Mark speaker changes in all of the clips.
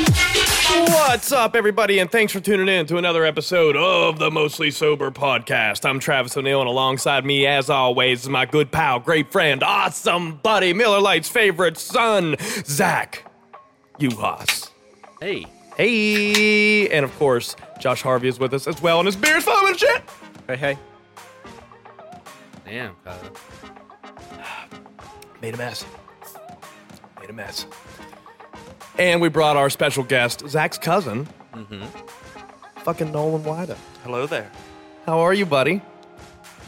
Speaker 1: What's up, everybody, and thanks for tuning in to another episode of the Mostly Sober Podcast. I'm Travis O'Neill, and alongside me, as always, is my good pal, great friend, awesome buddy, Miller Lite's favorite son, Zach Uhas.
Speaker 2: Hey,
Speaker 1: Hey! And of course, Josh Harvey is with us as well, and his beer's foaming and shit! Hey, hey.
Speaker 2: damn, Kyle.
Speaker 1: Made a mess. Made a mess. And we brought our special guest, Zach's cousin, Mm-hmm. fucking Nolan Wida.
Speaker 3: Hello there.
Speaker 1: How are you, buddy?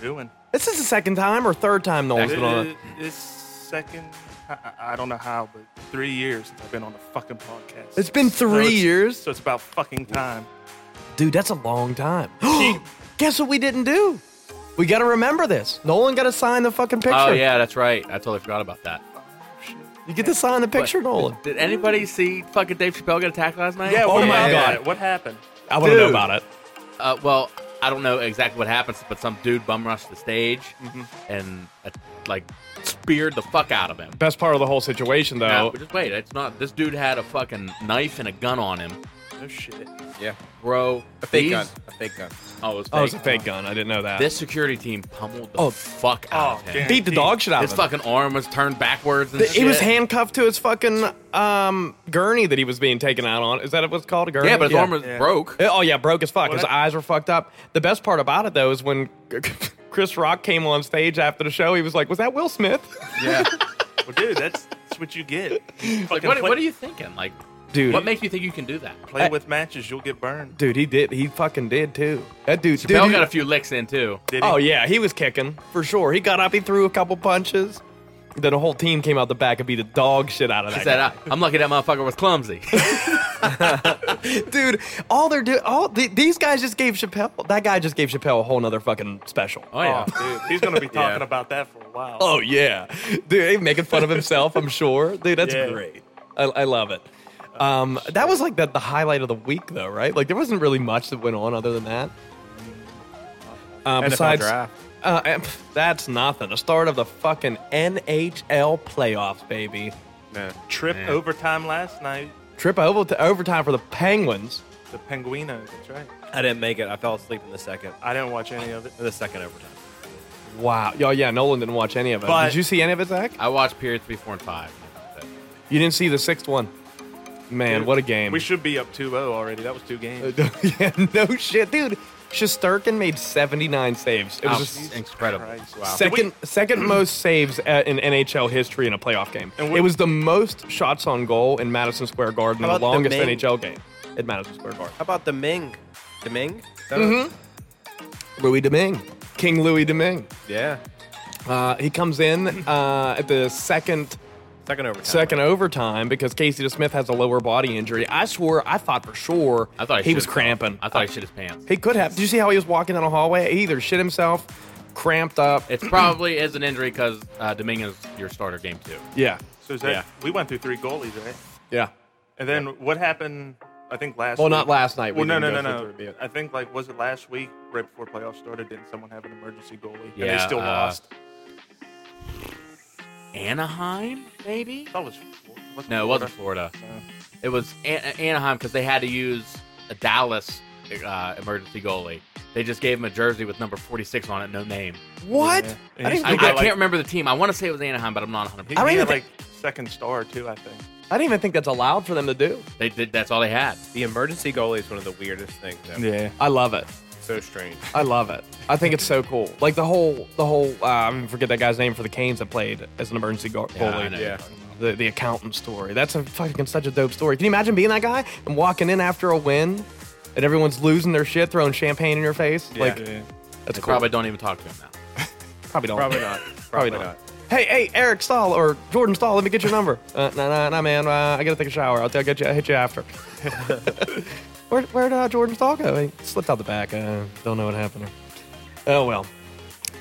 Speaker 3: Doing.
Speaker 1: This is the second time or third time Nolan's been on.
Speaker 3: It- It's second. I- I, I don't know how, but three years since I've been on a fucking podcast.
Speaker 1: It's been
Speaker 3: So
Speaker 1: three
Speaker 3: it's-
Speaker 1: years,
Speaker 3: So it's about fucking time.
Speaker 1: dude. That's a long time. Guess what we didn't do? We got to remember this. Nolan got to sign the fucking picture.
Speaker 2: Oh yeah, that's right. I totally forgot about that.
Speaker 1: you get to sign the picture, Nolan.
Speaker 2: Did anybody see fucking Dave Chappelle get attacked last night?
Speaker 3: Yeah.
Speaker 1: Oh
Speaker 3: what
Speaker 1: my
Speaker 3: happened?
Speaker 1: God.
Speaker 3: What happened?
Speaker 1: I want to know
Speaker 2: Dude.
Speaker 1: about it.
Speaker 2: Uh, well, I don't know exactly what happens, but some dude bum rushed the stage and uh, like speared the fuck out of him.
Speaker 1: Best part of the whole situation,
Speaker 2: Now,
Speaker 1: though.
Speaker 2: just wait. It's not. This dude had a fucking knife and a gun on him,
Speaker 3: No shit.
Speaker 2: bro.
Speaker 4: A fake
Speaker 2: these-
Speaker 4: gun. A fake gun.
Speaker 2: Oh, it was fake.
Speaker 1: Oh, it's a fake gun. I didn't know that.
Speaker 2: This security team pummeled the
Speaker 1: Oh.
Speaker 2: fuck out
Speaker 3: Oh,
Speaker 2: of him.
Speaker 3: damn.
Speaker 1: beat the dog shit out
Speaker 2: His
Speaker 1: of him.
Speaker 2: fucking arm was turned backwards and
Speaker 1: Th-
Speaker 2: shit.
Speaker 1: He was handcuffed to his fucking um, gurney that he was being taken out on. Is that what's called a gurney?
Speaker 2: Yeah, but his arm was broke.
Speaker 1: Yeah, Oh yeah, broke as fuck.
Speaker 3: Well,
Speaker 1: His
Speaker 3: that-
Speaker 1: eyes were fucked up. The best part about it though is when Chris Rock came on stage after the show, he was like, "Was that Will Smith?"
Speaker 4: Yeah.
Speaker 3: Well, dude, that's, that's what you get.
Speaker 2: Like,
Speaker 3: Fucking
Speaker 2: what,
Speaker 3: play,
Speaker 2: what are you thinking? Like,
Speaker 1: Dude.
Speaker 2: what makes you think you can do that?
Speaker 3: play with matches? You'll get burned.
Speaker 1: Dude, he did. He fucking did too. That dude. dude
Speaker 2: Chappelle
Speaker 1: he-
Speaker 2: got a few licks in too.
Speaker 3: Did he?
Speaker 1: oh yeah, he was kicking for sure. He got up, he threw a couple punches. Then the whole team came out the back and beat the dog shit out of
Speaker 2: He
Speaker 1: that.
Speaker 2: said,
Speaker 1: guy.
Speaker 2: "I- "I'm lucky that motherfucker was clumsy."
Speaker 1: Dude, all they're doing, all th- these guys just gave Chappelle. That guy just gave Chappelle a whole nother fucking special.
Speaker 2: Oh yeah,
Speaker 3: dude, he's gonna be talking about that for a while.
Speaker 1: Oh yeah, dude, he making fun of himself. I'm sure, dude. That's
Speaker 3: Yeah.
Speaker 1: great. I, I love it. Um, that was like the, the highlight of the week, though, right? Like there wasn't really much that went on other than that. Uh, besides,
Speaker 4: draft.
Speaker 1: Uh, and pff, that's nothing. The start of the fucking NHL playoffs, baby.
Speaker 4: No.
Speaker 3: Trip overtime last night.
Speaker 1: Trip over to overtime for the Penguins.
Speaker 3: The Penguinos. That's right.
Speaker 5: I didn't make it. I fell asleep in the second,
Speaker 3: I didn't watch any of it.
Speaker 5: in the second overtime.
Speaker 1: Wow. Oh yeah, Nolan didn't watch any of it.
Speaker 3: But-
Speaker 1: Did you see any of it, Zach?
Speaker 2: I watched periods three, four, and five.
Speaker 1: You didn't see the sixth one. Man,
Speaker 3: Dude,
Speaker 1: what a game.
Speaker 3: We should be up 2-0 already. That was two
Speaker 2: Uh,
Speaker 3: games.
Speaker 1: yeah, no shit, dude. Shusterkin made 79 saves. It was
Speaker 2: Oh,
Speaker 1: just
Speaker 2: incredible.
Speaker 3: Christ.
Speaker 2: Wow.
Speaker 1: second second most saves uh, in NHL history in a playoff game.
Speaker 3: And what-
Speaker 1: It was the most shots on goal in Madison Square Garden,
Speaker 5: How
Speaker 1: the
Speaker 5: about the
Speaker 1: longest
Speaker 5: main-
Speaker 1: NHL game in Madison Square Garden.
Speaker 5: How about the Ming? The Ming?
Speaker 1: Mm-hmm. Louis Domingue, King Louis Domingue.
Speaker 4: Yeah.
Speaker 1: Uh, he comes in uh, at the second
Speaker 5: Second overtime.
Speaker 1: second overtime because Casey DeSmith has a lower body injury. I swore, I thought for sure
Speaker 2: I thought
Speaker 1: he was
Speaker 2: should've-
Speaker 1: cramping.
Speaker 2: I thought he shit his pants.
Speaker 1: He could have. Did you see how he was walking down a hallway? He either shit himself, cramped up.
Speaker 2: It's probably is an injury because uh, Dominguez your starter game two.
Speaker 1: Yeah.
Speaker 3: So is that,
Speaker 2: Yeah.
Speaker 3: we went through three goalies, right?
Speaker 1: Yeah.
Speaker 3: And then what happened? I think last.
Speaker 1: Well,
Speaker 3: week,
Speaker 1: not last night.
Speaker 3: Well,
Speaker 1: We
Speaker 3: no, no,
Speaker 1: didn't
Speaker 3: no,
Speaker 1: go through
Speaker 3: no.
Speaker 1: the review.
Speaker 3: I think like was it last week, right before playoffs started? Didn't someone have an emergency goalie? and
Speaker 2: Yeah,
Speaker 3: they still
Speaker 2: uh,
Speaker 3: lost.
Speaker 2: Anaheim, maybe?
Speaker 3: That was wasn't
Speaker 2: No, it wasn't
Speaker 3: Florida.
Speaker 2: Florida.
Speaker 3: No.
Speaker 2: It was An- Anaheim because they had to use a Dallas uh, emergency goalie. They just gave him a jersey with number 46 on it, no name.
Speaker 1: What?
Speaker 3: Yeah.
Speaker 1: I didn't
Speaker 3: He's-
Speaker 2: I, I
Speaker 1: think that,
Speaker 3: like-
Speaker 2: can't remember the team. I want to say it was Anaheim, but I'm not 100.
Speaker 3: He,
Speaker 1: I don't
Speaker 3: he
Speaker 1: even
Speaker 3: had like second star too. I think.
Speaker 1: I didn't even think that's allowed for them to do.
Speaker 2: They did. That's all they had.
Speaker 5: The emergency goalie is one of the weirdest things ever.
Speaker 3: Yeah.
Speaker 1: I love it.
Speaker 5: So strange.
Speaker 1: I love it. I think it's so cool. Like the whole, the whole. Uh, I mean, forget that guy's name for the Canes that played as an emergency go-
Speaker 2: Yeah, I
Speaker 1: goalie.
Speaker 2: know.
Speaker 5: Yeah.
Speaker 1: The the accountant story. That's a fucking such a dope story. Can you imagine being that guy and walking in after a win, and everyone's losing their shit, throwing champagne in your face? Like that's
Speaker 2: They
Speaker 1: cool.
Speaker 2: probably don't even talk to him now.
Speaker 1: probably don't.
Speaker 5: Probably not.
Speaker 1: Probably not. Hey, hey, Eric Stahl or Jordan Stahl, let me get your number. Uh, nah, nah, nah, man. Uh, I gotta take a shower. I'll, I'll get you. I'll hit you after. Where, where'd uh, Jordan's dog go? He slipped out the back. I don't know what happened. there. Oh, well.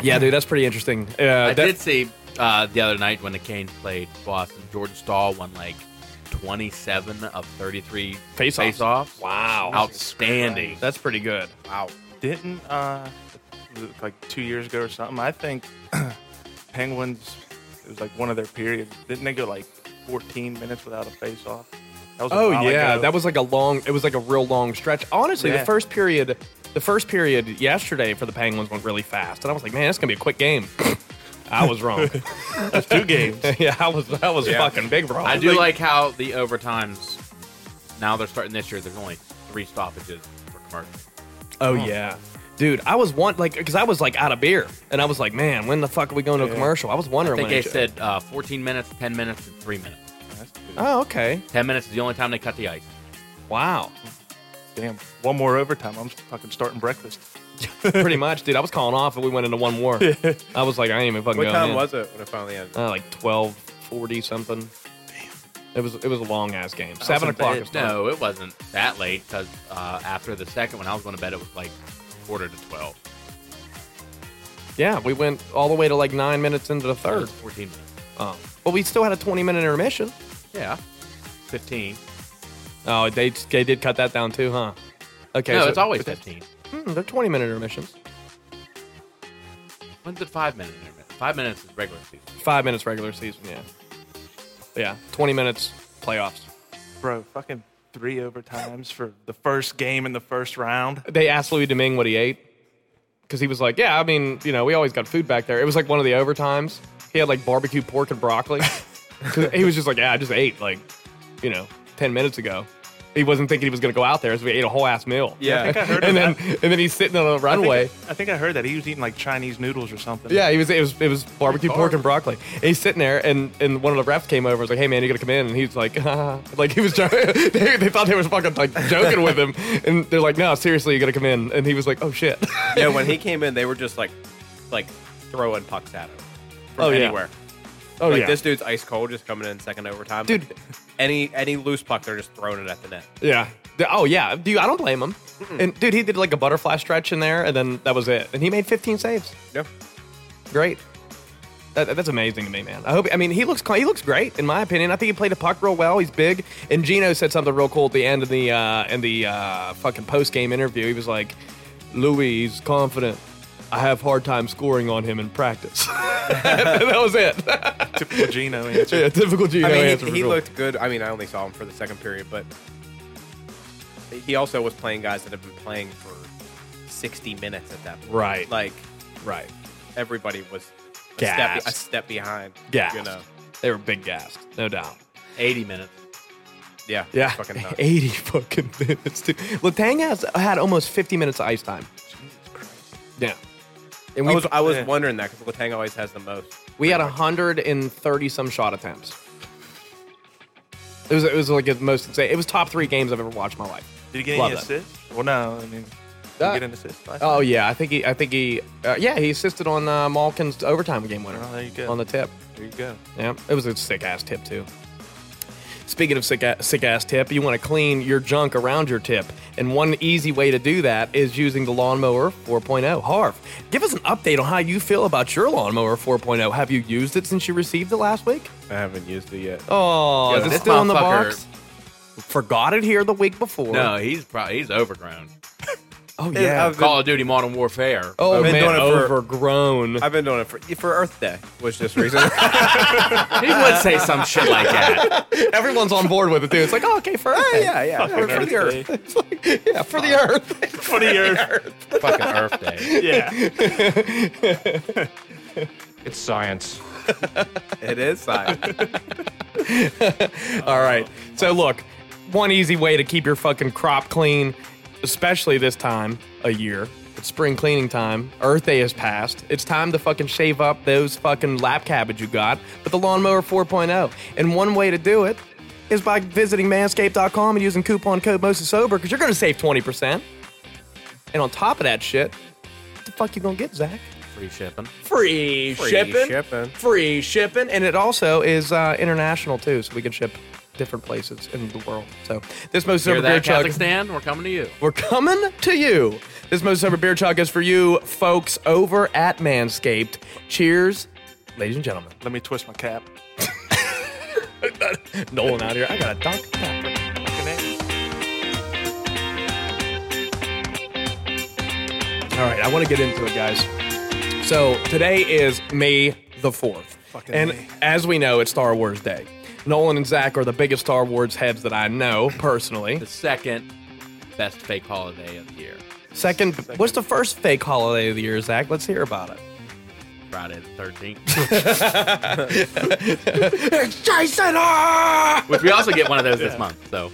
Speaker 1: Yeah, dude, that's pretty interesting. Uh,
Speaker 2: I
Speaker 1: that-
Speaker 2: did see uh, the other night when the Canes played Boston. Jordan Stahl won like 27 of 33
Speaker 1: Face-offs.
Speaker 2: face-offs.
Speaker 1: Wow.
Speaker 2: Outstanding.
Speaker 1: That's pretty good.
Speaker 3: Didn't uh, like two years ago or something. I think Penguins. It was like one of their periods. Didn't they go like 14 minutes without a face-off? That was a
Speaker 1: Oh
Speaker 3: while
Speaker 1: yeah,
Speaker 3: ago.
Speaker 1: that was like a long. It was like a real long stretch. Honestly, the
Speaker 3: Yeah.
Speaker 1: first period, the first period yesterday for the Penguins went really fast, and I was like, man, that's gonna be a quick game. I was wrong. that's two games. yeah, I was. I was fucking big wrong.
Speaker 2: I do like how the overtimes, now they're starting this year, there's only three stoppages for commercial.
Speaker 1: Oh yeah. Dude, I was one like because I was like out of beer, and I was like, man, when the fuck are we going to a commercial? I was
Speaker 2: I
Speaker 1: wondering.
Speaker 2: think
Speaker 1: when
Speaker 2: they
Speaker 1: it-
Speaker 2: said uh, 14 minutes, 10 minutes, and 3 minutes.
Speaker 3: That's pretty-
Speaker 1: Oh okay.
Speaker 2: 10 minutes is the only time they cut the ice.
Speaker 1: Wow.
Speaker 3: damn. One more overtime. I'm fucking starting breakfast.
Speaker 1: Pretty much, dude. I was calling off, and we went into one more. I was like, I ain't even fucking.
Speaker 5: What
Speaker 1: going
Speaker 5: time
Speaker 1: in.
Speaker 5: was it when it finally ended?
Speaker 1: uh, like twelve forty something. It was it was a long ass game. Seven
Speaker 3: in
Speaker 1: o'clock.
Speaker 3: bed.
Speaker 1: Is
Speaker 2: No, it wasn't that late because uh, after the second one, I was going to bed, it was like quarter to 12.
Speaker 1: Yeah, we went all the way to like nine minutes into the
Speaker 2: It
Speaker 1: third.
Speaker 2: was 14 minutes.
Speaker 1: Oh, but we still had a twenty minute intermission.
Speaker 2: Yeah. 15.
Speaker 1: Oh, they they did cut that down too, huh? Okay,
Speaker 2: no,
Speaker 1: so-
Speaker 2: it's always 15.
Speaker 1: Hmm, they're twenty minute intermissions.
Speaker 2: When's the five minute intermission? Five minutes is regular season.
Speaker 1: Five minutes regular season. Yeah, yeah, twenty minutes playoffs.
Speaker 3: Bro, fucking three overtimes for the first game in the first round.
Speaker 1: They asked Louis Domingue what he ate because he was like, "Yeah, I mean, you know, we always got food back there." It was like one of the overtimes. He had like barbecue pork and broccoli. 'Cause he was just like, "Yeah, I just ate like, you know, ten minutes ago." He wasn't thinking he was going to go out there, so he ate a whole ass meal.
Speaker 5: Yeah.
Speaker 1: and then and then he's sitting on a
Speaker 3: I think,
Speaker 1: runway.
Speaker 3: I think I heard that he was eating like Chinese noodles or something.
Speaker 1: Yeah, he was it was it was barbecue pork and broccoli. And he's sitting there, and, and one of the refs came over, and was like, "Hey man, you gotta come in," and he's like, like he was jo- they, they thought they was fucking like joking with him, and they're like, "No, seriously, you gotta come in," and he was like, "Oh shit."
Speaker 5: yeah, when he came in, they were just like, like throwing pucks at him from
Speaker 1: Oh, yeah.
Speaker 5: anywhere.
Speaker 1: Oh
Speaker 5: like
Speaker 1: yeah,
Speaker 5: this dude's ice cold, just coming in second overtime.
Speaker 1: Dude.
Speaker 5: any any loose puck, they're just throwing it at the net.
Speaker 1: yeah. D- Oh yeah, dude, I don't blame him. And dude, he did like a butterfly stretch in there, and then that was it. And he made 15 saves.
Speaker 5: Yep.
Speaker 1: Great. That, that's amazing to me, man. I hope. I mean, he looks cal- he looks great in my opinion. I think he played the puck real well. He's big. And Gino said something real cool at the end of the uh, in the uh, fucking post game interview. He was like, "Louis, he's confident. I have hard time scoring on him in practice." And that was it.
Speaker 3: Typical Gino answer.
Speaker 1: yeah, typical Gino
Speaker 5: I mean,
Speaker 1: answer.
Speaker 5: he,
Speaker 1: for
Speaker 5: he
Speaker 1: sure.
Speaker 5: looked good. I mean, I only saw him for the second period, but he also was playing guys that have been playing for 60 minutes at that point.
Speaker 1: Right.
Speaker 5: Like,
Speaker 1: right.
Speaker 5: everybody was a step,
Speaker 1: Gassed.
Speaker 5: a step behind.
Speaker 1: Gassed.
Speaker 5: You know?
Speaker 1: They were big gassed, no doubt.
Speaker 2: 80 minutes.
Speaker 5: Yeah.
Speaker 1: Yeah,
Speaker 5: Fucking nuts.
Speaker 1: 80 fucking minutes, dude. Latang has had almost 50 minutes of ice time. Yeah. And
Speaker 5: I
Speaker 1: we,
Speaker 5: was, I was
Speaker 3: Yeah.
Speaker 5: wondering that because Latang always has the most.
Speaker 1: we had 130 some shot attempts. It was, it was like the most insane. It was top three games I've ever watched in my life.
Speaker 3: Did he get
Speaker 1: Love
Speaker 3: any
Speaker 1: that.
Speaker 3: assists? Well, no. I mean, did
Speaker 1: Uh,
Speaker 3: he get an assist last
Speaker 1: Oh
Speaker 3: night?
Speaker 1: yeah, I think he, I think he, uh, yeah, he assisted on uh, Malkin's overtime game winner
Speaker 3: Oh, there you go.
Speaker 1: on the tip.
Speaker 3: There you go.
Speaker 1: Yeah, it was a sick ass tip too. Speaking of sick ass, sick ass tip, you want to clean your junk around your tip, and one easy way to do that is using the lawnmower 4.0. Harv, give us an update on how you feel about your lawnmower 4.0. Have you used it since you received it last week?
Speaker 5: I haven't used it yet.
Speaker 1: Oh,
Speaker 2: Yeah,
Speaker 1: is it
Speaker 2: this
Speaker 1: still in the
Speaker 2: motherfucker-
Speaker 1: box? Forgot it here the week before.
Speaker 2: No, he's probably he's overgrown.
Speaker 1: Oh yeah.
Speaker 5: I've been,
Speaker 2: Call of Duty Modern Warfare.
Speaker 1: Oh
Speaker 5: I've been
Speaker 1: man,
Speaker 5: doing it for-
Speaker 1: overgrown.
Speaker 5: I've been doing it for, for Earth Day, was just recently.
Speaker 2: he would say some shit like that.
Speaker 1: Everyone's on board with it too. It's like, oh, okay, for Earth Day.
Speaker 5: yeah, yeah.
Speaker 1: for, for the Earth. It's like, yeah, for the Earth.
Speaker 3: For the year.
Speaker 2: Oh, Fucking Earth Day.
Speaker 3: yeah.
Speaker 5: It is science.
Speaker 1: All right. So look, one easy way to keep your fucking crop clean, especially this time a year. It's spring cleaning time. Earth Day has passed. It's time to fucking shave up those fucking lap cabbage you got with the lawnmower 4.0. And one way to do it is by visiting manscaped.com and using coupon code MOSASOBER because you're going to save 20%. And on top of that shit, what the fuck you going to get, Zach?
Speaker 2: Free shipping.
Speaker 1: free, shipping,
Speaker 5: shipping.
Speaker 1: free shipping, and it also is uh, international too, so we can ship
Speaker 3: different places in the world. So
Speaker 1: This most sober
Speaker 2: Hear
Speaker 1: beer
Speaker 2: that,
Speaker 1: chug.
Speaker 2: Kazakhstan? We're coming to you.
Speaker 1: We're coming to you. This most sober beer chug is for you folks over at Manscaped. Cheers, ladies and gentlemen.
Speaker 3: let me twist my cap.
Speaker 1: Nolan out here. I got a Dr. Pepper. All right, I want to get into it, guys. So today is May the 4th.
Speaker 3: Fucking
Speaker 1: and
Speaker 3: May.
Speaker 1: as we know, it's Star Wars Day. Nolan and Zach are the biggest Star Wars heads that I know personally.
Speaker 2: The second best fake holiday of the year.
Speaker 1: Second, what's the first fake holiday of the year, Zach? Let's hear about it.
Speaker 2: Friday the 13th.
Speaker 1: Jason! Ah!
Speaker 2: Which we also get one of those this month. So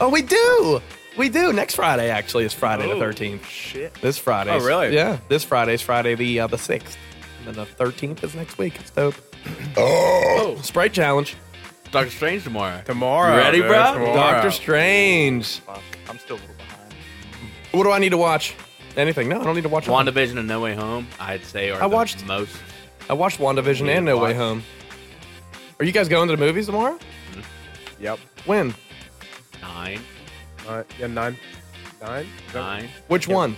Speaker 1: Oh, we do. We do. Next Friday, actually, is Friday the 13th.
Speaker 3: Shit.
Speaker 1: This Friday.
Speaker 5: Oh, really?
Speaker 1: Yeah. This Friday's Friday the uh, the sixth, and the thirteenth is next week. It's dope. Oh, Sprite challenge.
Speaker 2: Doctor Strange tomorrow.
Speaker 5: Tomorrow.
Speaker 2: Ready,
Speaker 5: dude,
Speaker 2: bro?
Speaker 5: Tomorrow.
Speaker 1: Doctor Strange.
Speaker 3: Fuck. I'm still a little behind.
Speaker 1: What do I need to watch? Anything? No, I don't need to watch. anything.
Speaker 2: WandaVision and No Way Home, I'd say are
Speaker 1: I
Speaker 2: the
Speaker 1: watched-
Speaker 2: most.
Speaker 1: I watched WandaVision and No Way
Speaker 2: Watch.
Speaker 1: Home. Are you guys going to the movies tomorrow?
Speaker 5: Yep.
Speaker 1: When?
Speaker 2: Nine,
Speaker 5: All right. Yeah, nine. Nine?
Speaker 2: nine.
Speaker 1: Which one?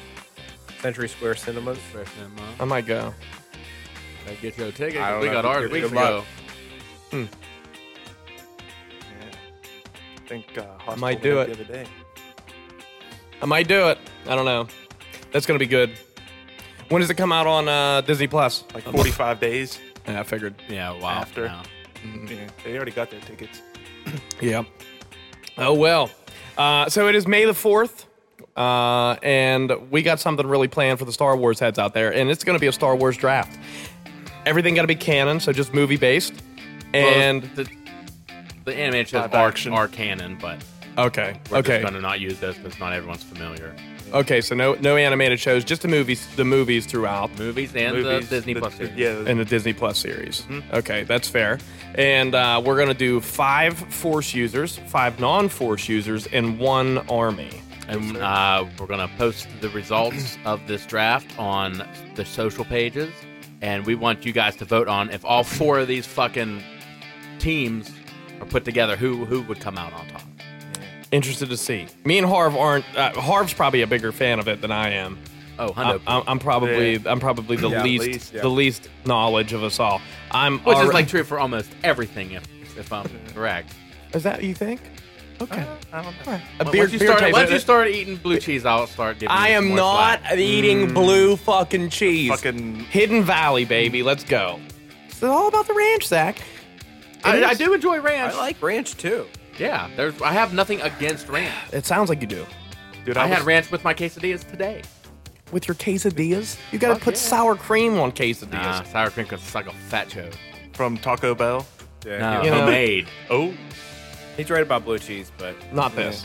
Speaker 5: Century Square Cinemas.
Speaker 2: Fresh in the month.
Speaker 1: I might go.
Speaker 2: Gotta Get your ticket.
Speaker 5: I don't
Speaker 2: We
Speaker 5: know.
Speaker 2: got ours
Speaker 5: Good
Speaker 2: weeks
Speaker 5: luck.
Speaker 2: ago.
Speaker 3: I think uh, Hostel
Speaker 1: might
Speaker 3: did
Speaker 1: do it.
Speaker 3: the other day.
Speaker 1: I might do it. I don't know. That's gonna be good. When does it come out on uh, Disney Plus?
Speaker 3: Like 45 days.
Speaker 1: Yeah, I figured.
Speaker 2: Yeah, wow.
Speaker 3: After.
Speaker 2: now.
Speaker 1: Mm-hmm.
Speaker 3: Yeah, they already got their tickets.
Speaker 1: Yeah. Oh well. Uh, so it is May the fourth, uh, and we got something really planned for the Star Wars heads out there, and it's going to be a Star Wars draft. Everything got to be canon, so just movie based.
Speaker 2: And
Speaker 1: And
Speaker 2: the, the animated shows
Speaker 3: Live
Speaker 2: are,
Speaker 3: action.
Speaker 2: are canon, but
Speaker 1: okay,
Speaker 2: we're just
Speaker 1: okay,
Speaker 2: going to not use those because not everyone's familiar.
Speaker 1: okay. So no, no animated shows, just the movies, the movies throughout,
Speaker 2: Movies and
Speaker 3: Movies,
Speaker 2: the Disney
Speaker 3: the-
Speaker 2: Plus
Speaker 3: the-
Speaker 2: series.
Speaker 3: Yeah.
Speaker 1: and the Disney Plus series. Okay, that's fair. And uh, we're going to do five Force users, five non-Force users, and one army.
Speaker 2: And uh, we're going to post the results of this draft on the social pages. And we want you guys to vote on if all four of these fucking teams are put together, who who would come out on top?
Speaker 1: Interested to see. Me and Harv aren't. Uh, Harv's probably a bigger fan of it than I am.
Speaker 2: Oh,
Speaker 1: I'm,
Speaker 2: Hundo.
Speaker 1: I'm, I'm probably I'm probably the
Speaker 5: Yeah,
Speaker 1: least
Speaker 5: least, yeah.
Speaker 1: the least knowledge of us all. I'm
Speaker 2: Which is
Speaker 1: alre-
Speaker 2: like true for almost everything, if, if I'm correct.
Speaker 1: is that what you think? Okay,
Speaker 3: I don't know.
Speaker 1: a beer,
Speaker 2: Once you,
Speaker 1: beer
Speaker 2: start,
Speaker 1: taste-
Speaker 2: once you start eating blue cheese, I'll start giving
Speaker 1: I
Speaker 2: you
Speaker 1: am
Speaker 2: more
Speaker 1: not
Speaker 2: slack.
Speaker 1: eating blue fucking cheese.
Speaker 3: Fucking-
Speaker 1: Mm. Hidden Valley, baby. Let's go. It's all about the ranch, Zach.
Speaker 2: I,
Speaker 1: It
Speaker 2: I
Speaker 1: is.
Speaker 2: do enjoy ranch.
Speaker 5: I like ranch too.
Speaker 2: Yeah, there's. I have nothing against ranch.
Speaker 1: It sounds like you do.
Speaker 3: Dude,
Speaker 2: I,
Speaker 3: I,
Speaker 2: had
Speaker 3: was-
Speaker 2: ranch with my quesadillas today.
Speaker 1: With your quesadillas, you
Speaker 3: Oh,
Speaker 1: gotta
Speaker 2: Fuck
Speaker 1: put
Speaker 2: yeah.
Speaker 1: sour cream on quesadillas.
Speaker 2: Nah, sour cream could suck a fat show.
Speaker 3: from Taco Bell.
Speaker 5: Yeah.
Speaker 2: No,
Speaker 1: You know-
Speaker 2: homemade.
Speaker 3: Oh,
Speaker 5: He's right about blue cheese, but
Speaker 1: Not this.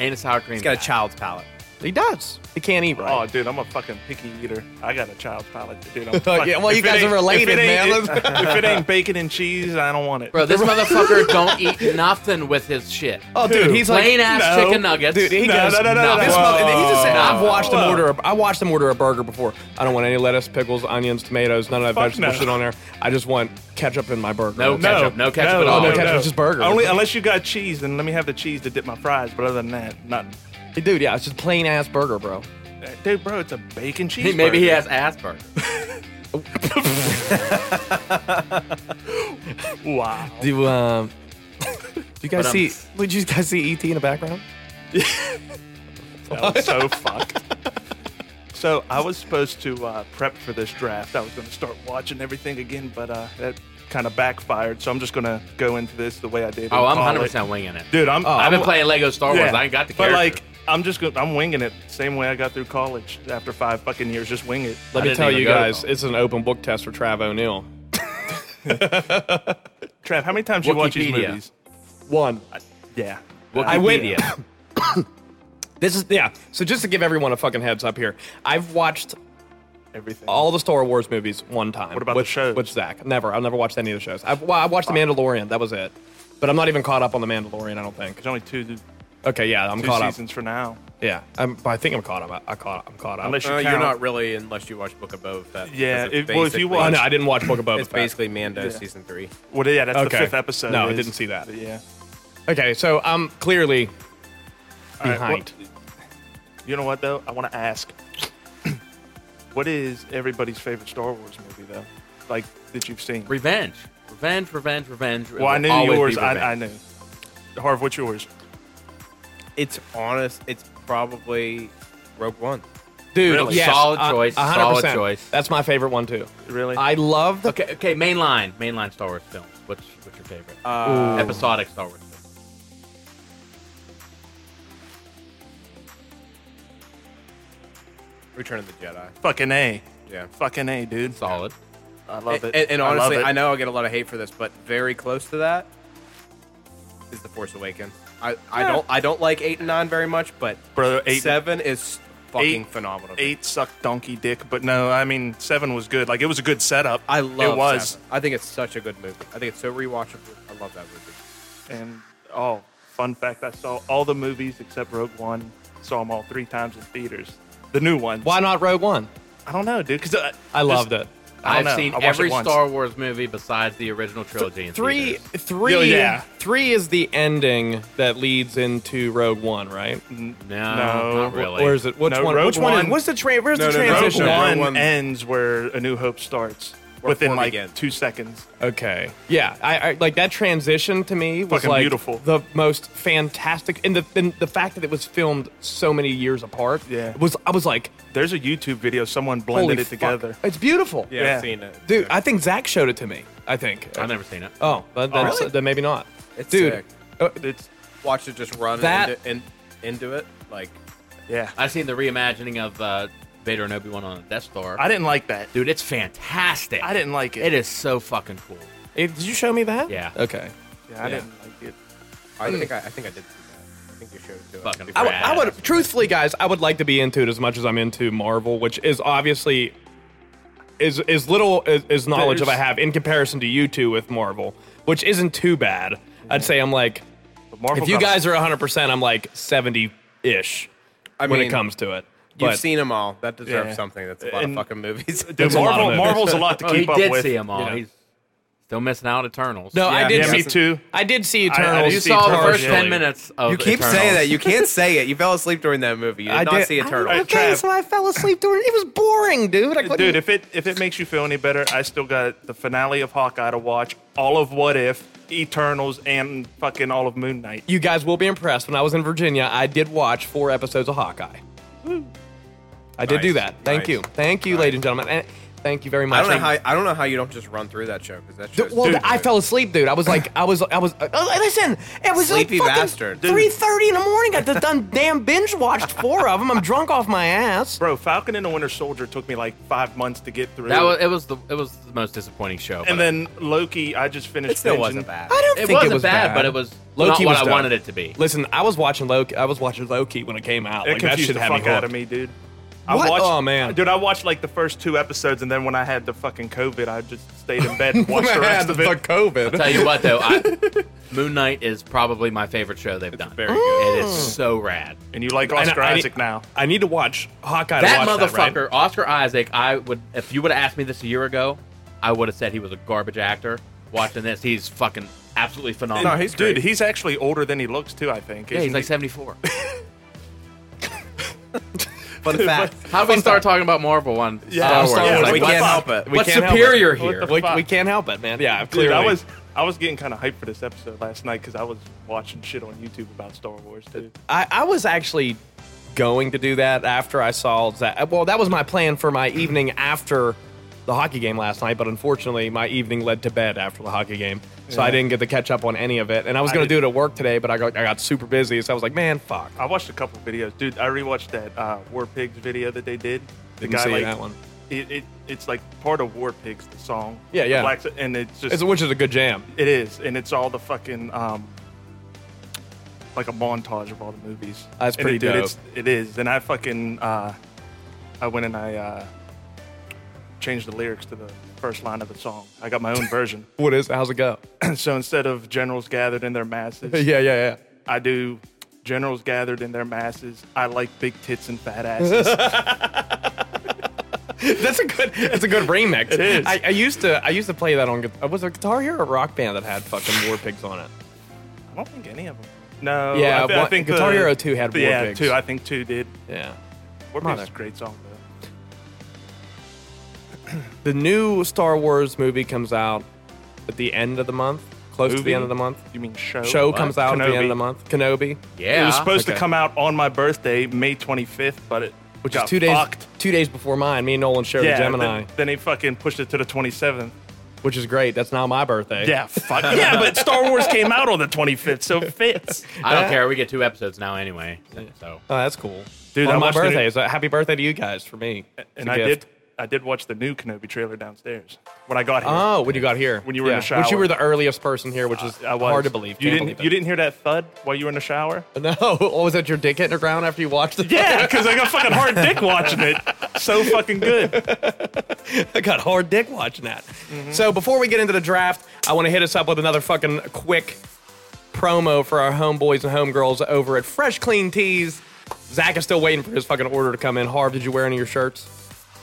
Speaker 2: And a sour cream.
Speaker 5: he's got a child's palate.
Speaker 1: He does. He can't eat
Speaker 3: oh,
Speaker 1: right.
Speaker 3: dude, I'm a fucking picky eater. I got a child's palate, dude. I'm fucking-
Speaker 1: yeah, well, you
Speaker 3: if it
Speaker 1: guys are
Speaker 3: ain't- if it
Speaker 1: related,
Speaker 3: ain't-
Speaker 1: man.
Speaker 3: If it ain't bacon and cheese, I don't want it.
Speaker 2: Bro, this motherfucker don't eat nothing with his shit.
Speaker 1: Oh, dude, he's like
Speaker 2: Plain ass
Speaker 3: no.
Speaker 2: chicken nuggets.
Speaker 1: Dude, he
Speaker 3: No,
Speaker 1: goes.
Speaker 3: no, no, no, no,
Speaker 1: This
Speaker 3: no.
Speaker 1: mother- he just said, "I've
Speaker 3: Whoa.
Speaker 1: watched him
Speaker 3: Whoa.
Speaker 1: order. A, I watched him order a burger before. I don't want any lettuce, pickles, onions, tomatoes, none of that
Speaker 3: Fuck
Speaker 1: vegetable
Speaker 3: no.
Speaker 1: shit on there. I just want ketchup in my burger.
Speaker 2: No
Speaker 3: no,
Speaker 2: ketchup, no ketchup at all.
Speaker 1: No ketchup, just burger.
Speaker 3: Only unless you got cheese, then let me have the cheese to dip my fries. But other than that, nothing.
Speaker 1: dude, yeah, it's just plain ass burger, bro.
Speaker 3: Dude, bro, it's a bacon cheese.
Speaker 2: He- maybe he has Asperger.
Speaker 3: Wow.
Speaker 1: Do um, do you guys
Speaker 2: But, um,
Speaker 1: see? Did you guys see ET in the background?
Speaker 3: That was so fucked. So I was supposed to uh, prep for this draft. I was going to start watching everything again, but uh, that kind of backfired. So I'm just going to go into this the way I did. in
Speaker 2: Oh, I'm
Speaker 3: college.
Speaker 2: 100 percent winging it.
Speaker 3: Dude, I'm.
Speaker 2: I've
Speaker 3: I'm,
Speaker 2: been playing Lego Star Wars.
Speaker 3: yeah.
Speaker 2: I ain't got the
Speaker 3: But
Speaker 2: character.
Speaker 3: like, I'm just going. I'm winging it same way I got through college. After five fucking years, just wing it.
Speaker 1: Let
Speaker 2: I
Speaker 1: me
Speaker 2: didn't
Speaker 1: tell
Speaker 2: even
Speaker 1: you
Speaker 2: go to
Speaker 1: guys,
Speaker 2: college.
Speaker 1: it's an open book test for Trav O'Neill.
Speaker 3: Trav, how many times you watch these
Speaker 2: Wikipedia.
Speaker 3: movies?
Speaker 1: One.
Speaker 3: Yeah.
Speaker 1: I went.
Speaker 2: Wikipedia.
Speaker 1: this is yeah. So just to give everyone a fucking heads up here, I've watched
Speaker 3: Everything.
Speaker 1: all the Star Wars movies one time.
Speaker 3: What about
Speaker 1: with,
Speaker 3: the shows?
Speaker 1: With Zach, never. I've never watched any of the shows. I've, well, I watched The Mandalorian. That was it. But I'm not even caught up on The Mandalorian. I don't think.
Speaker 3: There's only two, two
Speaker 1: Okay, yeah, I'm caught
Speaker 3: seasons for now.
Speaker 1: up. Yeah, I'm, but I think I'm caught up. I, I caught. I'm caught up.
Speaker 3: Unless you
Speaker 5: Uh,
Speaker 3: count-
Speaker 5: you're not really unless you watch Book of Boba Fett.
Speaker 3: Yeah,
Speaker 5: because it's
Speaker 3: it- well, if you
Speaker 5: basically-
Speaker 1: oh
Speaker 3: watch-
Speaker 1: no, I didn't watch Book of Boba
Speaker 5: it's
Speaker 1: Fett.
Speaker 5: basically Mando season three.
Speaker 3: Well, yeah, that's the
Speaker 1: Okay.
Speaker 3: fifth episode.
Speaker 1: No, I
Speaker 3: is-
Speaker 1: didn't see that.
Speaker 3: Yeah.
Speaker 1: Okay, so I'm clearly
Speaker 3: All right,
Speaker 1: behind.
Speaker 3: what- you know what though? I want to ask, what is everybody's favorite Star Wars movie though? Like that you've seen?
Speaker 2: Revenge, revenge, revenge, revenge. It
Speaker 3: well, I
Speaker 2: will
Speaker 3: knew
Speaker 2: always
Speaker 3: yours.
Speaker 2: be
Speaker 3: I, I
Speaker 2: revenge.
Speaker 3: knew. Harv, what's yours?
Speaker 5: It's honest. It's probably Rogue One.
Speaker 1: Dude,
Speaker 3: Really?
Speaker 1: yes,
Speaker 2: Solid
Speaker 1: a-
Speaker 2: choice,
Speaker 1: a hundred
Speaker 2: solid
Speaker 1: percent.
Speaker 2: choice.
Speaker 1: That's my favorite one too.
Speaker 3: Really?
Speaker 1: I love the.
Speaker 2: Okay, okay. Mainline, mainline Star Wars films. What's what's your favorite?
Speaker 5: Uh,
Speaker 2: Episodic Star Wars. Films.
Speaker 5: Return of the Jedi.
Speaker 3: Fucking a.
Speaker 5: Yeah.
Speaker 3: Fucking a, dude.
Speaker 2: Solid.
Speaker 3: I love it.
Speaker 5: And, and honestly,
Speaker 3: I,
Speaker 5: I,
Speaker 3: love it.
Speaker 5: know I get a lot of hate for this, but very close to that is the Force Awakens. I, I don't I don't like eight and nine very much, but
Speaker 3: Brother, eight-
Speaker 5: seven is fucking
Speaker 3: eight-
Speaker 5: phenomenal.
Speaker 3: Eight sucked donkey dick, but no, I mean seven was good. Like it was a good setup.
Speaker 5: I love
Speaker 3: it. Was
Speaker 5: Seven. I think it's such a good movie. I think it's so rewatchable. I love that movie.
Speaker 3: and oh, fun fact, I saw all the movies except Rogue One. Saw them all three times in theaters. The new ones.
Speaker 1: Why not Rogue One?
Speaker 3: I don't know, dude. Because uh,
Speaker 1: I
Speaker 3: just-
Speaker 1: loved it.
Speaker 3: I
Speaker 2: I've
Speaker 3: don't know.
Speaker 2: seen
Speaker 3: I watched
Speaker 2: every
Speaker 3: it once.
Speaker 2: Star Wars movie besides the original trilogy. in
Speaker 1: Three,
Speaker 2: theaters.
Speaker 1: three,
Speaker 3: Oh, yeah.
Speaker 1: three is the ending that leads into Rogue One, right?
Speaker 2: No,
Speaker 3: No.
Speaker 2: not really.
Speaker 1: Or is it which
Speaker 3: No,
Speaker 1: one?
Speaker 3: Rogue
Speaker 1: which one?
Speaker 3: One-
Speaker 1: Is, what's the tra- Where's the
Speaker 5: No, no, no, Rogue
Speaker 3: Rogue
Speaker 1: transition?
Speaker 5: One.
Speaker 3: One,
Speaker 5: Rogue One-
Speaker 3: ends where A New Hope starts
Speaker 5: Where
Speaker 3: within
Speaker 5: four
Speaker 3: like
Speaker 5: begins.
Speaker 3: two seconds.
Speaker 1: Okay. Yeah. I, I like that transition to me was
Speaker 3: Fucking
Speaker 1: like
Speaker 3: beautiful.
Speaker 1: the most fantastic, and the and the fact that it was filmed so many years apart.
Speaker 3: Yeah.
Speaker 1: Was I was like,
Speaker 3: There's a YouTube video someone
Speaker 1: holy
Speaker 3: blended it
Speaker 1: fuck.
Speaker 3: together.
Speaker 1: It's beautiful.
Speaker 5: Yeah,
Speaker 3: Yeah.
Speaker 5: I've seen it.
Speaker 1: Dude, I think Zach showed it to me. I think.
Speaker 2: I've never seen it.
Speaker 1: Oh, but then,
Speaker 3: really?
Speaker 1: then maybe not.
Speaker 5: It's
Speaker 1: Dude,
Speaker 5: sick.
Speaker 1: uh,
Speaker 3: It's
Speaker 5: Watch it just run
Speaker 1: That-
Speaker 5: into, in, into it. Like
Speaker 3: yeah. I,
Speaker 2: I've seen the reimagining of uh, Vader and Obi Wan on the Death Star.
Speaker 3: didn't like that.
Speaker 2: Dude, it's fantastic.
Speaker 3: I didn't like it.
Speaker 2: It is so fucking cool.
Speaker 1: eh, did you show me that?
Speaker 2: Yeah.
Speaker 1: Okay.
Speaker 3: Yeah,
Speaker 2: Yeah.
Speaker 3: I didn't like it.
Speaker 5: I think I, I think I did see that. I think you showed it to us.
Speaker 2: Fucking
Speaker 1: I would,
Speaker 2: rad.
Speaker 1: I would truthfully, guys, I would like to be into it as much as I'm into Marvel, which is obviously is is little is, is knowledge that I
Speaker 3: There's-
Speaker 1: have in comparison to you two with Marvel, which isn't too bad. I'd say I'm like, oh
Speaker 3: But Marvel
Speaker 1: if you
Speaker 3: got-
Speaker 1: guys are 100, percent I'm like 70 ish
Speaker 5: I
Speaker 1: when
Speaker 5: mean,
Speaker 1: it comes to it.
Speaker 5: You've
Speaker 1: But
Speaker 5: seen them all. That deserves
Speaker 3: Yeah.
Speaker 5: something. That's a lot
Speaker 3: And-
Speaker 5: of fucking movies.
Speaker 3: dude,
Speaker 1: It's a lot of
Speaker 3: Marvel,
Speaker 1: movies.
Speaker 3: Marvel's a lot to
Speaker 2: Oh, he
Speaker 3: keep up
Speaker 2: did
Speaker 3: with.
Speaker 2: see them all.
Speaker 1: you know.
Speaker 2: He's still missing out Eternals.
Speaker 1: no, I
Speaker 5: Yeah.
Speaker 1: did.
Speaker 5: Yeah,
Speaker 3: me
Speaker 1: see-
Speaker 3: too.
Speaker 1: I did see
Speaker 3: I- I
Speaker 1: Eternals.
Speaker 3: do
Speaker 2: you saw the first
Speaker 1: partially.
Speaker 2: ten minutes of
Speaker 5: You keep
Speaker 2: Eternals.
Speaker 5: saying that. You can't say it. You fell asleep during that movie. You did
Speaker 1: I
Speaker 5: not
Speaker 1: did-
Speaker 5: see Eternal.
Speaker 3: I- I- Trav.
Speaker 1: I fell asleep during. It was boring, dude. I couldn't-
Speaker 3: Dude, if it if it makes you feel any better, I still got the finale of Hawkeye to watch, all of What If, Eternals, and fucking all of Moon Knight.
Speaker 1: you guys will be impressed. When I was in Virginia, I did watch four episodes of Hawkeye. I did
Speaker 5: Nice.
Speaker 1: do that. Thank
Speaker 5: Nice.
Speaker 1: you, thank you, ladies and gentlemen, and thank you very much.
Speaker 5: I don't know
Speaker 1: Thank-
Speaker 5: how I don't know how you don't just run through that show because that
Speaker 1: D-
Speaker 5: show.
Speaker 1: well, th- I fell asleep, dude. I was like, I was, I was. Uh, uh, listen, it was
Speaker 5: Sleepy
Speaker 1: like fucking
Speaker 5: bastard. Dude.
Speaker 1: three thirty in the morning. I just done damn binge watched four of them. I'm drunk off my ass.
Speaker 3: Bro, Falcon and the Winter Soldier took me like five months to get through.
Speaker 2: That was it. Was the it was the most disappointing show. but
Speaker 3: and then Loki, I just finished.
Speaker 5: It still
Speaker 3: binging.
Speaker 5: wasn't bad.
Speaker 1: I don't
Speaker 2: it
Speaker 1: think
Speaker 2: wasn't
Speaker 1: it was
Speaker 2: bad,
Speaker 1: bad,
Speaker 2: but it was
Speaker 1: Loki
Speaker 2: not what
Speaker 1: was
Speaker 2: I
Speaker 1: dope.
Speaker 2: wanted it to be.
Speaker 1: Listen, I was watching Loki. I was watching Loki when it came out.
Speaker 3: It
Speaker 1: like that
Speaker 3: confused
Speaker 1: should
Speaker 3: the
Speaker 1: have
Speaker 3: fuck
Speaker 1: me
Speaker 3: out
Speaker 1: hooked.
Speaker 3: of me, dude.
Speaker 1: What?
Speaker 3: I watched,
Speaker 1: Oh, man.
Speaker 3: dude, I watched like the first two episodes, and then when I had the fucking COVID, I just stayed in bed and watched the
Speaker 1: I
Speaker 3: rest
Speaker 1: had
Speaker 3: of
Speaker 1: the
Speaker 3: it.
Speaker 1: COVID.
Speaker 2: Tell you what though, I, Moon Knight is probably my favorite show they've done.
Speaker 5: very good.
Speaker 2: It is so rad.
Speaker 3: and you like
Speaker 1: I know-
Speaker 3: Oscar
Speaker 1: I need-
Speaker 3: Isaac now?
Speaker 1: I need to watch Hawkeye.
Speaker 2: That
Speaker 1: to watch
Speaker 2: motherfucker,
Speaker 1: That, right?
Speaker 2: Oscar Isaac. I would if you would have asked me this a year ago, I would have said he was a garbage actor. Watching this, he's fucking absolutely phenomenal.
Speaker 5: No, he's
Speaker 3: dude,
Speaker 5: great.
Speaker 3: he's actually older than he looks too. I think.
Speaker 2: yeah, he's
Speaker 3: isn't
Speaker 2: like
Speaker 3: he?
Speaker 2: seventy four.
Speaker 5: Fun fact.
Speaker 2: How we start talking about Marvel on Star
Speaker 3: Yeah,
Speaker 2: Wars?
Speaker 3: yeah,
Speaker 2: It's
Speaker 3: we
Speaker 2: like,
Speaker 3: can't
Speaker 2: what's-
Speaker 3: help
Speaker 5: it. We
Speaker 2: What's
Speaker 5: can't help
Speaker 2: superior
Speaker 5: it.
Speaker 2: here?
Speaker 3: What the
Speaker 1: We,
Speaker 3: fuck?
Speaker 1: we can't help it, man. Yeah,
Speaker 3: Dude,
Speaker 1: clearly.
Speaker 3: I was I was getting kind of hyped for this episode last night because I was watching shit on YouTube about Star Wars. Dude.
Speaker 1: I, I was actually going to do that after I saw that. Well, that was my plan for my evening after the hockey game last night, but unfortunately, my evening led to bed after the hockey game, so I didn't get to catch up on any of it. And I was
Speaker 3: I
Speaker 1: going to
Speaker 3: did-
Speaker 1: do it at work today, but I got, I got super busy, so I was like, man, fuck.
Speaker 3: I watched a couple videos, dude. I rewatched that uh, War Pigs video that they did. The
Speaker 1: Didn't see that one.
Speaker 3: It, it it's like part of War Pigs, the song.
Speaker 1: Yeah,
Speaker 3: The
Speaker 1: yeah.
Speaker 3: Black- and it's just
Speaker 1: It's, which is a good jam.
Speaker 3: It is, and it's all the fucking um, like a montage of all the movies.
Speaker 1: That's
Speaker 3: And
Speaker 1: pretty
Speaker 3: it, dude, It's, it is, and I fucking uh, I went and I uh, changed the lyrics to the first line of the song. I got my own version.
Speaker 1: What is? How's it go?
Speaker 3: so instead of generals gathered in their masses,
Speaker 1: yeah, yeah, yeah.
Speaker 3: I do generals gathered in their masses. I like big tits and fat asses.
Speaker 1: That's a good. That's a good remix. It
Speaker 3: is.
Speaker 1: I, I used to. I used to play that on. gu- Was there a guitar here or a rock band that had fucking War Pigs on it?
Speaker 3: I don't think any of them. No.
Speaker 1: Yeah,
Speaker 3: I, thi- I
Speaker 1: one-
Speaker 3: think
Speaker 1: Guitar
Speaker 3: the-
Speaker 1: Hero 2 had
Speaker 3: the-
Speaker 1: War
Speaker 3: Yeah,
Speaker 1: Pigs.
Speaker 3: two. I think two did.
Speaker 1: Yeah.
Speaker 3: War
Speaker 1: Come on.
Speaker 3: Pigs is a great song though.
Speaker 1: The new Star Wars movie comes out at the end of the month, close to the
Speaker 3: Movie?
Speaker 1: end of the month.
Speaker 3: You mean show?
Speaker 1: Show
Speaker 2: What?
Speaker 1: comes out at the end of
Speaker 3: Kenobi.
Speaker 1: the month. Kenobi,
Speaker 2: Yeah.
Speaker 3: It was supposed
Speaker 1: Okay.
Speaker 3: to come out on my birthday, May 25th, but it
Speaker 1: which
Speaker 3: got
Speaker 1: is two days
Speaker 3: fucked.
Speaker 1: two days before mine. Me and Nolan shared
Speaker 3: Yeah,
Speaker 1: a Gemini,
Speaker 3: Then, then they fucking pushed it to the 27th.
Speaker 1: which is great. That's not my birthday.
Speaker 3: Yeah, fuck. yeah, but Star Wars came out on the 25th, so it fits.
Speaker 2: I don't care. We get two episodes now anyway. So
Speaker 1: Oh, that's cool.
Speaker 3: Dude,
Speaker 1: on
Speaker 3: I
Speaker 1: my
Speaker 3: watched the new-
Speaker 1: birthday. So happy birthday to you guys for me. It's
Speaker 3: And
Speaker 1: a
Speaker 3: I
Speaker 1: gift.
Speaker 3: did, I did watch the new Kenobi trailer downstairs when I got here.
Speaker 1: Oh, when you got here,
Speaker 3: When you were in the
Speaker 1: which you
Speaker 3: shower.
Speaker 1: were the earliest person here, which is
Speaker 3: I was.
Speaker 1: hard to believe. Can't
Speaker 3: You didn't.
Speaker 1: believe
Speaker 3: You
Speaker 1: it.
Speaker 3: didn't hear that thud while you were in the shower?
Speaker 1: No, oh, was that your dick hitting the ground after you watched it?
Speaker 3: Yeah, because I got fucking hard dick watching it. So fucking good.
Speaker 1: I got hard dick watching that. So before we get into the draft, I want to hit us up with another fucking quick promo for our homeboys and homegirls over at Fresh Clean Tees. Zach is still waiting for his fucking order to come in. Harv, did you wear any of your shirts?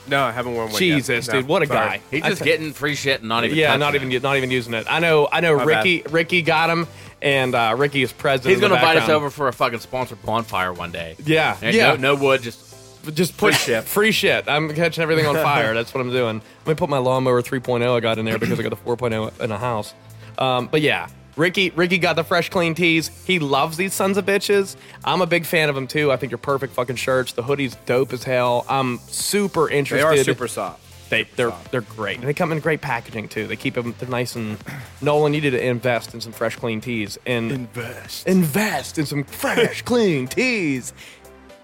Speaker 5: No, I haven't worn one. yet.
Speaker 1: Jesus,
Speaker 5: No,
Speaker 1: dude, what a
Speaker 5: sorry.
Speaker 1: guy.
Speaker 2: he's
Speaker 1: I
Speaker 2: just
Speaker 1: t-
Speaker 2: getting free shit and not even.
Speaker 1: yeah,
Speaker 2: touching
Speaker 1: not even
Speaker 2: it.
Speaker 1: not even using it. I know, I know.
Speaker 5: My
Speaker 1: Ricky, Ricky got him, and uh, Ricky is president.
Speaker 2: He's
Speaker 1: in the
Speaker 2: gonna invite us
Speaker 1: background.
Speaker 2: over for a fucking sponsored bonfire one day.
Speaker 1: Yeah,
Speaker 2: And
Speaker 1: yeah.
Speaker 2: No, no wood. Just
Speaker 1: Just put free shit. I'm catching everything on fire. That's what I'm doing. I'm gonna put my lawnmower 3.0 I got in there because I got the 4.0 in a house. Um, but yeah, Ricky Ricky got the fresh clean tees. He loves these sons of bitches. I'm a big fan of them too. I think you're perfect fucking shirts. The hoodies dope as hell. I'm super
Speaker 5: They
Speaker 1: interested.
Speaker 5: are super soft.
Speaker 1: They they're they're great. And they come in great packaging too. They keep them. They're nice and Nolan. You need to invest in some fresh clean tees and
Speaker 3: Invest.
Speaker 1: invest in some fresh clean teas.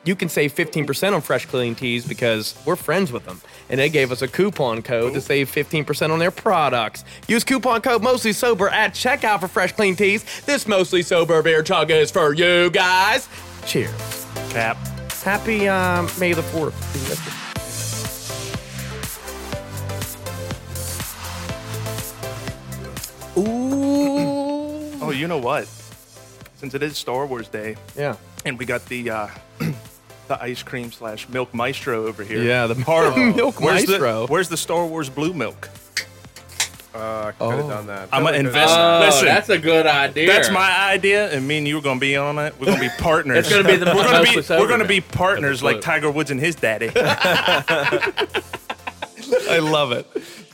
Speaker 1: You can save 15% on fresh clean teas because we're friends with them. And they gave us a coupon code to save 15% on their products. Use coupon code mostly sober at checkout for fresh clean teas. This mostly sober beer chug is for you guys. Cheers.
Speaker 3: Cap.
Speaker 1: Happy um, May the 4th. Ooh.
Speaker 3: Oh, you know what? Since it is Star Wars Day,
Speaker 1: Yeah.
Speaker 3: and we got the uh, the ice cream slash milk maestro over here.
Speaker 1: Yeah, the part milk
Speaker 3: Where's
Speaker 1: maestro.
Speaker 3: the Where's the Star Wars blue milk?
Speaker 5: Uh, I could have done that.
Speaker 3: I'm gonna
Speaker 5: Could've
Speaker 3: invest.
Speaker 5: done
Speaker 3: Listen,
Speaker 2: Oh, that's a good idea.
Speaker 3: that's my idea, and me and you are gonna be on it. We're gonna be partners.
Speaker 2: It's gonna be the
Speaker 3: we're gonna be
Speaker 2: mostly sober
Speaker 3: we're gonna
Speaker 2: now.
Speaker 3: be partners
Speaker 2: That's
Speaker 3: like
Speaker 2: blue.
Speaker 3: Tiger Woods and his daddy.
Speaker 1: I love it,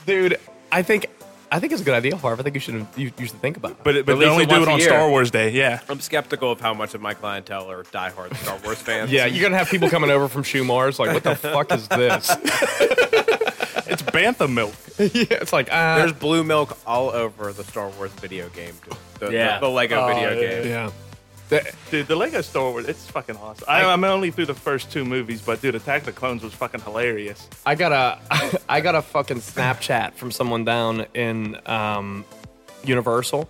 Speaker 1: dude. I think I think it's a good idea, Harv. I think you should you, you should think about it.
Speaker 3: But but they
Speaker 2: Release
Speaker 3: only
Speaker 2: it
Speaker 3: do
Speaker 2: once
Speaker 3: it
Speaker 2: a
Speaker 3: on
Speaker 2: year.
Speaker 3: Star Wars Day. Yeah.
Speaker 5: I'm skeptical of how much of my clientele are diehard Star Wars fans.
Speaker 1: yeah, you're gonna have people coming over from Shumars like, what the fuck is this?
Speaker 3: It's bantha milk.
Speaker 1: yeah, it's like uh,
Speaker 5: There's blue milk all over the Star Wars video game. dude. The,
Speaker 2: Yeah.
Speaker 5: the, the Lego video game.
Speaker 1: yeah. The-
Speaker 3: Dude, the Lego Star Wars, it's fucking awesome. I, I'm only through the first two movies, but dude, Attack of the Clones was fucking hilarious.
Speaker 1: I got a I got a fucking Snapchat from someone down in um, Universal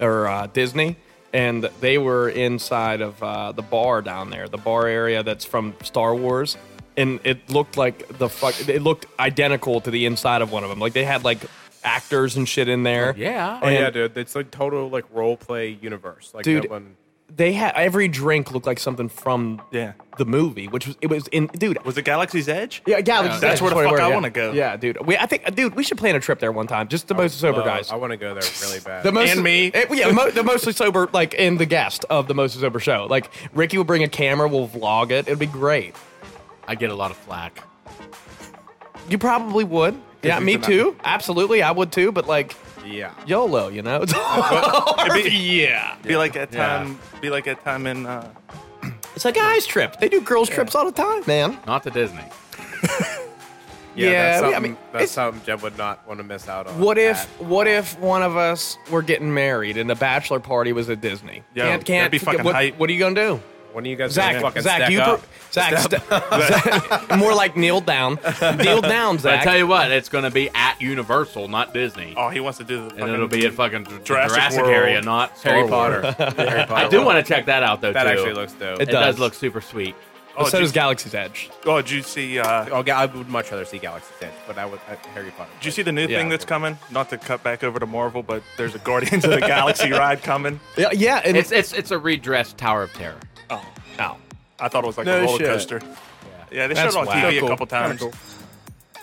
Speaker 1: or uh, Disney, and they were inside of uh, the bar down there, the bar area that's from Star Wars, and it looked like the fuck. It looked identical to the inside of one of them. Like they had like actors and shit in there.
Speaker 2: Yeah.
Speaker 5: Oh, yeah,
Speaker 1: And-
Speaker 5: dude. It's like total like role play universe. Like
Speaker 1: Dude,
Speaker 5: that one.
Speaker 1: They had every drink looked like something from
Speaker 3: Yeah.
Speaker 1: the movie, which was it was in dude.
Speaker 3: Was it Galaxy's Edge?
Speaker 1: Yeah, yeah, like you
Speaker 3: that's
Speaker 1: said,
Speaker 3: where the
Speaker 1: sorry,
Speaker 3: fuck I
Speaker 1: yeah.
Speaker 3: wanna go.
Speaker 1: Yeah, dude. We, I think, dude, we should plan a trip there one time. Just the most sober
Speaker 5: Oh,
Speaker 1: guys.
Speaker 5: I want to go there really bad.
Speaker 1: The most
Speaker 3: And me.
Speaker 1: eh, yeah, mo- the mostly sober, like in the guest of the mostly sober show. Like Ricky will bring a camera, we'll vlog it. It'd be great.
Speaker 2: I get a lot of flack.
Speaker 1: You probably would. Yeah, me too. Absolutely, I would too. But like
Speaker 5: yeah.
Speaker 1: YOLO, you know.
Speaker 3: It'd be,
Speaker 1: yeah,
Speaker 3: be like that time. Be like that time in. Uh,
Speaker 1: it's like a guys trip. They do girls trips all the time, man.
Speaker 2: Not the Disney.
Speaker 1: Yeah,
Speaker 5: Yeah, that's
Speaker 1: I mean,
Speaker 5: something,
Speaker 1: it's-
Speaker 5: that's something Jeb would not want to miss out on.
Speaker 1: What if
Speaker 5: at
Speaker 1: what if one of us were getting married and the bachelor party was at Disney?
Speaker 3: Yo,
Speaker 1: can't
Speaker 3: that'd
Speaker 1: can't
Speaker 3: be fucking
Speaker 1: what,
Speaker 3: hype.
Speaker 1: what are you gonna do?
Speaker 5: When are you guys
Speaker 1: Zach,
Speaker 5: gonna fucking
Speaker 1: Zach,
Speaker 5: stack
Speaker 1: you, per-
Speaker 5: up?
Speaker 1: Zach, st- Zach, more like kneel down, kneel down,
Speaker 2: But I
Speaker 1: Zach.
Speaker 2: tell you what, it's gonna be at Universal, not Disney.
Speaker 3: oh, he wants to do the.
Speaker 2: and it'll be at fucking Jurassic,
Speaker 3: Jurassic World.
Speaker 2: area, not Star
Speaker 5: Harry
Speaker 2: Wars.
Speaker 5: Potter. Harry Potter.
Speaker 2: I do want to check that out though.
Speaker 5: That
Speaker 2: too.
Speaker 5: actually looks dope.
Speaker 1: It
Speaker 2: It does.
Speaker 1: does.
Speaker 2: look super sweet.
Speaker 3: Oh,
Speaker 1: so
Speaker 3: did,
Speaker 1: does Galaxy's Edge.
Speaker 3: oh, did you see? Uh, did
Speaker 5: Okay, I would much rather see Galaxy Edge, but I would I, Harry Potter.
Speaker 3: you see the new
Speaker 1: Yeah.
Speaker 3: thing that's coming? Not to cut back over to Marvel, but there's a Guardians of the Galaxy ride coming.
Speaker 1: Yeah, yeah, and
Speaker 2: It's it's it's a redressed Tower of Terror.
Speaker 1: Ow.
Speaker 3: I thought it was like
Speaker 5: No
Speaker 3: a roller
Speaker 5: shit.
Speaker 3: coaster. Yeah, they showed
Speaker 1: That's
Speaker 3: it on
Speaker 1: wow.
Speaker 3: TV
Speaker 1: Cool.
Speaker 3: a couple times.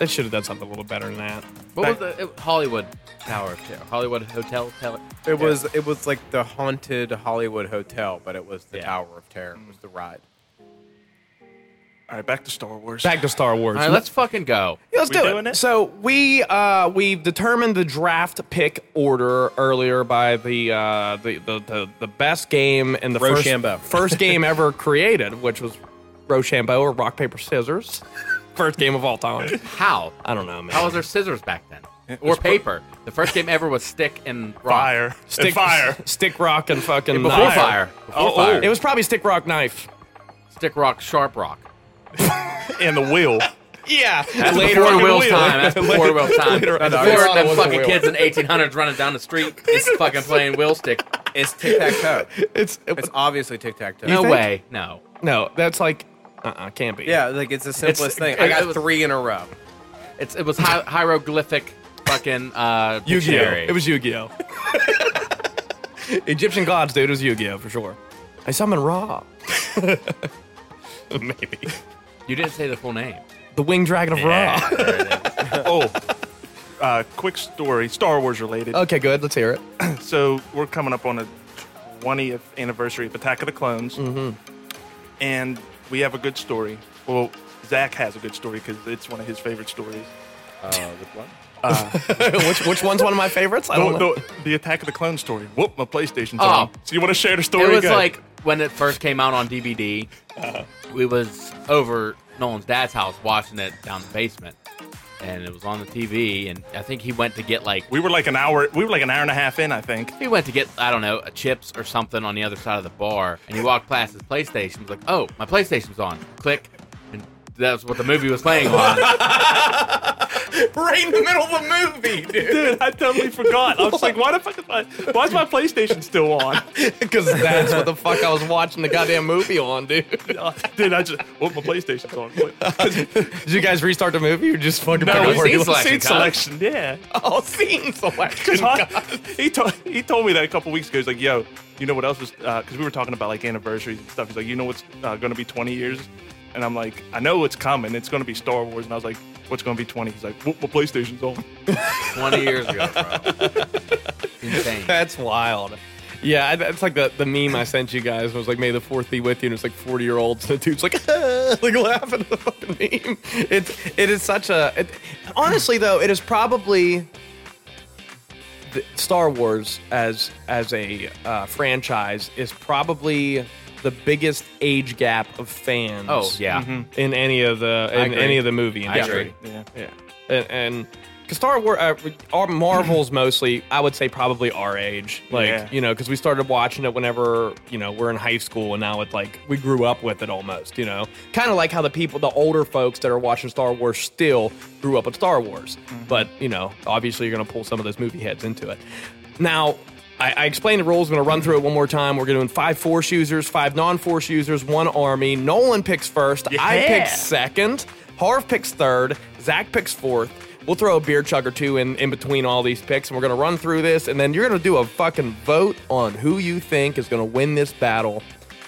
Speaker 1: They should have done something a little better than that.
Speaker 2: What was the it, Hollywood Tower? Hotel- Hollywood Hotel Tower.
Speaker 5: It was it was like the haunted Hollywood hotel, but it was the
Speaker 2: Yeah.
Speaker 5: Tower of Terror. It was the ride.
Speaker 3: All right, back to Star Wars.
Speaker 1: Back to Star Wars.
Speaker 2: All right, let's fucking go.
Speaker 1: Yeah, let's
Speaker 3: We
Speaker 1: do
Speaker 3: doing
Speaker 1: it.
Speaker 3: it?
Speaker 1: So we uh, we've determined the draft pick order earlier by the uh, the, the, the the best game and the
Speaker 5: Rochambeau.
Speaker 1: first first game ever created, which was Rochambeau or Rock Paper Scissors, first game of all time.
Speaker 2: How?
Speaker 1: I don't know, man.
Speaker 2: How was there scissors back then? Or
Speaker 3: was pro-
Speaker 2: paper? The first game ever was stick and rock.
Speaker 3: fire. Stick fire.
Speaker 1: stick rock, and fucking
Speaker 2: Before
Speaker 1: knife.
Speaker 2: fire. Before
Speaker 1: Oh,
Speaker 2: fire.
Speaker 1: It was probably stick rock knife.
Speaker 2: stick rock, sharp rock.
Speaker 3: And the wheel.
Speaker 1: Yeah,
Speaker 2: That's
Speaker 1: later
Speaker 2: before
Speaker 1: on in
Speaker 2: Will's
Speaker 1: wheel.
Speaker 2: time. That's before Will's time.
Speaker 1: Later on.
Speaker 2: That's
Speaker 1: That's
Speaker 2: before
Speaker 1: not
Speaker 2: the
Speaker 1: Will's
Speaker 2: fucking
Speaker 1: Will.
Speaker 2: kids in 1800s running down the street. It's fucking playing Will stick.
Speaker 5: It's tic tac toe.
Speaker 1: It's
Speaker 5: It's obviously tic tac toe.
Speaker 2: No
Speaker 1: think?
Speaker 2: way. No.
Speaker 1: no, that's like uh-uh, can't be.
Speaker 5: Yeah, like it's the simplest thing.
Speaker 2: it-
Speaker 5: I
Speaker 2: it
Speaker 5: got
Speaker 2: was-
Speaker 5: three in a row.
Speaker 2: It's it was hi- hieroglyphic fucking uh
Speaker 1: Yu-Gi-Oh.
Speaker 2: dictionary.
Speaker 1: It was Yu-Gi-Oh. Egyptian gods, dude. It was Yu-Gi-Oh for sure. I summoned Ra. Maybe
Speaker 2: you didn't say the full name.
Speaker 1: the winged dragon of Ra.
Speaker 3: oh. Uh, quick story, Star Wars related.
Speaker 1: Okay, good. Let's hear it.
Speaker 3: So we're coming up on the 20th anniversary of Attack of the Clones, and we have a good story. Well, Zach has a good story because it's one of his favorite stories.
Speaker 1: which which one's one of my favorites? I don't
Speaker 3: The,
Speaker 1: know.
Speaker 3: Oh, the, the Attack of the Clone story. Whoop, my PlayStation's
Speaker 2: Oh.
Speaker 3: on. So you want to share the story?
Speaker 2: It was
Speaker 3: Go.
Speaker 2: like when it first came out on DVD.
Speaker 1: Uh-huh.
Speaker 2: We was over Nolan's dad's house watching it down the basement, and it was on the TV. And I think he went to get like
Speaker 3: we were like an hour. We were like an hour and a half in, I think.
Speaker 2: He went to get, I don't know, chips or something on the other side of the bar, and he walked past his PlayStation. was like, oh, my PlayStation's on. Click. And that's what the movie was playing on.
Speaker 5: Right in the middle of the movie, dude.
Speaker 3: Dude, I totally forgot. I was like, why the fuck is my why is my PlayStation still on?
Speaker 1: Because that's what the fuck I was watching the goddamn movie on, dude.
Speaker 3: Dude, I just whoop, my PlayStation's on.
Speaker 1: Did you guys restart the movie or just fucking?
Speaker 3: No,
Speaker 1: pick up
Speaker 2: we
Speaker 1: where you
Speaker 2: seen
Speaker 1: left
Speaker 2: select-
Speaker 3: Seed
Speaker 2: Selection, Kyle.
Speaker 3: selection, yeah.
Speaker 1: all scene selection.
Speaker 3: Huh? he told he told me that a couple weeks ago. He's like, "Yo, you know what else was?" Because we were talking about like anniversaries and stuff. He's like, "You know what's uh, going to be 20 years?" And I'm like, "I know it's coming. It's going to be Star Wars." And I was like, "What's going to be 20?" He's like, "What? My PlayStation's on."
Speaker 2: 20 years ago, bro. Insane.
Speaker 1: That's wild. Yeah, I, that's like the, the meme I sent you guys. I was like, "May the fourth be with you," and it's like forty year olds. The dude's like, like laughing at the fucking meme. It's it is such a. It, honestly, though, it is probably the, Star Wars as as a uh, franchise is probably the biggest age gap of fans.
Speaker 2: Oh, yeah.
Speaker 1: in any of the in
Speaker 2: agree.
Speaker 1: any of the movie
Speaker 2: I
Speaker 1: industry.
Speaker 2: agree.
Speaker 3: Yeah.
Speaker 1: Yeah, and, and cause Star Wars, uh, our Marvels mostly, I would say probably our age, like
Speaker 3: Yeah.
Speaker 1: you know, because we started watching it whenever you know we're in high school, and now it's like we grew up with it almost, you know, kind of like how the people, the older folks that are watching Star Wars still grew up with Star Wars, but you know, obviously you're gonna pull some of those movie heads into it. Now, I, I explained the rules. I'm going to run through it one more time. We're doing five force users, five non force users, one army. Nolan picks first. I pick second. Harv picks third. Zach picks fourth. We'll throw a beer chug or two in, in between all these picks, and we're going to run through this. And then you're going to do a fucking vote on who you think is going to win this battle,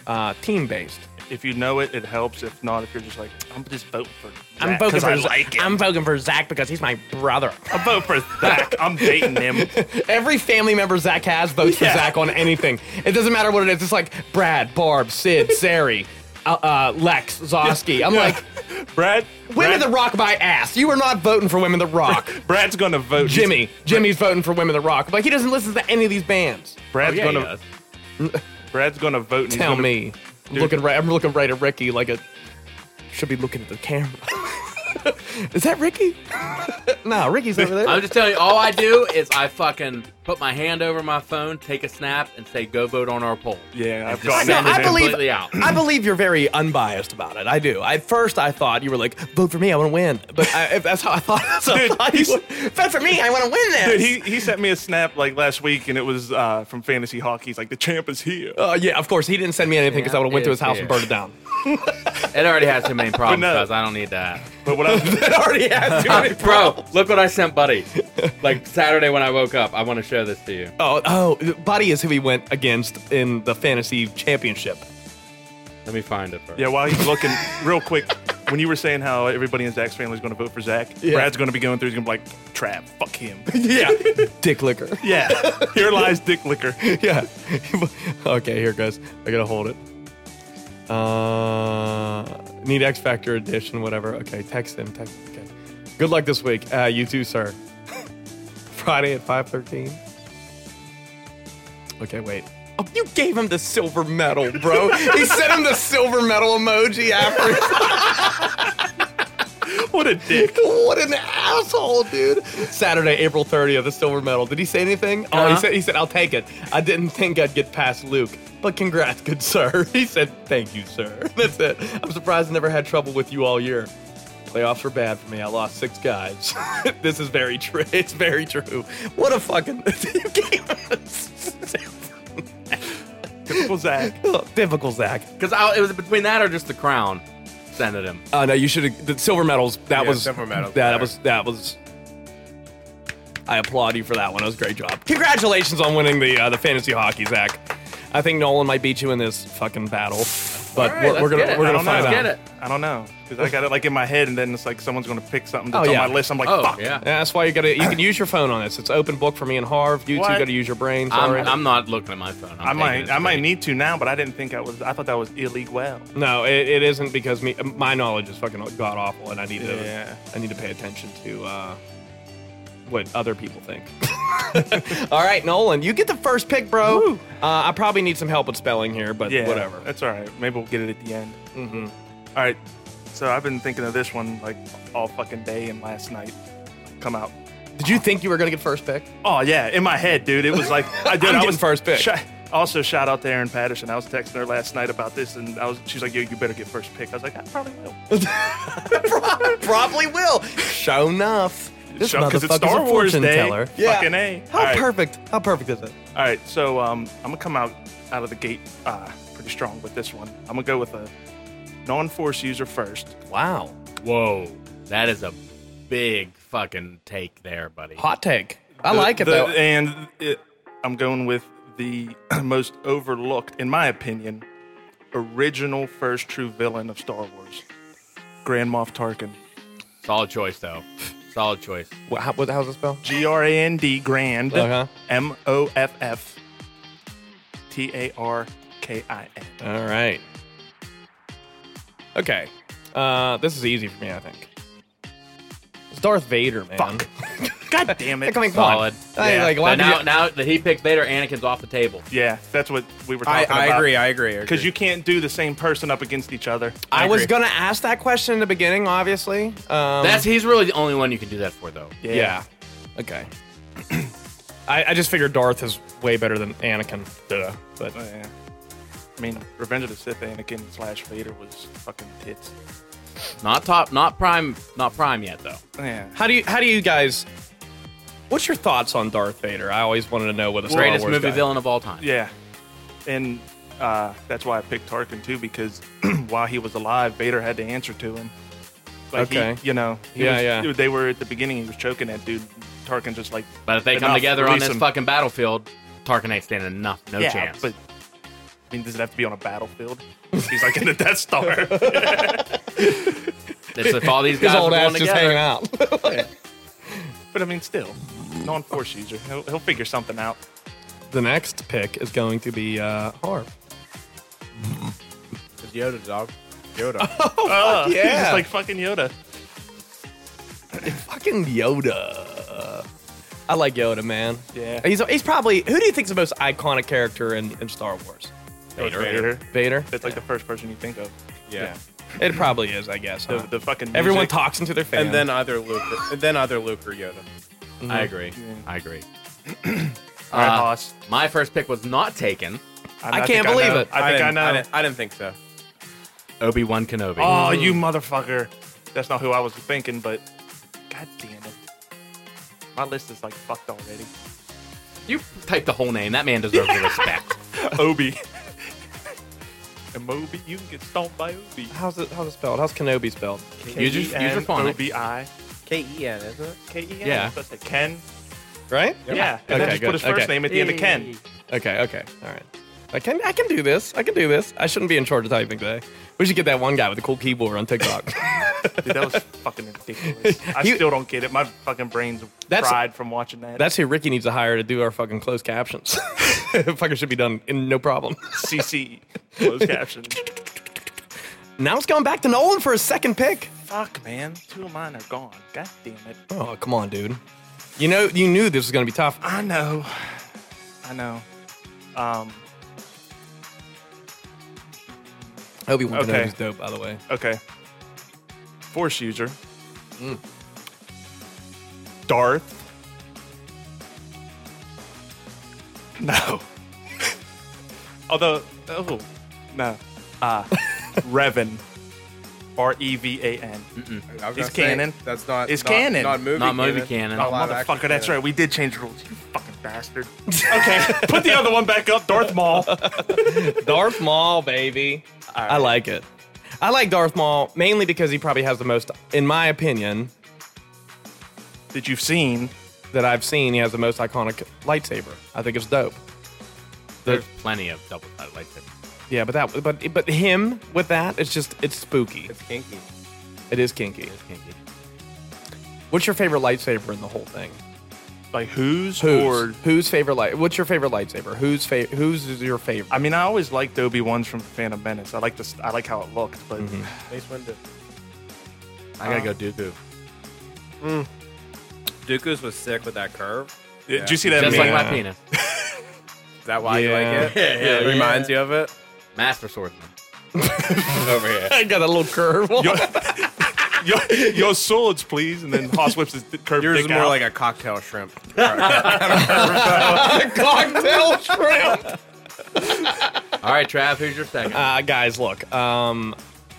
Speaker 1: uh, team based.
Speaker 3: If you know it, it helps. If not, if you're just like, "I'm just voting for,"
Speaker 1: I'm
Speaker 3: Zach
Speaker 1: voting
Speaker 3: 'cause
Speaker 1: for
Speaker 3: I
Speaker 1: Zach.
Speaker 3: like him.
Speaker 1: I'm voting for Zach because he's my brother.
Speaker 3: I vote for Zach. I'm dating him.
Speaker 1: Every family member Zach has votes for
Speaker 3: Yeah.
Speaker 1: Zach on anything. It doesn't matter what it is. It's like Brad, Barb, Sid, Sari, uh, uh, Lex, Zosky. I'm like,
Speaker 3: Brad.
Speaker 1: women
Speaker 3: Brad,
Speaker 1: that rock my ass. You are not voting for women that rock.
Speaker 3: Brad's gonna vote.
Speaker 1: Jimmy, Jimmy's voting for women that rock. But he doesn't listen to any of these bands.
Speaker 3: Brad's
Speaker 2: Oh, yeah, he
Speaker 3: gonna.
Speaker 2: does.
Speaker 3: Brad's gonna vote. And he's
Speaker 1: Tell
Speaker 3: gonna-
Speaker 1: me, I'm
Speaker 3: Dude.
Speaker 1: looking right, I'm looking right at Ricky like a should be looking at the camera. is that Ricky? nah, Ricky's over there.
Speaker 2: I'm just telling you, all I do is I fucking put my hand over my phone, take a snap, and say, go vote on our poll.
Speaker 3: Yeah, I've
Speaker 1: I
Speaker 3: got.
Speaker 1: know, I believe-
Speaker 2: completely out.
Speaker 1: I believe you're very unbiased about it. I do. At first, I thought you were like, vote for me, I want to win. But I, if that's how I thought. That's how I
Speaker 3: Dude,
Speaker 1: thought you
Speaker 3: he's-
Speaker 1: were. vote for me, I want to win this.
Speaker 3: Dude, he, he sent me a snap like last week, and it was uh, from fantasy hockey. He's like, "The champ is here."
Speaker 1: Uh, yeah, of course, he didn't send me anything because I would have went to his house and burned it down.
Speaker 2: It already has too many problems,
Speaker 3: no.
Speaker 2: guys. I don't need that.
Speaker 3: But what I,
Speaker 1: It already has too many
Speaker 2: Bro, look what I sent Buddy. Like Saturday when I woke up. I want to show this to you.
Speaker 1: Oh, oh, Buddy is who he went against in the fantasy championship.
Speaker 2: Let me find it first.
Speaker 3: Yeah, while he's looking, real quick, when you were saying how everybody in Zach's family is going to vote for Zach,
Speaker 1: Yeah.
Speaker 3: Brad's going to be going through. He's going to be like, Trav, fuck him.
Speaker 1: yeah, dick liquor.
Speaker 3: yeah, here lies Dick Licker.
Speaker 1: yeah. okay, here it goes. I gotta hold it. Uh, need X Factor edition, whatever. Okay, text him. Text. Okay. Good luck this week. Uh, you too, sir. Friday at five thirteen. Okay, wait. Oh, you gave him the silver medal, bro. he sent him the silver medal emoji after. what a dick. What an asshole, dude. Saturday, April 30th, the silver medal. Did he say anything? Oh, he
Speaker 2: Uh-huh.
Speaker 1: said, he said, I'll take it. I didn't think I'd get past Luke. But congrats, good sir. He said, thank you, sir. That's it. I'm surprised I never had trouble with you all year. Playoffs were bad for me. I lost six guys. this is very true. It's very true. What a fucking you gave us-
Speaker 3: Typical Zach.
Speaker 1: Oh, Typical Zach.
Speaker 2: Because it was between that or just the crown. Send it him.
Speaker 1: Oh no, you should have the silver medals. That
Speaker 5: Yeah,
Speaker 1: was
Speaker 5: silver medals.
Speaker 1: That, was that was. I applaud you for that one. That was a great job. Congratulations on winning the uh, the fantasy hockey, Zach. I think Nolan might beat you in this fucking battle, but
Speaker 2: All right,
Speaker 1: we're, we're
Speaker 2: let's
Speaker 1: gonna
Speaker 2: get it.
Speaker 1: we're
Speaker 2: I
Speaker 1: gonna
Speaker 2: don't know.
Speaker 1: find
Speaker 2: Let's
Speaker 1: out.
Speaker 2: get it.
Speaker 3: I don't know because I got it like in my head, and then it's like someone's going to pick something that's
Speaker 1: Oh, yeah.
Speaker 3: on my list. I'm like,
Speaker 2: Oh,
Speaker 3: fuck.
Speaker 1: Yeah,
Speaker 2: yeah.
Speaker 1: that's why you gotta you can use your phone on this. It's open book for me and Harv. You two
Speaker 3: What?
Speaker 1: gotta use your brain. Sorry.
Speaker 2: I'm, I'm not looking at my phone. I'm
Speaker 3: I might,
Speaker 2: taking it
Speaker 3: I might
Speaker 2: straight.
Speaker 3: need to now, but I didn't think I was. I thought that was illegal.
Speaker 1: no, it, it isn't because me my knowledge is fucking god awful, and I need to
Speaker 3: Yeah.
Speaker 1: I need to pay attention to uh, what other people think. All right, Nolan, you get the first pick, bro. Uh, I probably need some help with spelling here, but
Speaker 3: Yeah,
Speaker 1: whatever.
Speaker 3: That's all right. Maybe we'll get it at the end.
Speaker 1: Mhm.
Speaker 3: All right. So I've been thinking of this one like all fucking day and last night. Come out.
Speaker 1: Did you think you were gonna get first pick?
Speaker 3: Oh yeah, in my head, dude. It was like I did.
Speaker 1: I'm
Speaker 3: I
Speaker 1: getting
Speaker 3: was
Speaker 1: first pick.
Speaker 3: Sh- also, shout out to Erin Patterson. I was texting her last night about this, and I was. She's like, "Yo, you better get first pick." I was like, "I probably will."
Speaker 1: probably will. Show enough. This
Speaker 3: Because it's
Speaker 1: motherfucker's
Speaker 3: Star
Speaker 1: a
Speaker 3: Wars
Speaker 1: fortune
Speaker 3: Day.
Speaker 1: teller.
Speaker 3: Fucking a.
Speaker 1: How
Speaker 3: All right.
Speaker 1: perfect? How perfect is it?
Speaker 3: All right, so um, I'm gonna come out out of the gate uh, pretty strong with this one. I'm gonna go with a non-force user first.
Speaker 1: Wow.
Speaker 2: Whoa, that is a big fucking take there, buddy.
Speaker 1: Hot take. I like it
Speaker 3: The-
Speaker 1: though.
Speaker 3: and it, I'm going with the most overlooked, in my opinion, original first true villain of Star Wars, Grand Moff Tarkin.
Speaker 2: Solid choice though. Solid choice.
Speaker 1: What, how, what, how's it spell?
Speaker 3: G R A N D Grand
Speaker 1: Uh-huh.
Speaker 3: M O F F T A R K I N.
Speaker 1: All right. Okay. Uh, this is easy for me, I think. It's Darth Vader, man.
Speaker 3: Fuck. God damn it.
Speaker 1: Like, I mean, come
Speaker 2: Solid.
Speaker 1: on. I-
Speaker 3: Yeah.
Speaker 1: like, why
Speaker 2: But
Speaker 1: did
Speaker 2: now,
Speaker 1: you-
Speaker 2: now that he picks Vader, Anakin's off the table.
Speaker 3: Yeah, that's what we were
Speaker 5: I,
Speaker 3: talking
Speaker 5: I
Speaker 3: about.
Speaker 5: agree. I agree.
Speaker 3: Because you can't do the same person up against each other.
Speaker 1: I, was
Speaker 5: agree.
Speaker 1: gonna ask that question in the beginning, obviously. Um,
Speaker 2: That's he's really the only one you can do that for though.
Speaker 1: yeah. Okay. I, I just figured Darth is way better than Anakin. Duh. But uh,
Speaker 3: Oh, yeah. I mean, Revenge of the Sith Anakin slash Vader was fucking tits.
Speaker 2: Not top, not prime, not prime yet though.
Speaker 3: Yeah.
Speaker 1: how do you how do you guys? What's your thoughts on Darth Vader? I always wanted to know what the Star
Speaker 2: Greatest
Speaker 1: Wars
Speaker 2: movie
Speaker 1: guy-
Speaker 2: villain of all time.
Speaker 3: Yeah. And uh, that's why I picked Tarkin too, because while he was alive, Vader had to answer to him. Like
Speaker 1: Okay.
Speaker 3: He, you know. he
Speaker 1: Yeah,
Speaker 3: was-
Speaker 1: yeah.
Speaker 3: They were at the beginning. He was choking that dude. Tarkin just like.
Speaker 2: But if they come
Speaker 3: enough,
Speaker 2: together on
Speaker 3: release
Speaker 2: this
Speaker 3: him.
Speaker 2: fucking battlefield, Tarkin ain't standing enough. No
Speaker 3: yeah,
Speaker 2: chance.
Speaker 3: But I mean, does it have to be on a battlefield? He's like in the Death Star.
Speaker 2: It's if all these
Speaker 1: His
Speaker 2: guys are
Speaker 1: old
Speaker 2: going
Speaker 1: ass just
Speaker 2: together.
Speaker 1: hanging out.
Speaker 3: but I mean, still, non-force user. He'll, he'll figure something out.
Speaker 1: the next pick is going to be uh, Harv.
Speaker 5: It's Yoda, dog. Yoda.
Speaker 3: Oh, he's
Speaker 1: yeah.
Speaker 3: just like fucking Yoda.
Speaker 1: Fucking Yoda. I like Yoda, man.
Speaker 3: Yeah.
Speaker 1: He's, he's probably who do you think's the most iconic character in, in Star Wars?
Speaker 3: Vader.
Speaker 1: Vader.
Speaker 3: That's like the first person you think of.
Speaker 5: yeah.
Speaker 1: It probably is, I guess.
Speaker 3: The,
Speaker 1: huh?
Speaker 3: the fucking music.
Speaker 1: Everyone talks into their fan.
Speaker 5: And then either Luke, and then either Luke or Yoda.
Speaker 2: I agree. I agree.
Speaker 3: All right,
Speaker 2: Uh,
Speaker 3: Hoss.
Speaker 2: My first pick was not taken.
Speaker 3: I,
Speaker 1: can't
Speaker 3: think
Speaker 1: believe
Speaker 3: know.
Speaker 1: it.
Speaker 3: I think I,
Speaker 5: didn't-
Speaker 3: know.
Speaker 5: didn't, I didn't think so.
Speaker 2: Obi Wan Kenobi.
Speaker 3: Oh, you motherfucker. That's not who I was thinking, but god damn it. My list is like fucked already.
Speaker 2: You typed the whole name. That man deserves the respect.
Speaker 3: Obi. and Moby, you can get stomped by Obi.
Speaker 1: how's it how's it spelled? How's Kenobi spelled?
Speaker 2: Use your- use your phonics.
Speaker 3: O-B-I.
Speaker 5: K E N, isn't it?
Speaker 3: K-E-N.
Speaker 2: Yeah.
Speaker 3: That's like Ken.
Speaker 1: Right?
Speaker 3: Yeah. And
Speaker 1: Okay,
Speaker 3: then just
Speaker 1: good.
Speaker 3: put his first
Speaker 1: Okay.
Speaker 3: name at the end of Ken.
Speaker 1: Okay. Okay. All right. I can I can do this. I can do this. I shouldn't be in charge of typing today. We should get that one guy with the cool keyboard on TikTok.
Speaker 3: Dude, that was fucking ridiculous. I
Speaker 1: You-
Speaker 3: still don't get it. My fucking brain's
Speaker 1: That's-
Speaker 3: fried from watching that.
Speaker 1: That's who Ricky needs to hire to do our fucking closed captions. fucking should be done in no problem.
Speaker 3: CC closed captions.
Speaker 1: Now it's going back to Nolan for a second pick.
Speaker 3: Fuck, man. Two of mine are gone. God damn it.
Speaker 1: Oh come on, dude. You know you knew this was gonna be tough.
Speaker 3: I know. I know. Um.
Speaker 1: Obi Wan
Speaker 3: Okay.
Speaker 1: Kenobi's dope, by the way.
Speaker 3: Okay. Force user. Darth. No. Although, oh, no. Uh, Revan. R E V A N.
Speaker 5: I was
Speaker 3: It's
Speaker 5: gonna say,
Speaker 3: canon.
Speaker 5: That's not.
Speaker 3: It's
Speaker 5: not,
Speaker 3: canon.
Speaker 5: Not movie.
Speaker 2: Not movie canon.
Speaker 5: canon.
Speaker 3: Oh,
Speaker 5: Live action
Speaker 3: motherfucker, that's
Speaker 5: canon.
Speaker 3: right. We did change rules. You fucking bastard. Okay, put the other one back up. Darth Maul.
Speaker 1: Darth Maul, baby. I like it. I like Darth Maul mainly because he probably has the most, in my opinion,
Speaker 3: that you've seen.
Speaker 1: that I've seen. He has the most iconic lightsaber. I think it's dope.
Speaker 2: There's plenty of double uh, sided lightsabers.
Speaker 1: Yeah, but that, but but him with that, it's just it's spooky.
Speaker 5: It's kinky.
Speaker 1: It is kinky.
Speaker 2: It's kinky.
Speaker 1: What's your favorite lightsaber in the whole thing?
Speaker 3: Like who's,
Speaker 1: Who's
Speaker 3: or
Speaker 1: whose favorite light? What's your favorite lightsaber? Who's fa- whose is your favorite?
Speaker 3: I mean, I always liked Obi Wan's from Phantom Menace. I like this. I like how it looked, but
Speaker 5: Mace Windu.
Speaker 2: I gotta go Dooku.
Speaker 5: Dooku's was sick with that curve.
Speaker 3: Yeah, did you see that?
Speaker 2: Just like
Speaker 3: meme?
Speaker 2: my penis.
Speaker 5: Is that why you
Speaker 1: Yeah.
Speaker 5: like it? Yeah, it reminds you of it.
Speaker 2: Master swordsman.
Speaker 5: Over here.
Speaker 1: I got a little curve.
Speaker 3: your, your swords, please, and then Haas whips his curved
Speaker 5: Yours
Speaker 3: dick
Speaker 5: is more
Speaker 3: out.
Speaker 5: like a cocktail shrimp.
Speaker 1: cocktail shrimp.
Speaker 2: All right, Trav, who's your second?
Speaker 1: Uh, guys, look, um,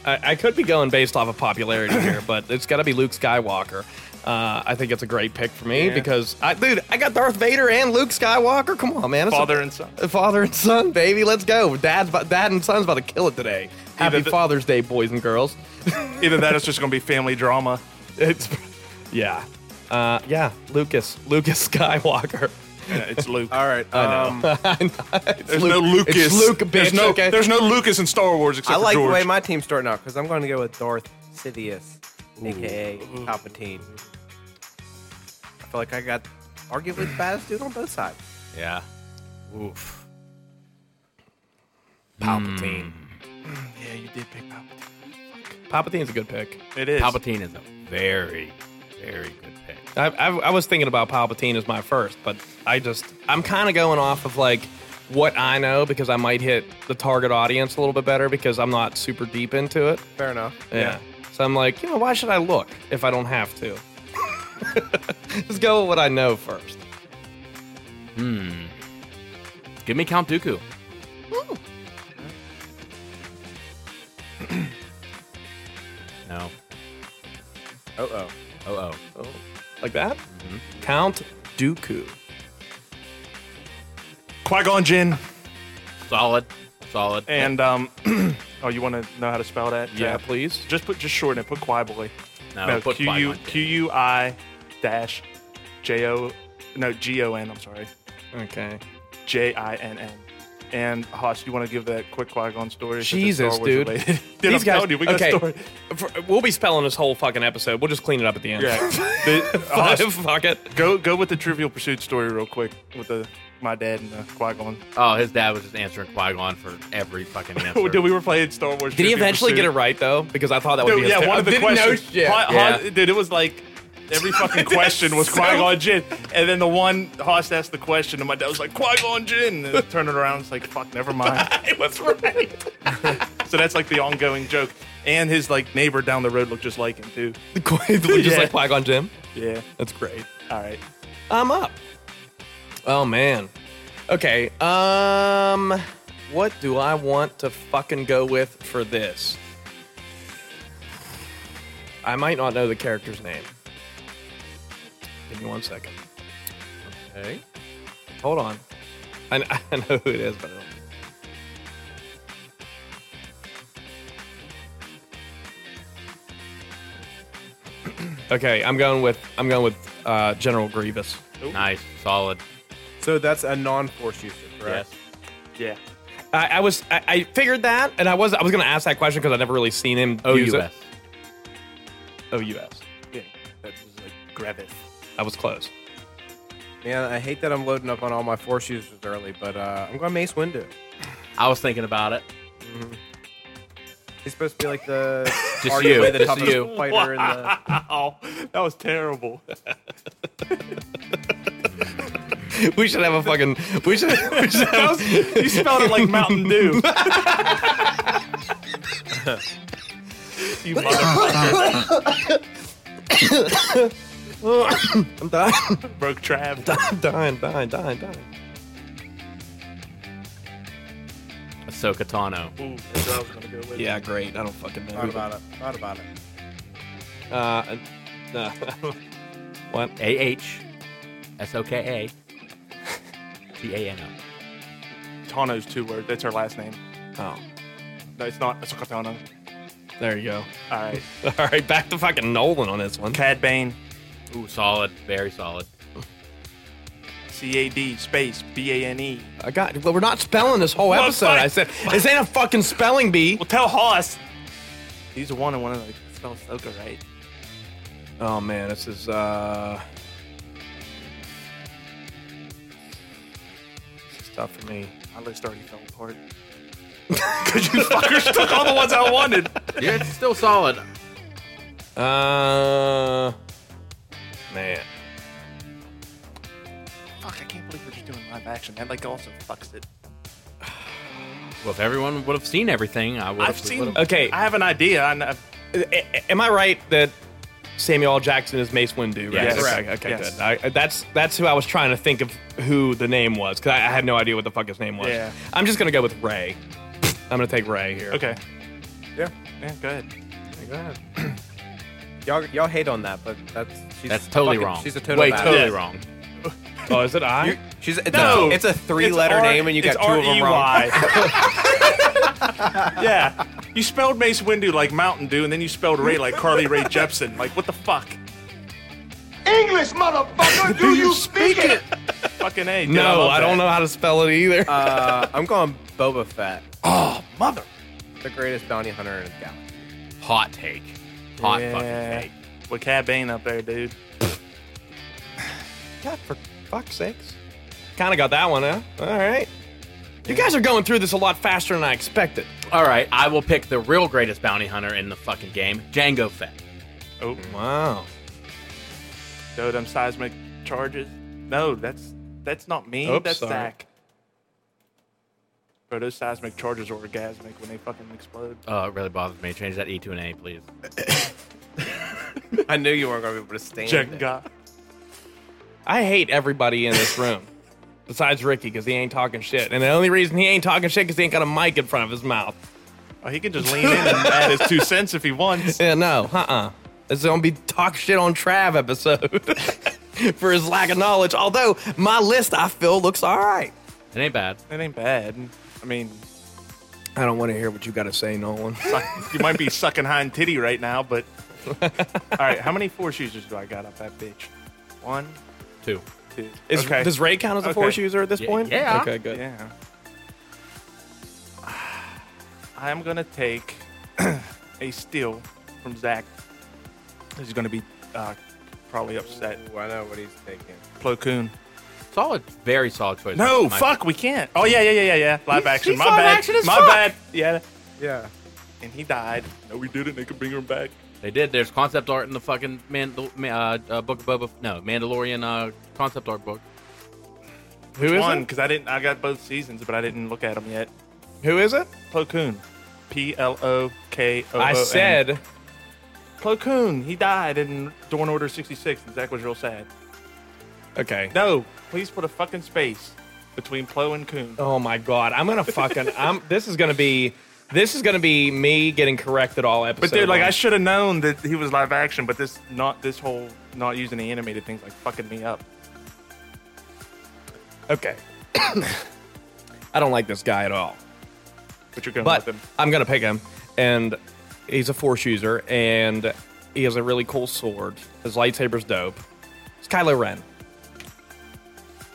Speaker 1: I, I could be going based off of popularity here, but it's got to be Luke Skywalker. Uh, I think it's a great pick for me because, I, dude, I got Darth Vader and Luke Skywalker. Come on, man, It's a-
Speaker 3: father and son.
Speaker 1: uh, father and son, baby. Let's go. Dad's about, dad and son's about to kill it today. Happy
Speaker 3: the-
Speaker 1: Father's Day, boys and girls.
Speaker 3: Either that, or it's just gonna be family drama.
Speaker 1: It's, yeah, uh, yeah, Lucas, Lucas Skywalker.
Speaker 3: Yeah, it's Luke.
Speaker 5: All right. Um,
Speaker 3: there's
Speaker 1: Luke-
Speaker 3: no Lucas.
Speaker 1: it's Luke, bitch,
Speaker 3: There's no.
Speaker 1: okay?
Speaker 3: There's no Lucas in Star Wars except
Speaker 5: I like
Speaker 3: for George.
Speaker 5: the way my team's starting out because I'm going to go with Darth Sidious, aka
Speaker 2: Mm-hmm.
Speaker 5: Palpatine. I feel like I got arguably the baddest dude on both sides.
Speaker 2: yeah.
Speaker 5: Oof.
Speaker 1: Palpatine.
Speaker 2: Hmm.
Speaker 3: yeah, you did pick Palpatine.
Speaker 1: Palpatine's a good pick.
Speaker 3: It is.
Speaker 2: Palpatine is a very, very good pick.
Speaker 1: I, I, I was thinking about Palpatine as my first, but I just I'm kind of going off of like what I know because I might hit the target audience a little bit better because I'm not super deep into it.
Speaker 5: Fair enough.
Speaker 1: Yeah. So I'm like, you know, why should I look if I don't have to? Let's go with what I know first.
Speaker 2: Give me Count Dooku. no.
Speaker 5: Oh, oh.
Speaker 2: Oh, oh.
Speaker 1: Like that?
Speaker 3: Mm-hmm.
Speaker 1: Count Dooku.
Speaker 3: Qui Gon Jinn
Speaker 2: Solid. Solid.
Speaker 3: and um. oh, you want to know how to spell that?
Speaker 1: Yeah,
Speaker 3: Jeff?
Speaker 1: please.
Speaker 3: Just put just shorten it. Put Qui Boy.
Speaker 2: no,
Speaker 3: no,
Speaker 2: put
Speaker 3: Q
Speaker 2: Qui-Gon
Speaker 3: U
Speaker 2: Jinn.
Speaker 3: Q U I dash J O no G O N. I'm sorry,
Speaker 1: Okay.
Speaker 3: J I N N. And Hoss, you want to give that quick Qui Gon story? since it's
Speaker 1: Jesus,
Speaker 3: Star Wars
Speaker 1: dude.
Speaker 3: related? dude I'm telling you, we got
Speaker 1: okay,
Speaker 3: a story.
Speaker 1: For- we'll be spelling this whole fucking episode. We'll just clean it up at the end.
Speaker 3: Yeah, The- Haas,
Speaker 1: Fuck it.
Speaker 3: go go with the Trivial Pursuit story real quick with the my dad and the Qui Gon.
Speaker 2: Oh, his dad was just answering Qui Gon for every fucking answer.
Speaker 3: Dude, we were playing Star Wars.
Speaker 1: Did he eventually get it right though? Because I thought that would be his
Speaker 3: Dude, yeah,
Speaker 1: pick.
Speaker 3: one of
Speaker 1: I
Speaker 3: the
Speaker 1: didn't know
Speaker 3: questions.
Speaker 1: shit.
Speaker 3: Haas-
Speaker 2: Yeah.
Speaker 3: Haas- dude, it was like every fucking question was Qui Gon Jinn, and then the one Haas asked the question, and my dad was like Qui Gon Jinn, and then turned it around, it's like fuck, never mind.
Speaker 1: It was right.
Speaker 3: So that's like the ongoing joke. And his like neighbor down the road looked just like him too.
Speaker 1: just
Speaker 3: Yeah.
Speaker 1: like Qui Gon Jim.
Speaker 3: Yeah.
Speaker 1: That's great.
Speaker 3: All right.
Speaker 1: I'm up. Oh man. Okay. Um, what do I want to fucking go with for this? I might not know the character's name. Give me one second.
Speaker 2: Okay.
Speaker 1: Hold on. I, kn- I know who it is, but I don't. Okay, I'm going with I'm going with uh, General Grievous.
Speaker 2: Nice. Solid.
Speaker 5: So that's a non-force user, correct?
Speaker 2: Yes.
Speaker 3: Yeah.
Speaker 1: I, I was I, I figured that, and I was I was gonna ask that question because I never really seen him
Speaker 3: Oh,
Speaker 1: use it. OUS.
Speaker 2: OUS.
Speaker 3: Yeah, that was like Grevith.
Speaker 1: I was close.
Speaker 5: Man, I hate that I'm loading up on all my force users early, but uh, I'm going Mace Windu.
Speaker 2: I was thinking about it.
Speaker 5: He's supposed to be like the
Speaker 2: Just
Speaker 5: arguably
Speaker 2: you,
Speaker 5: the
Speaker 2: just
Speaker 5: toughest
Speaker 2: you.
Speaker 5: fighter in the.
Speaker 3: Ow, that was terrible.
Speaker 1: We should have a fucking. We should. We should have,
Speaker 3: you spelled it like Mountain Dew. you motherfucker.
Speaker 1: I'm dying.
Speaker 3: Broke Trav.
Speaker 1: I'm dying. Dying. Dying. Dying.
Speaker 2: Ahsoka Tano.
Speaker 3: Ooh, that's what I was gonna go with.
Speaker 1: Yeah, great. I don't fucking know.
Speaker 5: Thought about it. Thought about it.
Speaker 1: Uh, no. what?
Speaker 2: A H S O K A T A N O.
Speaker 3: Tano's two words. That's her last name.
Speaker 1: Oh,
Speaker 3: No, it's not. It's Tano.
Speaker 1: there you go.
Speaker 3: All right.
Speaker 1: All right, back to fucking Nolan on this one.
Speaker 3: Cad Bane.
Speaker 2: Ooh, solid, very solid.
Speaker 3: C A D space B A N E.
Speaker 1: I got. Well, we're not spelling this whole
Speaker 3: Well,
Speaker 1: episode.
Speaker 3: fuck.
Speaker 1: I said this ain't a fucking spelling bee.
Speaker 3: Well, tell Hoss. He's a one and one of like spell Soka, right?
Speaker 1: Oh man, this is uh. This is tough for me.
Speaker 3: My list already fell apart. Because you fuckers took all the ones I wanted.
Speaker 2: Yeah, it's still solid.
Speaker 1: Uh, man.
Speaker 3: Fuck, I can't believe we're just doing live action. That like also fucks it.
Speaker 2: Well, if everyone would have seen everything, I would have.
Speaker 3: I've seen.
Speaker 1: Okay,
Speaker 3: I have an idea. I know.
Speaker 1: a- a- am I right that Samuel L. Jackson is Mace Windu? Right?
Speaker 2: Yes.
Speaker 1: Okay,
Speaker 3: Correct.
Speaker 1: okay
Speaker 3: Yes.
Speaker 1: good. I, that's that's who I was trying to think of who the name was because I, I had no idea what the fuck his name was.
Speaker 3: Yeah.
Speaker 1: I'm just gonna go with Ray. I'm gonna take Ray here.
Speaker 3: Okay. Yeah. Yeah. Go ahead.
Speaker 5: Y'all, y'all hate on that, but that's she's
Speaker 2: That's totally
Speaker 5: fucking-
Speaker 2: wrong.
Speaker 5: She's a total.
Speaker 2: Way
Speaker 5: badass.
Speaker 2: totally wrong.
Speaker 1: Oh, is it I?
Speaker 5: You- She's it's,
Speaker 3: No.
Speaker 5: a, it's a three-letter
Speaker 3: It's R- E
Speaker 5: name, and you got
Speaker 3: it's
Speaker 5: two of them wrong.
Speaker 3: R-E-Y. yeah. You spelled Mace Windu like Mountain Dew, and then you spelled Ray like Carly Ray Jepsen. Like, what the fuck?
Speaker 6: English, motherfucker! Do you speak it?
Speaker 3: Fucking A. dude,
Speaker 1: no,
Speaker 3: love
Speaker 1: I, don't
Speaker 3: that.
Speaker 1: know how to spell it either.
Speaker 5: Uh, I'm going Boba Fett,
Speaker 3: Oh, Mother.
Speaker 5: the greatest bounty hunter in the galaxy.
Speaker 2: Hot take. Hot
Speaker 3: Yeah.
Speaker 2: fucking take.
Speaker 3: With Cad Bane up there, dude.
Speaker 1: God, for fuck's sakes. Kind of got that one, huh? All right. You guys are going through this a lot faster than I expected.
Speaker 2: All right, I will pick the real greatest bounty hunter in the fucking game, Django Fett.
Speaker 3: Oh,
Speaker 1: Wow.
Speaker 3: go them seismic charges. No, that's that's not me.
Speaker 1: Oops,
Speaker 3: that's
Speaker 1: sorry.
Speaker 3: Zach. Bro, those seismic charges are orgasmic when they fucking explode.
Speaker 2: Uh, it really bothers me. Change that E to an A, please.
Speaker 5: I knew you weren't going to be able to stand it.
Speaker 3: Jenga.
Speaker 1: I hate everybody in this room. Besides Ricky, because he ain't talking shit. And the only reason he ain't talking shit because he ain't got a mic in front of his mouth.
Speaker 3: Oh, he can just lean in and add his two cents if he wants.
Speaker 1: Yeah, no, uh uh It's gonna be talk shit on Trav episode for his lack of knowledge. Although my list I feel looks all right.
Speaker 2: It ain't bad.
Speaker 3: That ain't bad. I mean,
Speaker 1: I don't want to hear what you got to say, Nolan.
Speaker 3: suck, you might be sucking hind titty right now, but all right. How many force users do I got up that bitch? One,
Speaker 2: Two.
Speaker 3: two.
Speaker 1: Is,
Speaker 3: okay.
Speaker 1: Does Ray count as a
Speaker 3: Okay.
Speaker 1: force user at this
Speaker 2: Yeah-
Speaker 1: point?
Speaker 2: yeah.
Speaker 1: Okay, good.
Speaker 3: yeah. I'm gonna take a steal from Zach. He's gonna be uh, probably upset.
Speaker 5: Ooh, I know what he's taking.
Speaker 3: Plo Koon.
Speaker 2: Solid, very solid choice.
Speaker 3: No,
Speaker 2: My-
Speaker 3: fuck, we can't. Oh yeah, yeah, yeah, yeah, yeah. Live action.
Speaker 2: he's
Speaker 3: My
Speaker 2: live
Speaker 3: bad.
Speaker 2: action as
Speaker 3: My
Speaker 2: fuck.
Speaker 3: bad. Yeah.
Speaker 5: Yeah.
Speaker 3: And he died. No, we did it. They could bring her back.
Speaker 2: They did. There's concept art in the fucking Mandal- Ma- uh, uh, book of Boba. No, Mandalorian uh, concept art book.
Speaker 1: Who is
Speaker 3: One, because I didn't. I got both seasons, but I didn't look at them yet.
Speaker 1: it? Who is it? Oh,
Speaker 3: Plo Koon. P L O K O O N.
Speaker 1: I said
Speaker 3: Plo Koon. He died in Dawn Order 66, and Zach was real sad.
Speaker 1: okay.
Speaker 3: No, please put a fucking space between Plo and Koon.
Speaker 1: Oh my god, I'm gonna fucking. I'm. This is gonna be. This is gonna be me getting corrected all episode.
Speaker 3: But dude, like
Speaker 1: long.
Speaker 3: I should have known that he was live action, but this not this whole not using the animated things like fucking me up.
Speaker 1: Okay. I don't like this guy at all.
Speaker 3: But you're going
Speaker 1: But
Speaker 3: with him.
Speaker 1: I'm gonna pick him, and he's a force user, and he has a really cool sword. His lightsaber's dope. It's Kylo Ren.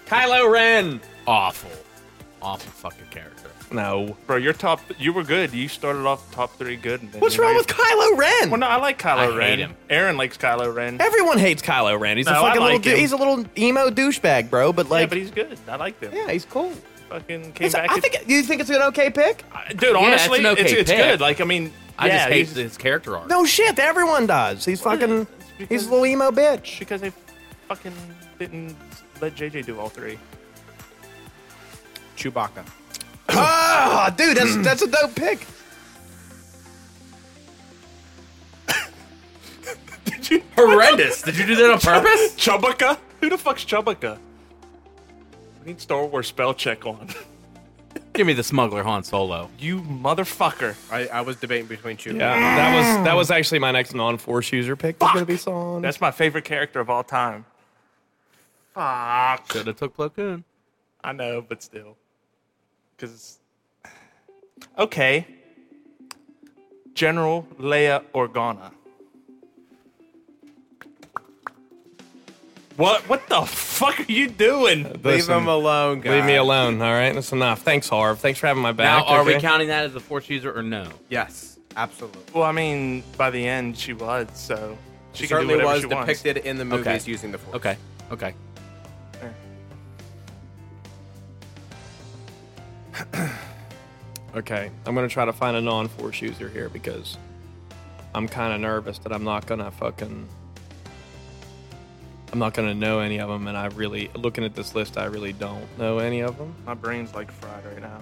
Speaker 1: Kylo Ren.
Speaker 2: Awful, awful fucking character.
Speaker 1: No.
Speaker 3: Bro, your top, you were good. You started off top three good. And then
Speaker 1: What's
Speaker 3: you know,
Speaker 1: wrong
Speaker 3: you're-
Speaker 1: with Kylo Ren?
Speaker 3: Well, no, I like Kylo
Speaker 2: I hate
Speaker 3: Ren.
Speaker 2: him.
Speaker 3: Aaron likes Kylo Ren.
Speaker 1: Everyone hates Kylo Ren. He's a
Speaker 3: No, I
Speaker 1: fucking
Speaker 3: like
Speaker 1: little. du-
Speaker 3: him.
Speaker 1: He's a little emo douchebag, bro. But
Speaker 3: yeah,
Speaker 1: like,
Speaker 3: but he's good. I liked him.
Speaker 1: yeah, he's cool.
Speaker 3: Fucking came
Speaker 1: It's-
Speaker 3: back.
Speaker 1: I
Speaker 3: at-
Speaker 1: think. Do you think it's an okay pick?
Speaker 3: dude,
Speaker 2: it's
Speaker 3: honestly,
Speaker 2: an okay
Speaker 3: it's, it's
Speaker 2: pick.
Speaker 3: good. Like, I mean,
Speaker 2: I
Speaker 3: yeah,
Speaker 2: just hate
Speaker 3: he's-
Speaker 2: his character arc.
Speaker 1: No shit. Everyone does. He's fucking.
Speaker 3: It's because-
Speaker 1: He's a little emo bitch.
Speaker 3: because they fucking didn't let JJ do all three.
Speaker 5: Chewbacca.
Speaker 1: Ah, dude, that's that's a dope pick.
Speaker 2: Horrendous. Did you do that on purpose?
Speaker 3: Chewbacca? Who the fuck's Chewbacca? We need Star Wars spell check on.
Speaker 2: Give me the smuggler Han Solo.
Speaker 3: You motherfucker.
Speaker 5: I, I was debating between Chewbacca.
Speaker 1: Yeah, that was that was actually my next non-force user pick. Was gonna be Song.
Speaker 3: That's my favorite character of all time.
Speaker 2: Should have took Plo Koon.
Speaker 3: I know, but still. Because. Okay. General Leia Organa. What? What the fuck are you doing?
Speaker 5: Leave
Speaker 1: Listen,
Speaker 5: him alone, guys.
Speaker 1: Leave me alone. All right, that's enough. Thanks, Harv. Thanks for having my
Speaker 2: Now,
Speaker 1: back.
Speaker 2: are we
Speaker 1: okay?
Speaker 2: counting that as a force user or no?
Speaker 5: Yes, absolutely.
Speaker 3: Well, I mean, by the end she was, so she, can do
Speaker 5: certainly
Speaker 3: whatever
Speaker 5: was
Speaker 3: she wants.
Speaker 5: depicted in the movies
Speaker 2: Okay.
Speaker 5: using the force.
Speaker 2: Okay. Okay.
Speaker 1: Okay, I'm gonna try to find a non-force user here because I'm kind of nervous that I'm not gonna fucking. I'm not gonna know any of them, and I really, looking at this list, I really don't know any of them.
Speaker 3: My brain's like fried right now.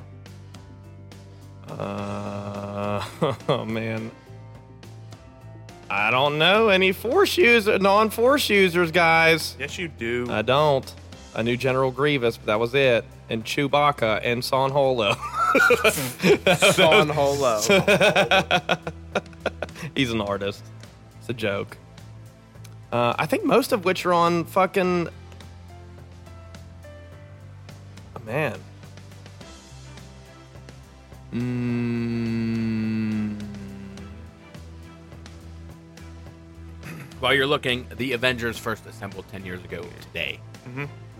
Speaker 1: Uh, oh man, I don't know any force user, non-force users, guys.
Speaker 3: Yes, you do.
Speaker 1: I don't. I knew General Grievous, but that was it. And Chewbacca and Son Holo.
Speaker 5: Sean Holo.
Speaker 1: He's an artist. It's a joke. Uh, I think most of which are on fucking. Oh, man.
Speaker 2: While you're looking, the Avengers first assembled 10 years ago today.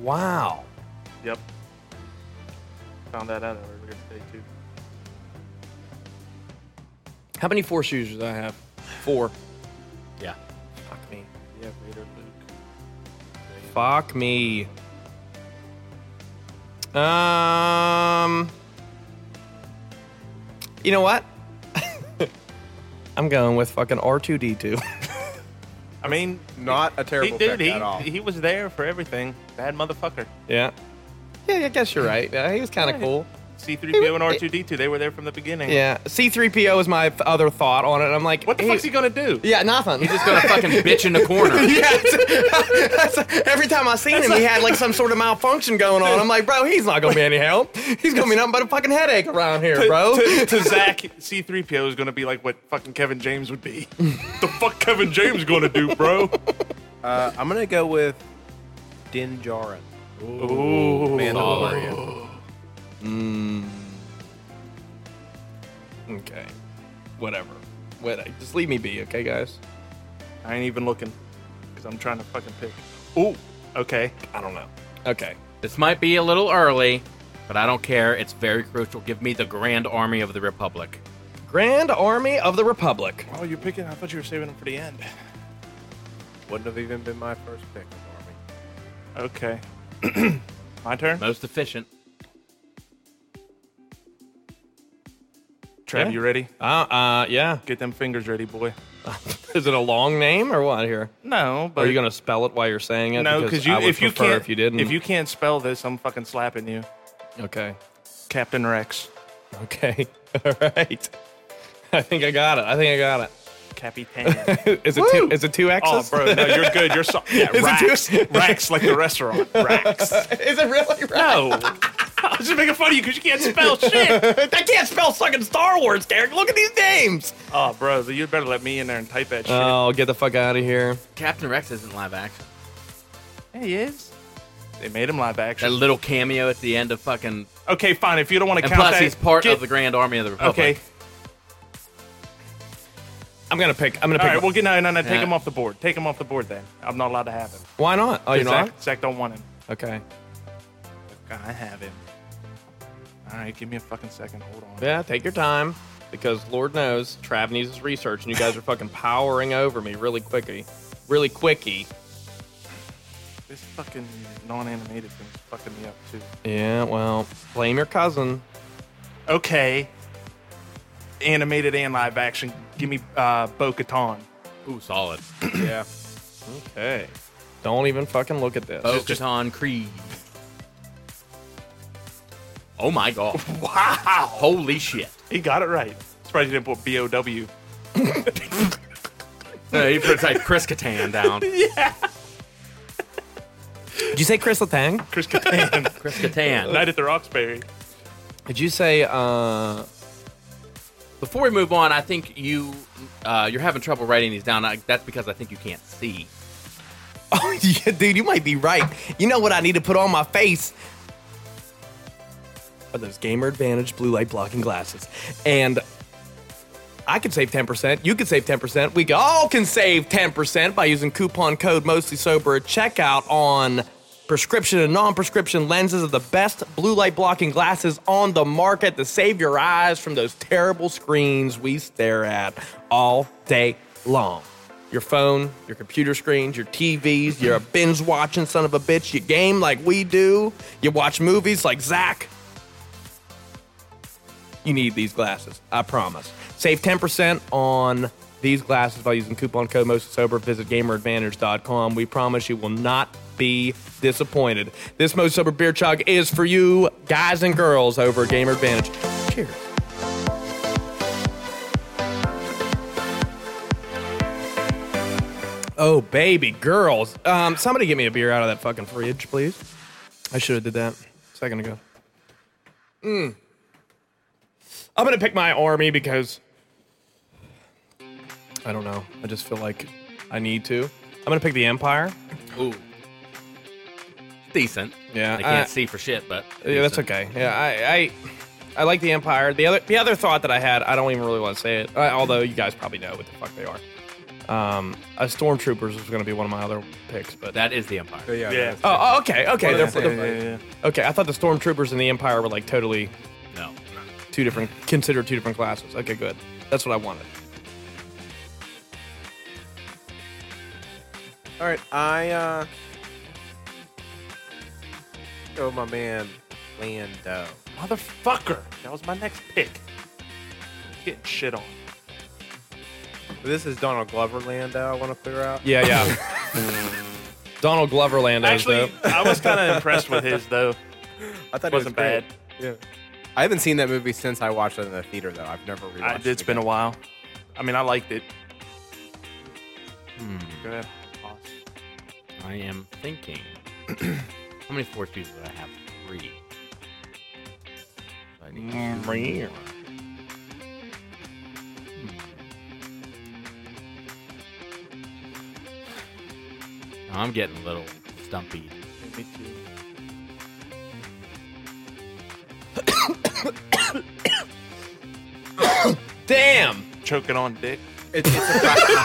Speaker 1: Wow.
Speaker 3: yep. Found that out earlier today too.
Speaker 1: How many force users do I have? Four.
Speaker 2: Yeah.
Speaker 1: Fuck me.
Speaker 3: Yeah, Vader, Luke.
Speaker 1: Fuck me. Um. You know what? I'm going with fucking R2D2.
Speaker 3: I mean,
Speaker 5: Not a
Speaker 3: he
Speaker 5: terrible
Speaker 3: did.
Speaker 5: pick
Speaker 3: He,
Speaker 5: at all.
Speaker 3: he was there for everything. Bad motherfucker.
Speaker 1: yeah. Yeah, I guess you're right. Yeah, he was kind of cool.
Speaker 3: C3PO and R2D2, they were there from the beginning.
Speaker 1: Yeah, C3PO is my f- other thought on it. I'm like,
Speaker 3: What the fuck's he gonna do?
Speaker 1: Yeah, nothing.
Speaker 2: He's gonna fucking bitch in the corner.
Speaker 1: yeah, it's- that's- every time I seen him, he had like some sort of malfunction going on. I'm like, bro, he's not gonna be any help. He's gonna be nothing but a fucking headache around here, bro.
Speaker 3: to, to Zach, C3PO is gonna be like what fucking Kevin James would be. the fuck Kevin James gonna do, bro?
Speaker 5: Uh, I'm gonna go with Din Djarin.
Speaker 3: Ooh,
Speaker 5: Mandalorian.
Speaker 1: Okay, whatever. Whatever. Just leave me be, okay, guys.
Speaker 3: I ain't even looking because I'm trying to fucking pick. Ooh, okay.
Speaker 1: I don't know. Okay.
Speaker 2: This might be a little early, but I don't care. It's very crucial. Give me the Grand Army of the Republic.
Speaker 1: Grand Army of the Republic.
Speaker 3: Oh, you're picking. I thought you were saving them for the end.
Speaker 5: Wouldn't have even been my first pick. of Army.
Speaker 3: Okay. My turn.
Speaker 2: Most efficient.
Speaker 3: Trev,
Speaker 1: Yeah.
Speaker 3: you ready?
Speaker 1: Uh, uh, yeah.
Speaker 3: Get them fingers ready, boy.
Speaker 1: Is it a long name or what? Here,
Speaker 3: No, but
Speaker 1: are you gonna spell it while you're saying it?
Speaker 3: No, because you
Speaker 1: I would
Speaker 3: if you
Speaker 1: prefer
Speaker 3: can't
Speaker 1: if you didn't.
Speaker 3: if you can't spell this, I'm fucking slapping you,
Speaker 1: okay.
Speaker 3: Captain Rex,
Speaker 1: Okay. All right. I think I got it. I think I got
Speaker 3: Capitan.
Speaker 1: it. Is it two, is it two
Speaker 3: Oh,
Speaker 1: X's?
Speaker 3: bro, no, you're good. You're so yeah,
Speaker 1: it
Speaker 3: Rax,
Speaker 1: too-
Speaker 3: Rax, like the restaurant, Rax.
Speaker 1: is it really? Right?
Speaker 3: No, I was just making fun of you because you can't spell shit.
Speaker 1: I can't spell fucking Star Wars, Derek. Look at these names.
Speaker 3: Oh, bro, you better let me in there and type that shit.
Speaker 1: Oh, get the fuck out of here.
Speaker 2: Captain Rex isn't live action.
Speaker 3: he is. They made him live
Speaker 2: That
Speaker 3: action.
Speaker 2: little cameo at the end of fucking.
Speaker 3: okay, fine. If you don't want to
Speaker 2: And
Speaker 3: count
Speaker 2: plus,
Speaker 3: that,
Speaker 2: he's part
Speaker 3: get-
Speaker 2: of the Grand Army of the Republic.
Speaker 3: Okay,
Speaker 1: I'm gonna pick. I'm gonna
Speaker 3: all
Speaker 1: pick.
Speaker 3: right. Well, get no, no, no. Take
Speaker 2: Yeah.
Speaker 3: him off the board. Take him off the board. Then I'm not allowed to have him.
Speaker 1: Why not? Oh, you're
Speaker 3: Zach,
Speaker 1: not.
Speaker 3: Zach don't want him.
Speaker 1: Okay.
Speaker 3: I have him. All right, give me a fucking second. Hold on.
Speaker 1: Yeah, take your time because Lord knows Trav needs his research, and you guys are fucking powering over me really quickly, really quicky.
Speaker 3: This fucking non-animated thing's fucking me up too.
Speaker 1: Yeah, well, blame your cousin.
Speaker 3: Okay. Animated and live action. Give me uh, Bo Katan.
Speaker 2: Ooh, solid.
Speaker 5: Yeah.
Speaker 1: Okay, don't even fucking look at this.
Speaker 2: Bo-Katan Creed. Oh my god. Wow. Holy shit.
Speaker 3: He got it right. Surprised you didn't put B O W.
Speaker 2: No, he puts like Chris Catan down.
Speaker 1: Did you say Crystal Tang?
Speaker 3: Chris Catan.
Speaker 2: Chris Catan.
Speaker 3: Night at the Roxbury.
Speaker 1: Did you say uh?
Speaker 2: Before we move on, I think you uh, you're having trouble writing these down. I, that's because I think you can't see.
Speaker 1: Oh, yeah, dude, you might be right. You know what I need to put on my face? Are those gamer advantage blue light blocking glasses. And I could save 10%. You could save 10%. We all can save 10% by using coupon code mostly sober at checkout on prescription and non-prescription lenses of the best blue light blocking glasses on the market to save your eyes from those terrible screens we stare at all day long. Your phone, your computer screens, your TVs, you're a binge watching son of a bitch, you game like we do, you watch movies like Zach. You need these glasses. I promise. Save 10% on these glasses by using coupon code mostly sober. Visit gameradvantage.com. We promise you will not be disappointed. This most sober beer chug is for you, guys and girls, over at Gamer Advantage. Cheers. Oh, baby girls. Um, somebody get me a beer out of that fucking fridge, please. I should have did that a second ago. I'm gonna pick my army because I don't know. I just feel like I need to. I'm gonna pick the Empire.
Speaker 2: Ooh. Decent.
Speaker 1: Yeah,
Speaker 2: I can't
Speaker 1: I-
Speaker 2: see for shit, but
Speaker 1: Yeah, that's
Speaker 2: decent.
Speaker 1: okay. Yeah, I, I I like the Empire. The other the other thought that I had, I don't even really want to say it, uh, although you guys probably know what the fuck they are. Um, uh, stormtroopers was gonna be one of my other picks, but
Speaker 2: That is the Empire.
Speaker 5: yeah.
Speaker 3: Yeah.
Speaker 1: Oh, oh, okay, okay, they're,
Speaker 3: Yeah,
Speaker 1: they're-
Speaker 3: yeah, yeah.
Speaker 1: okay. I thought the stormtroopers and the Empire were like totally
Speaker 2: No.
Speaker 1: two different, considered two different classes. Okay, good. That's what I wanted.
Speaker 5: All right. I uh. Go, with oh, my man, Lando.
Speaker 3: Motherfucker. That was my next pick. Getting shit on.
Speaker 5: This is Donald Glover Lando. I want to clear out.
Speaker 1: Yeah, yeah. Donald Glover Lando's
Speaker 3: Actually,
Speaker 1: though.
Speaker 3: I was kind of impressed with his though.
Speaker 5: I thought
Speaker 3: Wasn't bad.
Speaker 5: Yeah. I haven't seen that movie since I watched it in the theater, though. I've never rewatched
Speaker 3: I,
Speaker 5: it.
Speaker 3: it's been a
Speaker 5: again.
Speaker 3: while. I mean, I liked it.
Speaker 5: Hmm.
Speaker 3: Go ahead. Pause.
Speaker 2: I am thinking. How many force pieces do I have? Three. I need
Speaker 1: Meow.
Speaker 2: Hmm. I'm getting a little stumpy.
Speaker 1: Damn.
Speaker 3: Choking on dick.
Speaker 5: It's, it's a practice.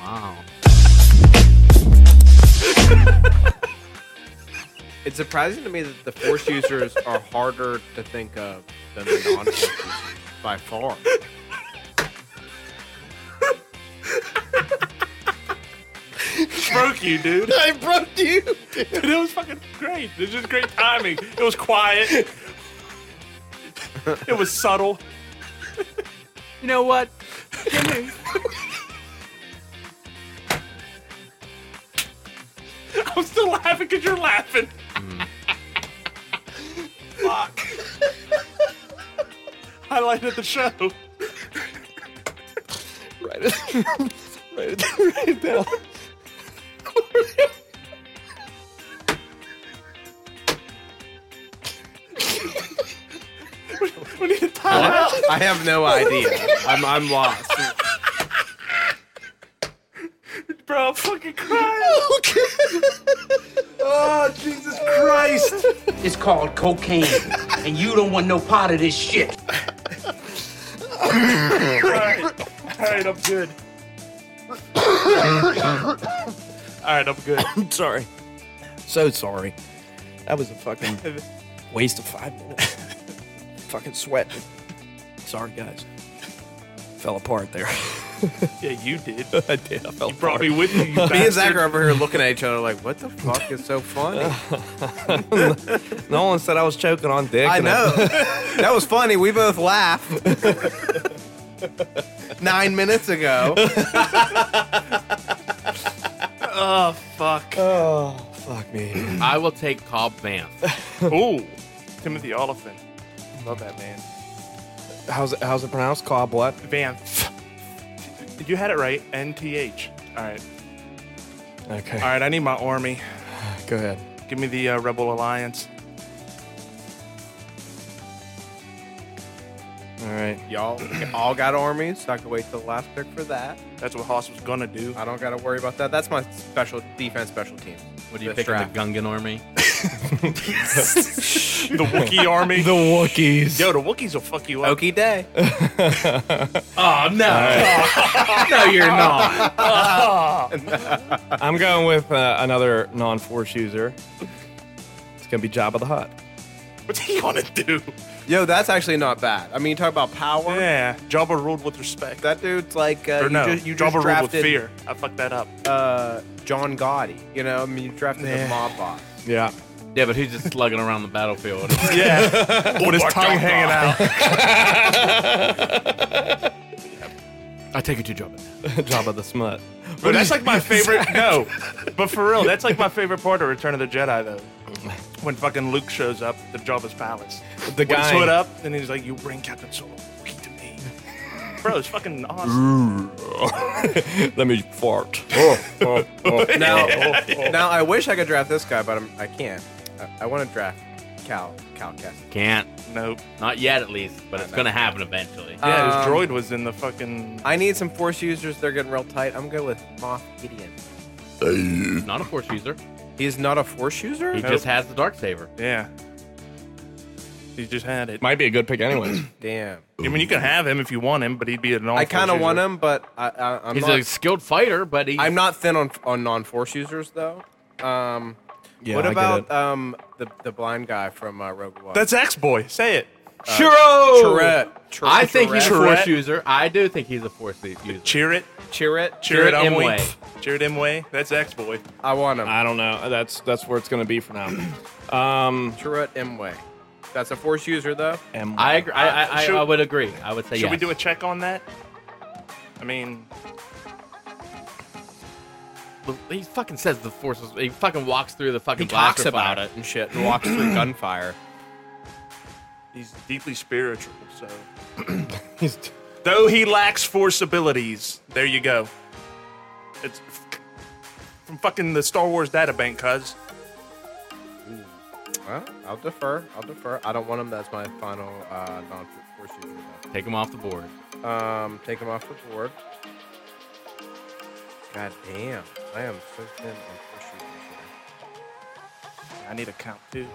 Speaker 2: Wow.
Speaker 5: It's surprising to me that the force users are harder to think of than the non-force users by far.
Speaker 3: Broke you, dude.
Speaker 1: I broke you.
Speaker 3: Dude, it was fucking great. It was just great timing. It was quiet. It was subtle.
Speaker 2: You know what?
Speaker 3: I'm still laughing because you're laughing.
Speaker 1: Mm.
Speaker 3: Fuck. Highlighted the show.
Speaker 1: Write it, write it, write it down.
Speaker 3: We need to time out.
Speaker 5: I have no idea. I'm, I'm lost.
Speaker 3: Bro, I'm fucking crying. oh, Jesus Christ.
Speaker 7: It's called cocaine, and you don't want no part of this shit.
Speaker 3: All right. All right, I'm good. All right, I'm good.
Speaker 1: I'm sorry. So sorry. That was a fucking
Speaker 8: Waste of five minutes. Fucking sweat. Sorry, guys. Fell apart there.
Speaker 3: Yeah, you did.
Speaker 1: I did. I felt
Speaker 3: You brought me with you. you
Speaker 5: Me and
Speaker 3: bastard.
Speaker 5: Zach are over here looking at each other like, what the fuck is so funny?
Speaker 1: No one said I was choking on dick.
Speaker 5: I
Speaker 1: and
Speaker 5: know. that was funny. We both laughed. Nine minutes ago.
Speaker 1: oh, fuck me.
Speaker 2: I will take Cobb Vanth.
Speaker 3: Ooh, Timothy Oliphant. Love that man.
Speaker 1: How's it, how's it pronounced? Cobb what?
Speaker 3: Van. You had it right. N T H. All right.
Speaker 1: Okay.
Speaker 3: All right. I need my army.
Speaker 1: Go ahead.
Speaker 3: Give me the uh, Rebel Alliance.
Speaker 1: All right.
Speaker 5: Y'all all got armies. So I can wait till the last pick for that.
Speaker 3: That's what Haas was gonna do.
Speaker 5: I don't got to worry about that. That's my special defense, special teams.
Speaker 2: What do you
Speaker 5: This
Speaker 2: pick
Speaker 5: draft.
Speaker 2: the Gungan army?
Speaker 3: The Wookiee army.
Speaker 1: The Wookiees.
Speaker 3: Yo, the Wookiees will fuck you up.
Speaker 5: Okie day.
Speaker 2: Oh no! no, you're not.
Speaker 1: I'm going with uh, another non-force user. It's gonna be Jabba the Hutt.
Speaker 3: What's he gonna do?
Speaker 5: Yo, that's actually not bad. I mean, you talk about power.
Speaker 3: Yeah, Jabba ruled with respect.
Speaker 5: That dude's like uh,
Speaker 3: or
Speaker 5: you,
Speaker 3: no,
Speaker 5: just, you
Speaker 3: Jabba
Speaker 5: just
Speaker 3: ruled with
Speaker 5: drafted
Speaker 3: fear. I fucked that up.
Speaker 5: Uh, John Gotti. You know, I mean, you drafted
Speaker 3: Yeah.
Speaker 5: the mob boss.
Speaker 1: Yeah.
Speaker 2: Yeah, but who's just slugging around the battlefield?
Speaker 3: yeah, with his tongue hanging out.
Speaker 2: I take it to Jabba.
Speaker 1: Jabba the Smut.
Speaker 3: But that's like my favorite. No, but for real, that's like my favorite part of Return of the Jedi though. When fucking Luke shows up to Jabba's palace,
Speaker 1: The
Speaker 3: With his
Speaker 1: guy.
Speaker 3: hood up, and he's like, "You bring Captain Solo back to me." Bro, it's fucking awesome.
Speaker 1: Let me fart.
Speaker 5: Now, now I wish I could draft this guy, but I'm, I can't. I, I want to draft Cal Cal Kestis.
Speaker 2: Can't.
Speaker 3: Nope.
Speaker 2: Not yet, at least. But it's gonna happen eventually.
Speaker 3: Yeah, his
Speaker 5: Um,
Speaker 3: droid was in the fucking.
Speaker 5: I need some force users. They're getting real tight. I'm going with Moff Gideon.
Speaker 2: Not a force user.
Speaker 5: He's not a force user.
Speaker 2: He
Speaker 3: Nope.
Speaker 2: just has the dark saber.
Speaker 3: Yeah. He just had it.
Speaker 1: Might be a good pick, anyways.
Speaker 5: Damn.
Speaker 3: I mean, you can have him if you want him, but he'd be a non.
Speaker 5: I kind of want him, but I, I, I'm
Speaker 2: He's
Speaker 5: not.
Speaker 2: a skilled fighter, but he.
Speaker 5: I'm not thin on on non force users though. Um,
Speaker 1: Yeah,
Speaker 5: what
Speaker 1: I get
Speaker 5: about um the the blind guy from uh, Rogue One?
Speaker 3: That's X Boy. Say it.
Speaker 5: Chirrut. Chir-
Speaker 2: I think he's a
Speaker 3: Tourette.
Speaker 2: force user. I do think he's a force user.
Speaker 3: Cheer it.
Speaker 5: Chirrut.
Speaker 3: Cheer it,
Speaker 2: Chirrut
Speaker 3: Imwe.
Speaker 2: Imwe.
Speaker 3: Cheer it, Imwe. That's X Boy.
Speaker 5: I want him.
Speaker 1: I don't know. That's that's where it's gonna be for now.
Speaker 5: Chirrut Mway. That's a force user though.
Speaker 1: Am-
Speaker 2: I agree. I, I, I,
Speaker 3: Should-
Speaker 2: I would agree. I would say
Speaker 3: Should
Speaker 2: yes.
Speaker 3: we do a check on that? I mean,
Speaker 2: He fucking says the force. Was, he fucking walks through the fucking.
Speaker 5: He talks
Speaker 2: blaster
Speaker 5: about
Speaker 2: fire.
Speaker 5: it and shit and walks through gunfire.
Speaker 3: he's deeply spiritual, so. Though he lacks force abilities, there you go. It's f- from fucking the Star Wars data bank, cuz.
Speaker 5: Well, I'll defer. I'll defer. I don't want him. That's my final uh, non force user. Though.
Speaker 2: Take him off the board.
Speaker 5: Um, take him off the board. God damn, I am so thin on force users. here.
Speaker 3: I need a count too.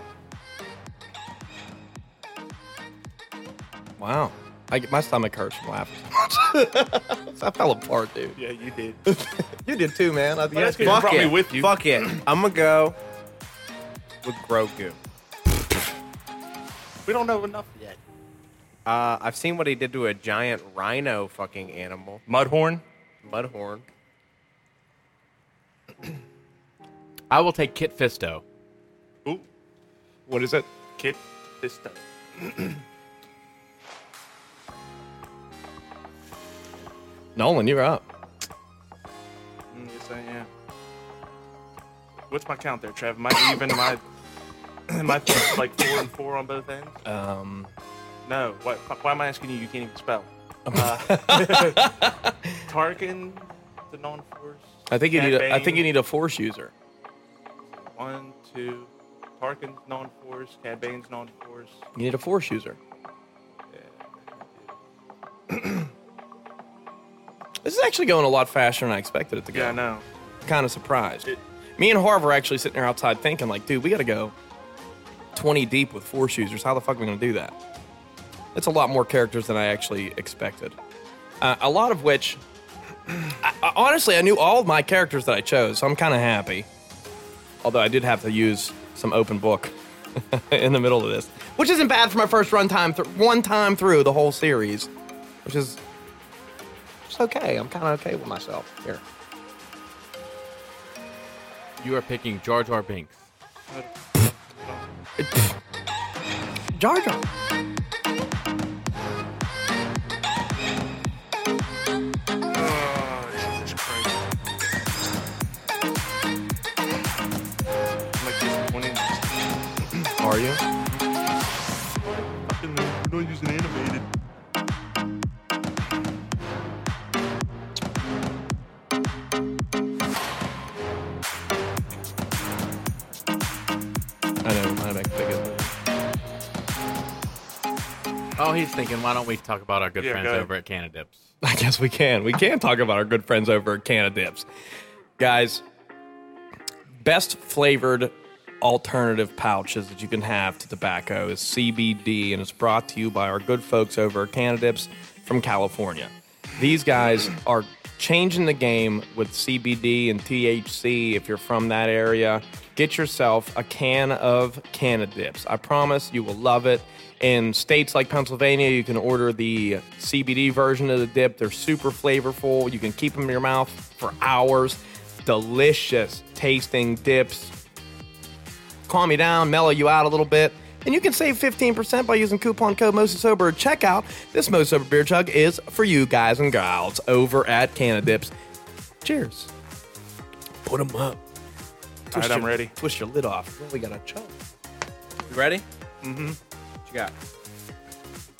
Speaker 1: wow. I, my stomach hurts from laughing. I fell apart, dude.
Speaker 3: Yeah, you did.
Speaker 1: You did too, man. I think
Speaker 3: that's good. You brought me with you.
Speaker 5: Fuck it. I'm gonna go with Grogu.
Speaker 3: We don't know enough yet.
Speaker 5: Uh, I've seen what he did to a giant rhino fucking animal,
Speaker 3: Mudhorn.
Speaker 5: mudhorn.
Speaker 2: I will take Kit Fisto.
Speaker 3: Ooh,
Speaker 1: What is it?
Speaker 3: Kid Fisto.
Speaker 1: Nolan, you're up.
Speaker 3: Mm, yes, I am. What's my count there, Trev? Am I even? Am I? Am I like four and four on both ends?
Speaker 1: Um,
Speaker 3: No. What? Fuck, why am I asking you? You can't even spell. Uh, Tarkin, the non-force.
Speaker 1: I think you
Speaker 3: Cad
Speaker 1: need. A, I
Speaker 3: Bane.
Speaker 1: think you need a force user.
Speaker 3: One, two. Tarkin's non-force. Cad Bane's non-force.
Speaker 1: You need a force user. this is actually going a lot faster than I expected it to go.
Speaker 3: Yeah, I know.
Speaker 1: Kind of surprised. Me and Harv are actually sitting there outside thinking, like, dude, we got to go 20 deep with force users. How the fuck are we going to do that? It's a lot more characters than I actually expected. Uh, a lot of which, I, I- honestly, I knew all of my characters that I chose, so I'm kind of happy. Although I did have to use some open book in the middle of this, which isn't bad for my first run time, th- one time through the whole series, which is it's okay. I'm kind of okay with myself here.
Speaker 2: You are picking Jar Jar Binks.
Speaker 8: Jar Jar.
Speaker 3: Oh, I'm like disappointed.
Speaker 8: Are you?
Speaker 3: Fucking, we're not using animated.
Speaker 1: I know. I make big
Speaker 2: Oh, he's thinking, why don't we talk about our good
Speaker 3: Yeah,
Speaker 2: friends
Speaker 3: go ahead.
Speaker 2: over at Canadips?
Speaker 1: I guess we can. We can talk about our good friends over at Canna Dips. Guys, best flavored alternative pouches that you can have to tobacco is CBD, and it's brought to you by our good folks over at Canna Dips from California. These guys are changing the game with CBD and THC if you're from that area. Get yourself a can of Canna Dips. I promise you will love it. In states like Pennsylvania, you can order the CBD version of the dip. They're super flavorful. You can keep them in your mouth for hours. Delicious tasting dips. Calm you down, mellow you out a little bit. And you can save 15% by using coupon code MOSASOBER at checkout. This Most Sober Beer Chug is for you guys and gals over at Canadips. Cheers. Put them up.
Speaker 3: All right, I'm
Speaker 1: your-
Speaker 3: ready.
Speaker 1: Twist your lid off. Well, we got a chug.
Speaker 5: You ready? Mm-hmm. What you got?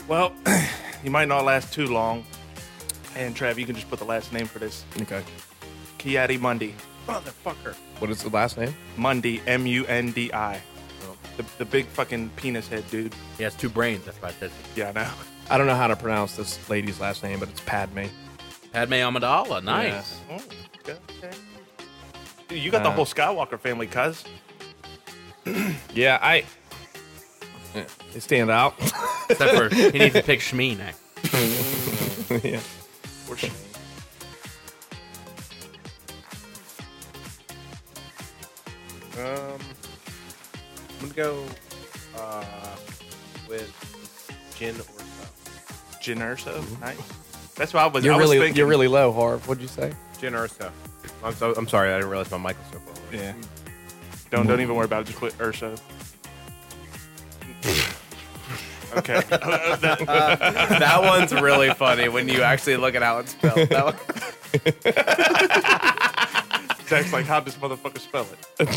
Speaker 3: Well, you might not last too long. And Trav, you can just put the last name for this.
Speaker 1: Okay.
Speaker 3: Kiati Mundi.
Speaker 5: Motherfucker.
Speaker 1: What is the last name?
Speaker 3: Mundi, M U N D I.
Speaker 8: Oh.
Speaker 3: The, the big fucking penis head dude.
Speaker 2: He has two brains. That's why it says
Speaker 3: Yeah, I know.
Speaker 1: I don't know how to pronounce this lady's last name, but it's Padme.
Speaker 2: Padme Amidala. Nice.
Speaker 3: Oh, okay. Dude, you got the
Speaker 1: Uh,
Speaker 3: whole Skywalker family, cuz.
Speaker 1: Yeah, I. They stand out.
Speaker 2: Except for he needs to pick Shmi next.
Speaker 1: yeah.
Speaker 3: Or sh-
Speaker 5: Um, I'm gonna go uh, with gin or so.
Speaker 3: Jyn Erso. Nice. That's what I was.
Speaker 1: You're
Speaker 3: I was
Speaker 1: really
Speaker 3: thinking.
Speaker 1: you're really low, Harv. What'd you say?
Speaker 5: Gin or so. I'm, so, I'm sorry, I didn't realize my mic was so far away.
Speaker 1: Yeah.
Speaker 3: Don't don't even worry about it. Just put Urso. okay.
Speaker 5: that one's really funny when you actually look at how it's spelled. That one,
Speaker 3: Zach's like, how does motherfucker spell it?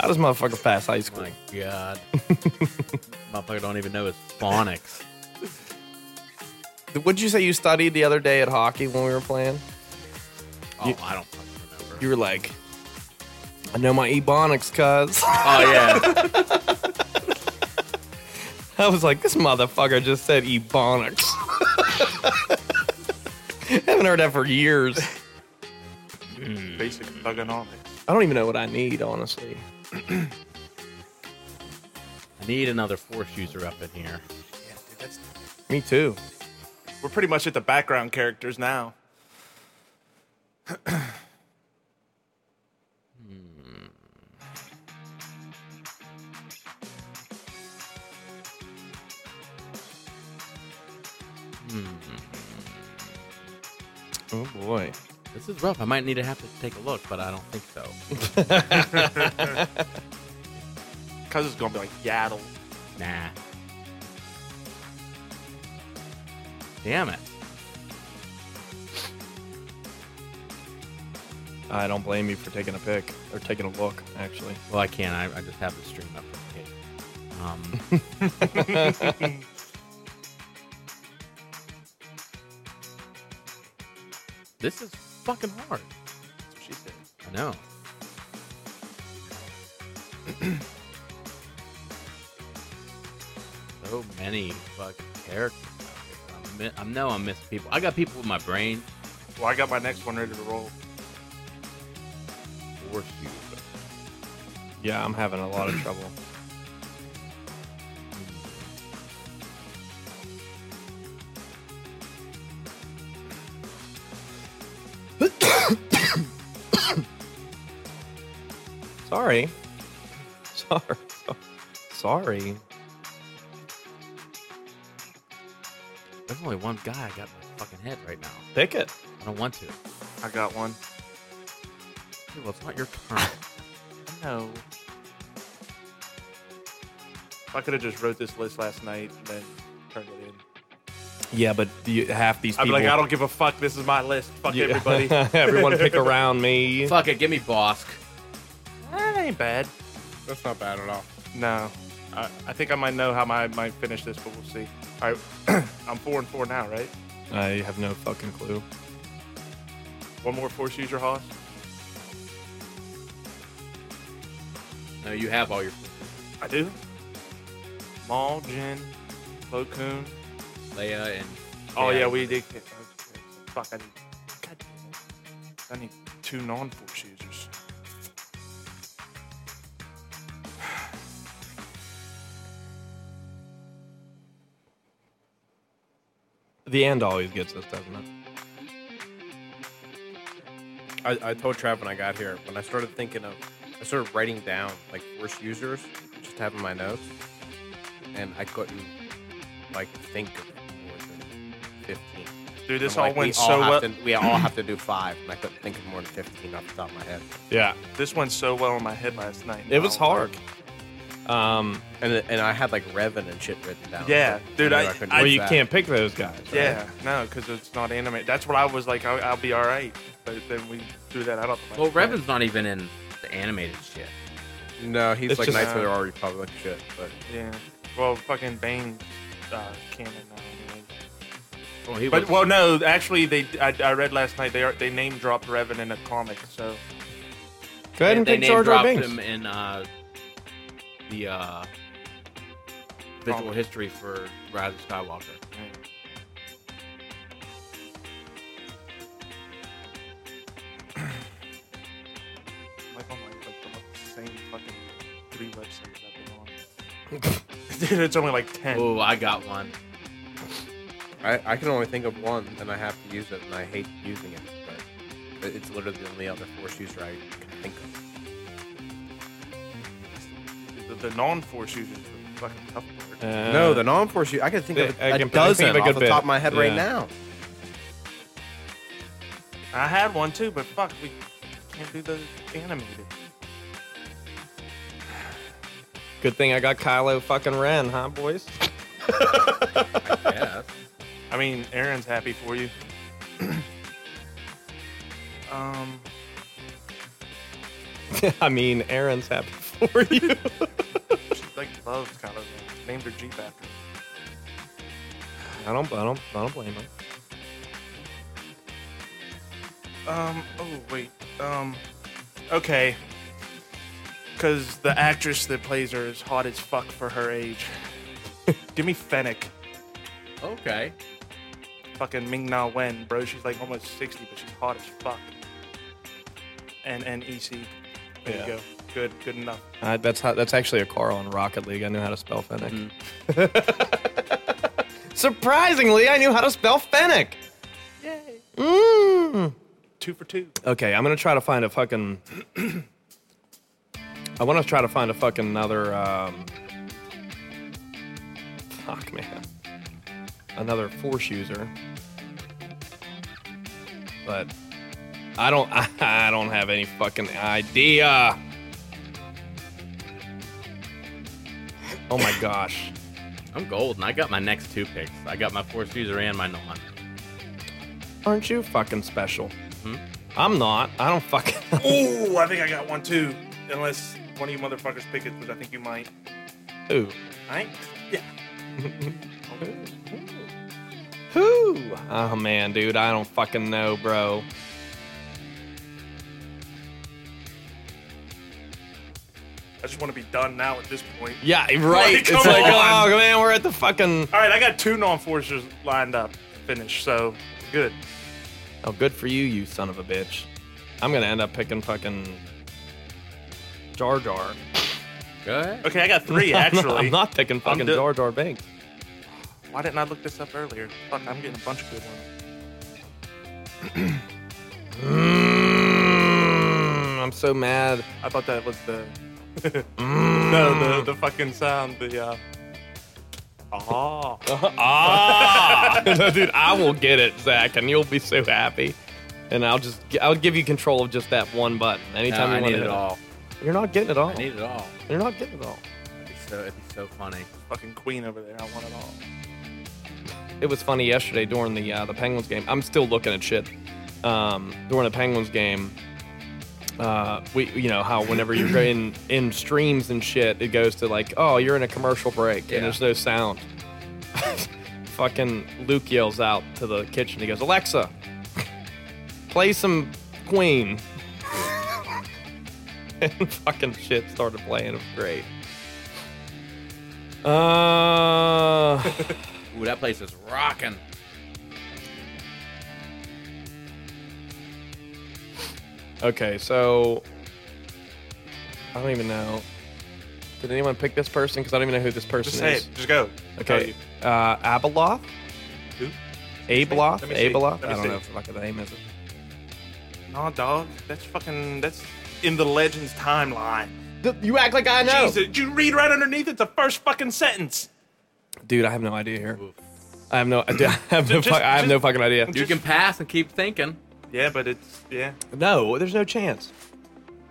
Speaker 1: How does motherfucker pass high school?
Speaker 2: My God. Motherfucker don't even know his phonics.
Speaker 1: What'd you say you studied the other day at hockey when we were playing?
Speaker 2: Oh, I don't fucking remember.
Speaker 1: You were like, I know my ebonics, cuz.
Speaker 2: oh, yeah.
Speaker 1: I was like, this motherfucker just said ebonics. Haven't heard that for years.
Speaker 3: Basic thugonomics.
Speaker 1: I don't even know what I need, honestly.
Speaker 2: I need another force user up in here.
Speaker 1: Me too.
Speaker 3: We're pretty much at the background characters now.
Speaker 1: Oh boy.
Speaker 2: This is rough. I might need to have to take a look, but I don't think so.
Speaker 3: Cuz it's gonna be like yaddle.
Speaker 2: Nah. Damn it.
Speaker 1: I don't blame you for taking a pic or taking a look, actually.
Speaker 2: Well, I can't. I, I just have the stream up. Okay. Um, this is fucking hard.
Speaker 3: That's what she said.
Speaker 2: I know. so many fucking characters. out here. I'm mi- I know I'm missing people. I got people with my brain.
Speaker 3: Well, I got my next one ready to roll.
Speaker 2: Or shoot.
Speaker 1: Yeah, I'm having a lot of trouble. Sorry. Sorry.
Speaker 5: sorry.
Speaker 2: There's only one guy I got in my fucking head right now.
Speaker 1: Pick it.
Speaker 2: I don't want to.
Speaker 3: I got one.
Speaker 2: Dude, well, it's not your turn.
Speaker 3: No. I could have just wrote this list last night and then turned it in.
Speaker 1: Yeah, but do you, half these
Speaker 3: I'd be
Speaker 1: people.
Speaker 3: like, I don't give a fuck. This is my list. Fuck
Speaker 1: Yeah.
Speaker 3: everybody.
Speaker 1: Everyone pick around me.
Speaker 2: Fuck it, give me Bosk.
Speaker 3: that ain't bad.
Speaker 4: That's not bad at all.
Speaker 3: No. I, I think I might know how I might finish this, but we'll see. All right. I'm four and four now, right?
Speaker 1: I have no fucking clue.
Speaker 3: One more force user, Hoss.
Speaker 2: No, you have all your.
Speaker 3: I do. Maul, Jin, Lo Koon.
Speaker 2: Leia and.
Speaker 3: Oh, yeah,
Speaker 2: Yeah.
Speaker 3: we did. get- Fuck, I need. God damn it. I need two non force users.
Speaker 1: The end always gets us, doesn't it?
Speaker 5: I, I told Trav when I got here, when I started thinking of, I started writing down like worst users, just having my notes, and I couldn't like think of more than 15.
Speaker 3: Dude, this
Speaker 5: I'm
Speaker 3: all
Speaker 5: like,
Speaker 3: went
Speaker 5: we all
Speaker 3: so
Speaker 5: have
Speaker 3: well.
Speaker 5: to- we all have to do five, and I couldn't think of more than 15 off the top of my head.
Speaker 1: Yeah.
Speaker 3: This went so well in my head last night.
Speaker 1: It was hard. Um,
Speaker 5: And and I had like Revan and shit written down.
Speaker 3: Yeah, dude, I-
Speaker 5: couldn't
Speaker 3: I-
Speaker 5: do
Speaker 1: well, you
Speaker 5: that.
Speaker 1: can't pick those guys. right?
Speaker 3: Yeah, no, because it's not anime. That's what I was like. I'll, I'll be all right. But then we threw that out. of the
Speaker 2: Well, Revan's not even in the animated shit.
Speaker 5: No, he's
Speaker 1: It's
Speaker 5: like
Speaker 1: just-
Speaker 5: Knights of the Old Republic shit, but
Speaker 3: Yeah. Well, fucking Bane uh, canon. now anyway.
Speaker 2: Well, Oh, he
Speaker 3: But
Speaker 2: was-
Speaker 3: well, no, actually, they I, I read last night they are, they name dropped Revan in a comic. So
Speaker 1: Go ahead and
Speaker 2: they
Speaker 1: pick Jar Jar
Speaker 2: name-dropped
Speaker 1: Binks.
Speaker 2: him in uh, the uh,
Speaker 1: Oh.
Speaker 2: visual
Speaker 3: Wrong.
Speaker 2: history for Rise of Skywalker.
Speaker 3: like on like, like the same fucking three websites I've been on. Dude, it's only like ten.
Speaker 2: Oh, I got one.
Speaker 5: I, I can only think of one, and I have to use it, and I hate using it, but it- it's literally the only other Force user I can think of.
Speaker 3: The, the non-force users were the fucking tough part.
Speaker 1: Uh,
Speaker 5: no, the non-Force user, I can think of
Speaker 1: I- I
Speaker 5: a
Speaker 1: can- I can
Speaker 5: dozen
Speaker 1: think of a
Speaker 5: off
Speaker 1: good
Speaker 5: the
Speaker 1: bit.
Speaker 5: top of my head right
Speaker 1: Yeah.
Speaker 5: now.
Speaker 3: I had one too, but fuck, we can't do the animated.
Speaker 1: Good thing I got Kylo fucking Ren, huh, boys?
Speaker 2: Yeah.
Speaker 3: I mean, Aaron's happy for you. um,
Speaker 1: I mean, Aaron's happy for you.
Speaker 3: she like loves Kylo Ren. Named her Jeep after him.
Speaker 1: I don't, I don't, I don't blame him.
Speaker 3: Um, oh wait. Um, okay. Cause the actress that plays her is hot as fuck for her age. Give me Fennec,
Speaker 2: Okay.
Speaker 3: fucking Ming Na Wen, bro. She's like almost sixty, but she's hot as fuck. And and EC. There
Speaker 1: Yeah.
Speaker 3: you go. Good, good enough.
Speaker 1: Uh, that's how, that's actually a Carl in Rocket League. I knew how to spell Fennec. Mm-hmm. Surprisingly, I knew how to spell Fennec. Yay. Mm.
Speaker 3: Two for two.
Speaker 1: Okay, I'm gonna try to find a fucking. I want to try to find a fucking another. Um, fuck man, another force user. But I don't. I, don't have any fucking idea. Oh my gosh.
Speaker 2: I'm golden. I got my next two picks. I got my Force User and my non.
Speaker 1: Aren't you fucking special? Hmm? I'm not. I don't fucking.
Speaker 3: Ooh, I think I got one too. Unless one of you motherfuckers pick it, which I think you might.
Speaker 1: Ooh.
Speaker 3: I yeah.
Speaker 1: Who? Oh man, dude, I don't fucking know, bro.
Speaker 3: I just want to be done now at this point.
Speaker 1: Yeah, right.
Speaker 3: Like,
Speaker 1: it's
Speaker 3: come
Speaker 1: like,
Speaker 3: on.
Speaker 1: oh man, we're at the fucking.
Speaker 3: All right, I got two non-forcers lined up, finished. So good.
Speaker 1: Oh, good for you, you son of a bitch. I'm gonna end up picking fucking Jar Jar.
Speaker 2: Go ahead.
Speaker 3: Okay, I got three actually.
Speaker 1: I'm not picking fucking
Speaker 3: do-
Speaker 1: Jar Jar Binks.
Speaker 3: Why didn't I look this up earlier? Fuck, I'm getting a bunch of good ones.
Speaker 1: Mm, I'm so mad. Mm,
Speaker 3: I thought that was the.
Speaker 1: Mm.
Speaker 3: no, the, the fucking sound, the uh, ah.
Speaker 1: ah, dude, I will get it, Zach, and you'll be so happy. And I'll just, I'll give you control of just that one button anytime
Speaker 2: No,
Speaker 1: you
Speaker 2: I
Speaker 1: want
Speaker 2: need
Speaker 1: to
Speaker 2: it all.
Speaker 1: You're not getting it all.
Speaker 2: I need it all.
Speaker 1: You're not getting it all.
Speaker 2: It'd be so, it'd be so funny.
Speaker 3: fucking queen over there. I want it all.
Speaker 1: It was funny yesterday during the uh, the Penguins game. I'm still looking at shit. Um, during the Penguins game, uh, we you know how whenever you're in in streams and shit, it goes to like, oh, you're in a commercial break and there's no sound. Fucking Luke yells out to the kitchen. He goes, Alexa, play some Queen. and fucking shit started playing. It was great. Uh.
Speaker 2: Ooh, that place is rocking.
Speaker 1: Okay, so I don't even know. Did anyone pick this person? Because I don't even know who this person
Speaker 3: Just say
Speaker 1: is.
Speaker 3: it. Just go.
Speaker 1: Okay, uh, Abeloth.
Speaker 3: Who?
Speaker 1: Abeloth.
Speaker 3: Let me see.
Speaker 1: Abeloth.
Speaker 3: Let me
Speaker 1: I don't
Speaker 3: see.
Speaker 1: know if like a name is it.
Speaker 3: No, dog. That's fucking. That's in the legends timeline.
Speaker 1: You act like I know,
Speaker 3: Jesus, you read right underneath. It's the first fucking sentence.
Speaker 1: dude. I have no idea here. I have no. I have no.
Speaker 3: Just-
Speaker 1: fuck- I have no
Speaker 3: just-
Speaker 1: fucking idea.
Speaker 2: You can pass and keep thinking.
Speaker 3: Yeah, but it's yeah.
Speaker 1: No, there's no chance.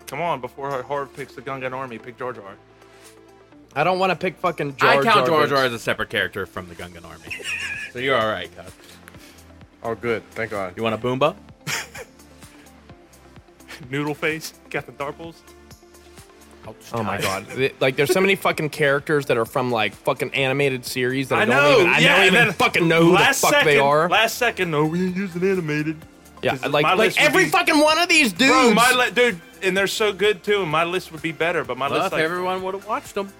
Speaker 3: Come on, before Harv picks the Gungan army, pick Jar Jar.
Speaker 1: I don't want to pick fucking. Jar
Speaker 2: I count Jar
Speaker 1: Binks.
Speaker 2: Jar as a separate character from the Gungan army. so you're all right, Cuz.
Speaker 5: Oh, good. Thank God.
Speaker 2: You want a Boomba?
Speaker 3: Noodle face, got the darples.
Speaker 1: Oh my god! Th- like, there's so many fucking characters that are from like fucking animated series that I,
Speaker 3: I
Speaker 1: don't
Speaker 3: know,
Speaker 1: even. I
Speaker 3: yeah,
Speaker 1: don't
Speaker 3: and
Speaker 1: even
Speaker 3: then
Speaker 1: fucking know who the
Speaker 3: last
Speaker 1: fuck
Speaker 3: second,
Speaker 1: they are.
Speaker 3: last second. No, we ain't using animated.
Speaker 1: yeah,
Speaker 3: 'Cause
Speaker 1: like,
Speaker 3: my
Speaker 1: like
Speaker 3: list would
Speaker 1: every
Speaker 3: be-
Speaker 1: fucking one of these dudes.
Speaker 3: Bro, my li- dude, and they're so good too. And my list would be better, but my
Speaker 2: Well,
Speaker 3: list
Speaker 2: if
Speaker 3: like
Speaker 2: everyone would have watched them.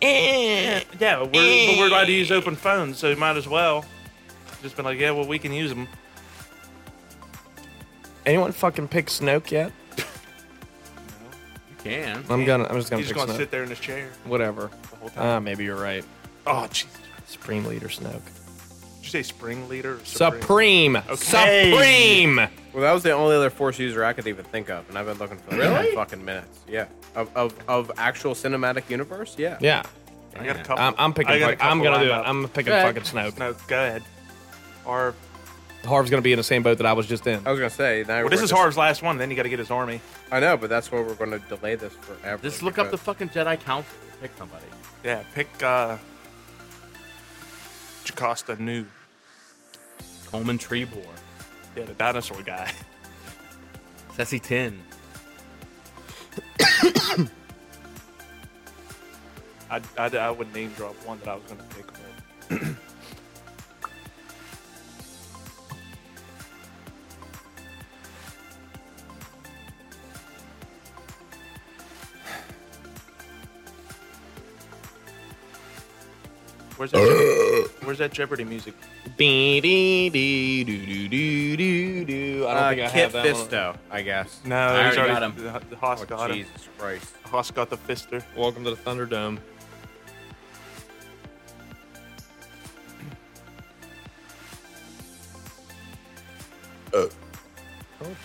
Speaker 1: Eh.
Speaker 3: yeah, but we're, but we're allowed to use open phones, so you might as well. Just been like, yeah, well, we can use them.
Speaker 1: Anyone fucking pick Snoke yet?
Speaker 2: You can.
Speaker 1: I'm gonna. I'm just gonna
Speaker 3: He's just
Speaker 1: pick
Speaker 3: gonna
Speaker 1: Snoke.
Speaker 3: sit there in his chair
Speaker 1: Whatever.
Speaker 3: the whole time.
Speaker 1: Ah, maybe you're right.
Speaker 3: oh, Jesus.
Speaker 1: Supreme Leader Snoke.
Speaker 3: Did you say spring leader? Or supreme?
Speaker 1: Supreme.
Speaker 3: Okay.
Speaker 1: Supreme.
Speaker 5: Well, that was the only other Force user I could even think of, and I've been looking for like really? fucking minutes. Yeah. Of, of of actual cinematic universe. Yeah.
Speaker 1: Yeah.
Speaker 3: I got a couple.
Speaker 1: I'm, I'm picking.
Speaker 3: I got a
Speaker 1: fuck- I'm
Speaker 3: couple
Speaker 1: gonna do it.
Speaker 3: lined up.
Speaker 1: I'm picking
Speaker 2: Okay.
Speaker 1: fucking Snoke.
Speaker 3: No, go ahead. Harv.
Speaker 1: Harv's gonna be in the same boat that I was just in.
Speaker 5: I was gonna say. Now
Speaker 3: Well,
Speaker 5: we're
Speaker 3: this is
Speaker 5: just-
Speaker 3: Harv's last one. Then you got to get his army.
Speaker 5: I know, but that's why we're gonna delay this forever.
Speaker 2: Just look up the
Speaker 5: because-
Speaker 2: fucking Jedi Council. Pick somebody.
Speaker 3: Yeah, pick uh, Jacosta New.
Speaker 2: Coleman Treebor.
Speaker 3: Yeah, the dinosaur guy.
Speaker 2: Sassy Tin.
Speaker 3: I, I, I would name drop one that I was going to pick. but- Where's that, Where's that Jeopardy music?
Speaker 1: Dee, dee, dee, doo, doo, doo, doo, doo. I don't
Speaker 5: Uh,
Speaker 1: think I
Speaker 5: Kit
Speaker 1: have that one.
Speaker 5: Fisto, I guess.
Speaker 3: No,
Speaker 2: I
Speaker 3: he's
Speaker 2: already
Speaker 3: already
Speaker 2: got
Speaker 3: The, the Haas
Speaker 5: Oh,
Speaker 3: got him.
Speaker 5: Jesus Christ.
Speaker 3: Haas got the fister.
Speaker 1: Welcome to the Thunderdome. Oh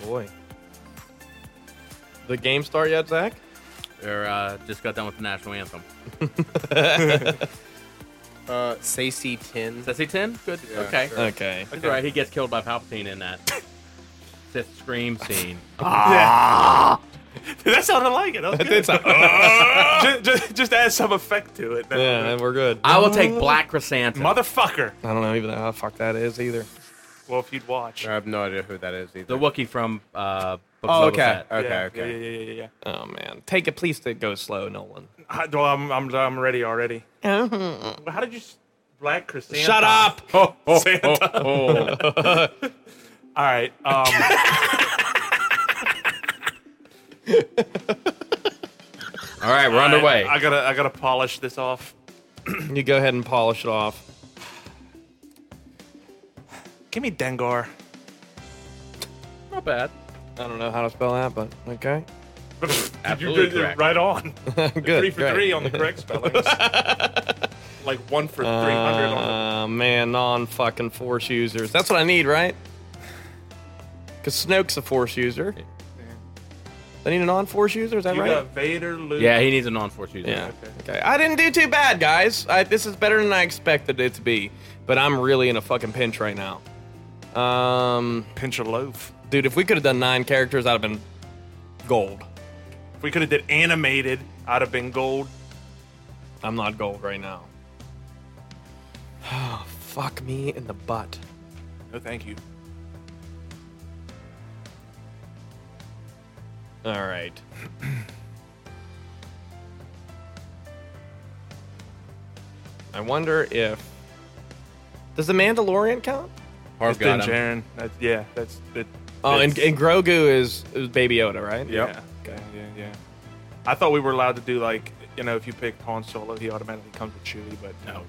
Speaker 1: boy. The game start yet, Zach?
Speaker 2: Or uh, just got done with the national anthem.
Speaker 5: Uh, Sacy Tin.
Speaker 2: Sassy Tin? Good.
Speaker 5: Yeah,
Speaker 2: okay.
Speaker 5: sure.
Speaker 1: Okay.
Speaker 2: That's right. He gets killed by Palpatine in that Sith scream scene.
Speaker 3: that sounded like it. That was good.
Speaker 1: It's a-
Speaker 3: just, just, just add some effect to it.
Speaker 1: yeah, and we're good. I
Speaker 2: I will
Speaker 5: Oh.
Speaker 2: take Black Chrysanthemum.
Speaker 3: Motherfucker.
Speaker 1: don't know even know how the fuck that is either.
Speaker 3: Well, if you'd watch.
Speaker 5: I have no idea who that is either.
Speaker 2: the Wookiee from uh, Book of
Speaker 5: Oh,
Speaker 2: Boba
Speaker 5: okay.
Speaker 2: Fett.
Speaker 5: Okay,
Speaker 3: yeah,
Speaker 5: okay.
Speaker 3: Yeah, yeah, yeah, yeah. yeah.
Speaker 1: Oh man, take it, please. That goes slow, Nolan.
Speaker 3: I, well, I'm, I'm, I'm ready already. Well, How did you. s- Black Chrysanthemum.
Speaker 1: Shut up.
Speaker 3: Santa. All right. Um,
Speaker 2: All right, we're underway.
Speaker 3: I gotta, I gotta polish this off.
Speaker 1: You go ahead and polish it off.
Speaker 3: Give me Dengar.
Speaker 2: Not bad.
Speaker 1: I don't know how to spell that, but okay.
Speaker 2: Absolutely
Speaker 3: You did it
Speaker 2: correct.
Speaker 3: Right on.
Speaker 1: good.
Speaker 3: three for
Speaker 1: great.
Speaker 3: three on the correct spellings. like one for three hundred on.
Speaker 1: Uh, man, non fucking force users. That's what I need, right? Because Snoke's a force user. They need a non-force user. Is that
Speaker 3: You
Speaker 1: Uh, right?
Speaker 3: got Vader, Luke.
Speaker 2: Yeah, he needs a non-force user.
Speaker 1: Yeah. Okay. I didn't do too bad, guys. I, this is better than I expected it to be, but I'm really in a fucking pinch right now. Um,
Speaker 3: Pinch a loaf.
Speaker 1: dude, if we could have done nine characters, I'd have been gold.
Speaker 3: If we could have did animated, I'd have been gold.
Speaker 1: I'm not gold right now. fuck me in the butt.
Speaker 3: No, thank you.
Speaker 1: All right. I wonder if does the Mandalorian count?
Speaker 2: Harv
Speaker 3: It's been
Speaker 2: got him.
Speaker 3: Jaren. That's, yeah, that's it.
Speaker 1: Oh, and,
Speaker 3: it's-
Speaker 1: and Grogu is, is Baby Yoda, right?
Speaker 3: yeah, okay, yeah, yeah. I thought we were allowed to do like you know if you pick Han Solo, he automatically comes with Chewie, but no.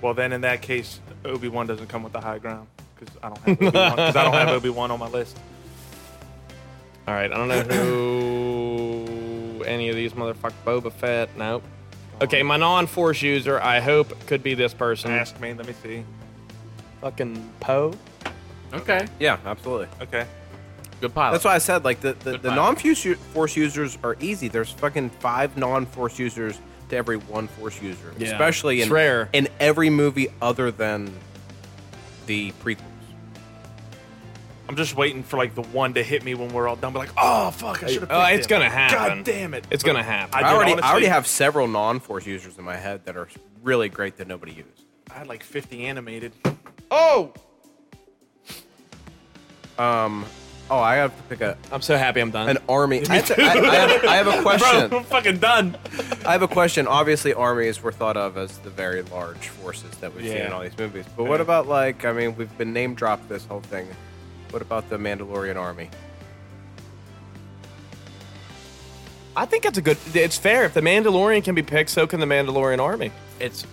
Speaker 3: Well, then in that case, Obi Wan doesn't come with the high ground because I don't have Obi Wan I don't have Obi Wan on my list.
Speaker 1: Mm-hmm. All right, I don't know who any of these motherfuck Boba Fett. Nope. Okay, my non-force user, I hope, could be this person.
Speaker 3: Ask me. Let me see.
Speaker 1: Fucking Poe.
Speaker 2: Okay,
Speaker 5: Yeah, absolutely.
Speaker 3: Okay.
Speaker 2: good pilot.
Speaker 5: That's why I said like the the,
Speaker 2: Oh. Good
Speaker 5: the
Speaker 2: pilot.
Speaker 5: non-force u- force users are easy. There's fucking five non-force users to every one force user,
Speaker 1: Yeah.
Speaker 5: especially
Speaker 1: It's
Speaker 5: in
Speaker 1: rare.
Speaker 5: in every movie other than the prequels.
Speaker 3: I'm just waiting for like the one to hit me when we're all done. But like, oh fuck, I should have.
Speaker 1: Oh, it's gonna happen.
Speaker 3: God damn it!
Speaker 1: It's gonna happen.
Speaker 3: I
Speaker 5: I
Speaker 3: did,
Speaker 5: already I
Speaker 3: honestly.
Speaker 5: already have several non-force users in my head that are really great that nobody used.
Speaker 3: I had like 50 animated.
Speaker 5: Oh. Um. Oh, I have to pick a
Speaker 1: I'm so happy I'm done.
Speaker 5: an army. I have, to- I- I have- I have a question.
Speaker 3: I'm fucking done.
Speaker 5: I have a question. Obviously, armies were thought of as the very large forces that we've seen in all these movies. But what about like? I mean, we've been name dropped this whole thing. What about the Mandalorian army?
Speaker 1: I think that's a good. It's fair if the Mandalorian can be picked, so can the Mandalorian army.
Speaker 2: It's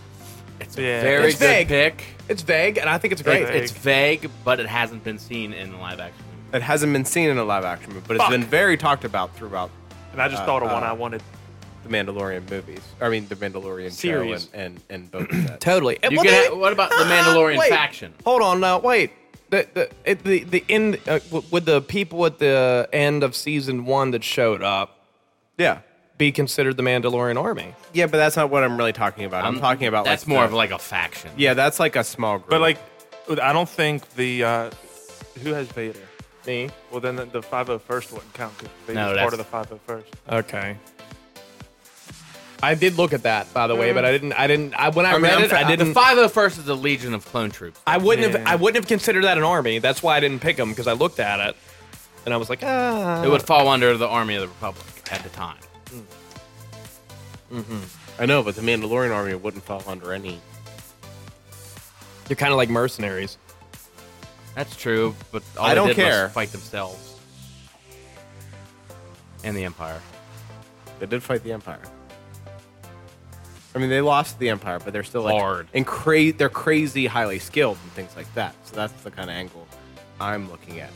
Speaker 2: it's a
Speaker 3: Yeah.
Speaker 2: very
Speaker 1: It's
Speaker 2: good
Speaker 1: vague.
Speaker 2: pick.
Speaker 1: It's vague, and I think it's great.
Speaker 2: It's, it's vague, but it hasn't been seen in the live action. movie.
Speaker 5: It hasn't been seen in a live action movie, but it's
Speaker 3: Fuck.
Speaker 5: been very talked about throughout
Speaker 3: And I just thought of
Speaker 5: uh,
Speaker 3: one I wanted.
Speaker 5: the Mandalorian movies. I mean, the Mandalorian
Speaker 1: Series.
Speaker 5: show and and, and Boba Fett.
Speaker 1: Totally. And
Speaker 2: You
Speaker 1: Eh, well,
Speaker 2: could
Speaker 1: they-
Speaker 2: ha- what about the Mandalorian
Speaker 1: Wait.
Speaker 2: faction?
Speaker 1: Hold on now. Wait. The the it, the, the end uh, w- would the people at the end of season one that showed up
Speaker 5: yeah.
Speaker 1: be considered the Mandalorian army?
Speaker 5: Yeah, but that's not what I'm really talking about. I'm, talking about
Speaker 2: Um, that's
Speaker 5: like,
Speaker 2: more
Speaker 5: the-
Speaker 2: of like a faction.
Speaker 5: yeah, that's like a small group.
Speaker 3: But like, I don't think the uh, who has Vader.
Speaker 1: Me.
Speaker 3: Well, then the, the 501st wouldn't count because Vader's
Speaker 2: No,
Speaker 3: part
Speaker 2: that's-
Speaker 3: of the 501st.
Speaker 1: Okay. I did look at that by the way, but I didn't. I didn't. I, when I,
Speaker 2: I mean,
Speaker 1: read
Speaker 2: I'm
Speaker 1: it,
Speaker 2: fa-
Speaker 1: I
Speaker 2: The
Speaker 1: didn't.
Speaker 2: five hundred first is a legion of clone troops.
Speaker 1: I wouldn't have.
Speaker 3: Yeah.
Speaker 1: I wouldn't have considered that an army. That's why I didn't pick them because I looked at it, and I was like, ah.
Speaker 2: It would fall under the army of the republic at the time.
Speaker 5: I know, but the Mandalorian army wouldn't fall under any.
Speaker 1: You're kind of like mercenaries.
Speaker 2: That's true, but all
Speaker 5: I
Speaker 2: they
Speaker 5: don't
Speaker 2: did was
Speaker 5: care.
Speaker 2: fight themselves and the empire.
Speaker 5: They did fight the Empire. I mean, they lost the Empire, but they're still like,
Speaker 2: Hard.
Speaker 5: and cra- they're crazy highly skilled and things like that. So that's the kind of angle I'm looking at.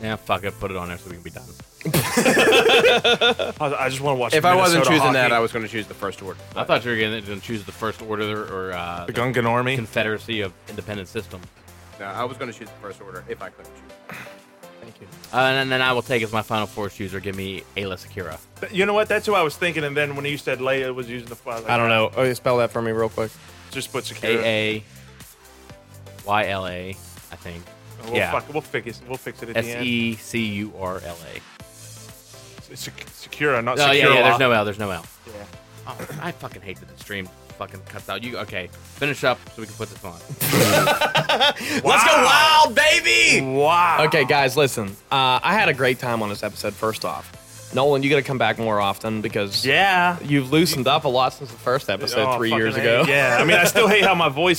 Speaker 2: Yeah, fuck it, put it on there so we can be done.
Speaker 3: I I just want to watch.
Speaker 5: If I wasn't
Speaker 3: Minnesota
Speaker 5: choosing
Speaker 3: hockey.
Speaker 5: that, I was going to choose the First Order.
Speaker 2: I thought you were going to choose the first order or uh,
Speaker 3: the Gungan Army.
Speaker 2: Confederacy of Independent Systems.
Speaker 5: No, I was going to choose the First Order if I could. choose.
Speaker 2: Uh, and then I will take as my final force user. Give me Ayla Sakura.
Speaker 3: you know what? That's who I was thinking. And then when you said Leia was using the flag,
Speaker 1: I don't know. Oh, you spell that for me real quick.
Speaker 3: Just put secure.
Speaker 2: A A Y L A, I think.
Speaker 3: We'll,
Speaker 2: yeah.
Speaker 3: fuck, we'll fix it. We'll fix it at
Speaker 2: S
Speaker 3: the end.
Speaker 2: E C U R L A.
Speaker 3: Sec- secure, not
Speaker 2: Oh,
Speaker 3: secure.
Speaker 2: yeah, yeah,
Speaker 3: lock.
Speaker 2: there's no L. There's no L.
Speaker 3: Yeah.
Speaker 2: Oh, I fucking hate that the stream fucking cuts out. You okay? Finish up so we can put this on.
Speaker 1: Let's go wild, baby!
Speaker 3: Wow.
Speaker 1: Okay, guys, listen. Uh, I had a great time on this episode. First off, Nolan, you got to come back more often because
Speaker 3: Yeah.
Speaker 1: you've loosened up a lot since the first episode
Speaker 3: Oh,
Speaker 1: three
Speaker 3: fucking
Speaker 1: years
Speaker 3: A.
Speaker 1: ago.
Speaker 3: Yeah. I mean, I still hate how my voice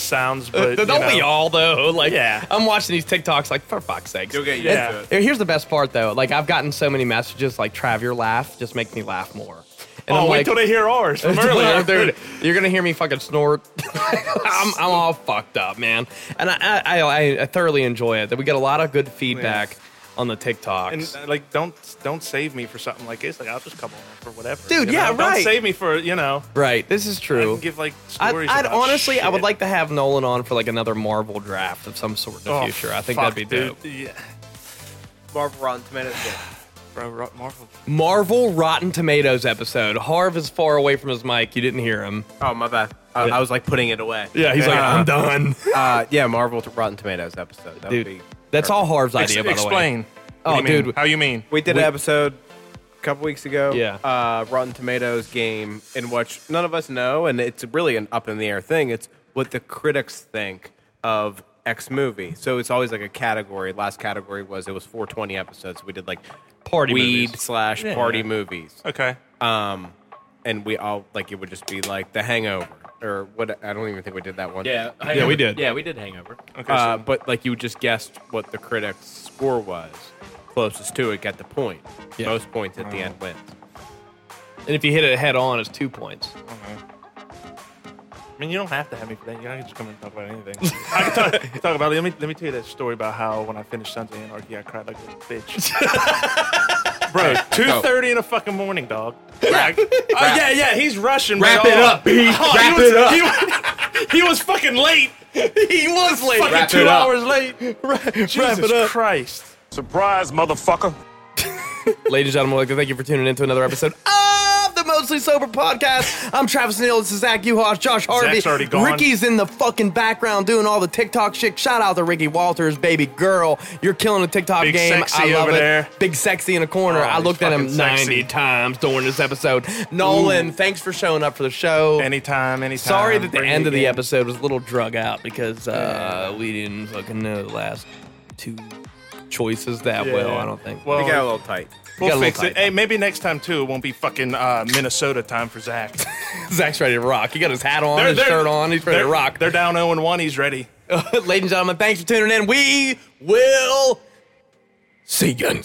Speaker 3: sounds, but
Speaker 1: Don't
Speaker 3: you know.
Speaker 1: we all though? Like,
Speaker 3: Yeah.
Speaker 1: I'm watching these TikToks. Like, for fuck's sakes.
Speaker 5: You'll get used
Speaker 3: Yeah.
Speaker 5: to it.
Speaker 1: Here's the best part though. Like, I've gotten so many messages like, "Trav, your laugh just makes me laugh more." And
Speaker 3: Oh,
Speaker 1: I'm
Speaker 3: wait
Speaker 1: like,
Speaker 3: till they hear ours from earlier.
Speaker 1: dude, you're gonna hear me fucking snort. I'm, I'm all fucked up, man. And I, I, I, I thoroughly enjoy it. That we get a lot of good feedback on the TikToks.
Speaker 3: Oh, And uh, like, don't don't save me for something like this. Like, I'll just come on for whatever.
Speaker 1: Dude,
Speaker 3: you
Speaker 1: yeah,
Speaker 3: know?
Speaker 1: right.
Speaker 3: Don't save me for you know.
Speaker 1: Right. This is
Speaker 3: I
Speaker 1: true.
Speaker 3: can give like
Speaker 1: I'd,
Speaker 3: stories.
Speaker 1: I'd
Speaker 3: about
Speaker 1: honestly, I would
Speaker 3: shit.
Speaker 1: like to have Nolan on for like another Marvel draft of some sort in the
Speaker 3: Oh,
Speaker 1: future. I think
Speaker 3: fuck,
Speaker 1: that'd be
Speaker 3: dude.
Speaker 1: dope.
Speaker 3: Yeah.
Speaker 5: Marvel Rotten Tomatoes.
Speaker 3: Bro, Rock Marvel.
Speaker 1: Marvel Rotten Tomatoes episode. Harv is far away from his mic. You didn't hear him.
Speaker 5: Oh my bad. I, I was like putting it away.
Speaker 1: Yeah, he's like, I'm done.
Speaker 5: Uh, yeah, Marvel to Rotten Tomatoes episode. That would
Speaker 1: Dude,
Speaker 5: be.
Speaker 1: that's all Harv's
Speaker 3: Ex-
Speaker 1: idea, by the way.
Speaker 3: explain.
Speaker 1: Oh,
Speaker 3: What do you mean?
Speaker 1: dude.
Speaker 3: How you mean?
Speaker 5: We did an episode a couple weeks ago.
Speaker 1: Yeah.
Speaker 5: Uh, Rotten Tomatoes game in which none of us know, and it's really an up in the air thing. It's what the critics think of X movie. So it's always like a category. Last category was it was 420 episodes. We did like
Speaker 1: Party
Speaker 5: weed
Speaker 1: movies.
Speaker 5: slash party movies.
Speaker 3: Okay.
Speaker 5: Um, and we all like it would just be like The Hangover or what? I don't even think we did that one.
Speaker 2: Yeah,
Speaker 1: Yeah, we did.
Speaker 2: Yeah, we did Hangover.
Speaker 3: Okay. so-
Speaker 5: Uh, but like you just guessed what the critics' score was. Closest to it got the point.
Speaker 1: Yeah.
Speaker 5: Most points at the end wins.
Speaker 1: And if you hit it head on, it's two points.
Speaker 3: I mean, you don't have to have me for that. You can just come and talk about anything. I can talk, talk about it. Let me, let me tell you that story about how when I finished Sons of Anarchy, I cried like a little bitch. Bro, 2.30 in the fucking morning, dog. oh, yeah, yeah. He's rushing. Wrap it up, B. wrap it up. He was, he was fucking late.
Speaker 1: he was late.
Speaker 3: Fucking two hours late. Jesus Christ.
Speaker 6: Surprise, motherfucker.
Speaker 1: Ladies and gentlemen, I'd like to thank you for tuning in to another episode of the Mostly Sober Podcast. I'm Travis Neal. This is Zach Uhas, Josh Harvey.
Speaker 3: already gone.
Speaker 1: Ricky's in the fucking background doing all the TikTok shit. Shout out to Ricky Walters, baby girl. You're killing the TikTok
Speaker 3: Big
Speaker 1: game. I
Speaker 3: sexy
Speaker 1: love
Speaker 3: over
Speaker 1: it.
Speaker 3: there.
Speaker 1: Big sexy in the corner.
Speaker 3: Oh,
Speaker 1: I
Speaker 3: he's
Speaker 1: looked at him
Speaker 3: fucking sexy.
Speaker 1: 90 times during this episode. Nolan, thanks for showing up for the show.
Speaker 3: Anytime, anytime.
Speaker 1: Sorry that the
Speaker 3: Bring
Speaker 1: end
Speaker 3: it
Speaker 1: of the
Speaker 3: in.
Speaker 1: episode was a little drug out because uh, we didn't fucking know the last two choices that well. I don't think.
Speaker 3: Well,
Speaker 5: It got a little tight.
Speaker 1: got a
Speaker 3: we'll
Speaker 1: little
Speaker 3: fix it.
Speaker 1: tight.
Speaker 3: Hey, maybe next time, too, it won't be fucking uh, Minnesota time for Zach.
Speaker 1: Zach's ready to rock. He got his hat on,
Speaker 3: They're-
Speaker 1: his
Speaker 3: they're-
Speaker 1: shirt on. He's ready to
Speaker 3: they're,
Speaker 1: rock.
Speaker 3: They're down 0 1. He's ready.
Speaker 1: Ladies and gentlemen, thanks for tuning in. We will see you.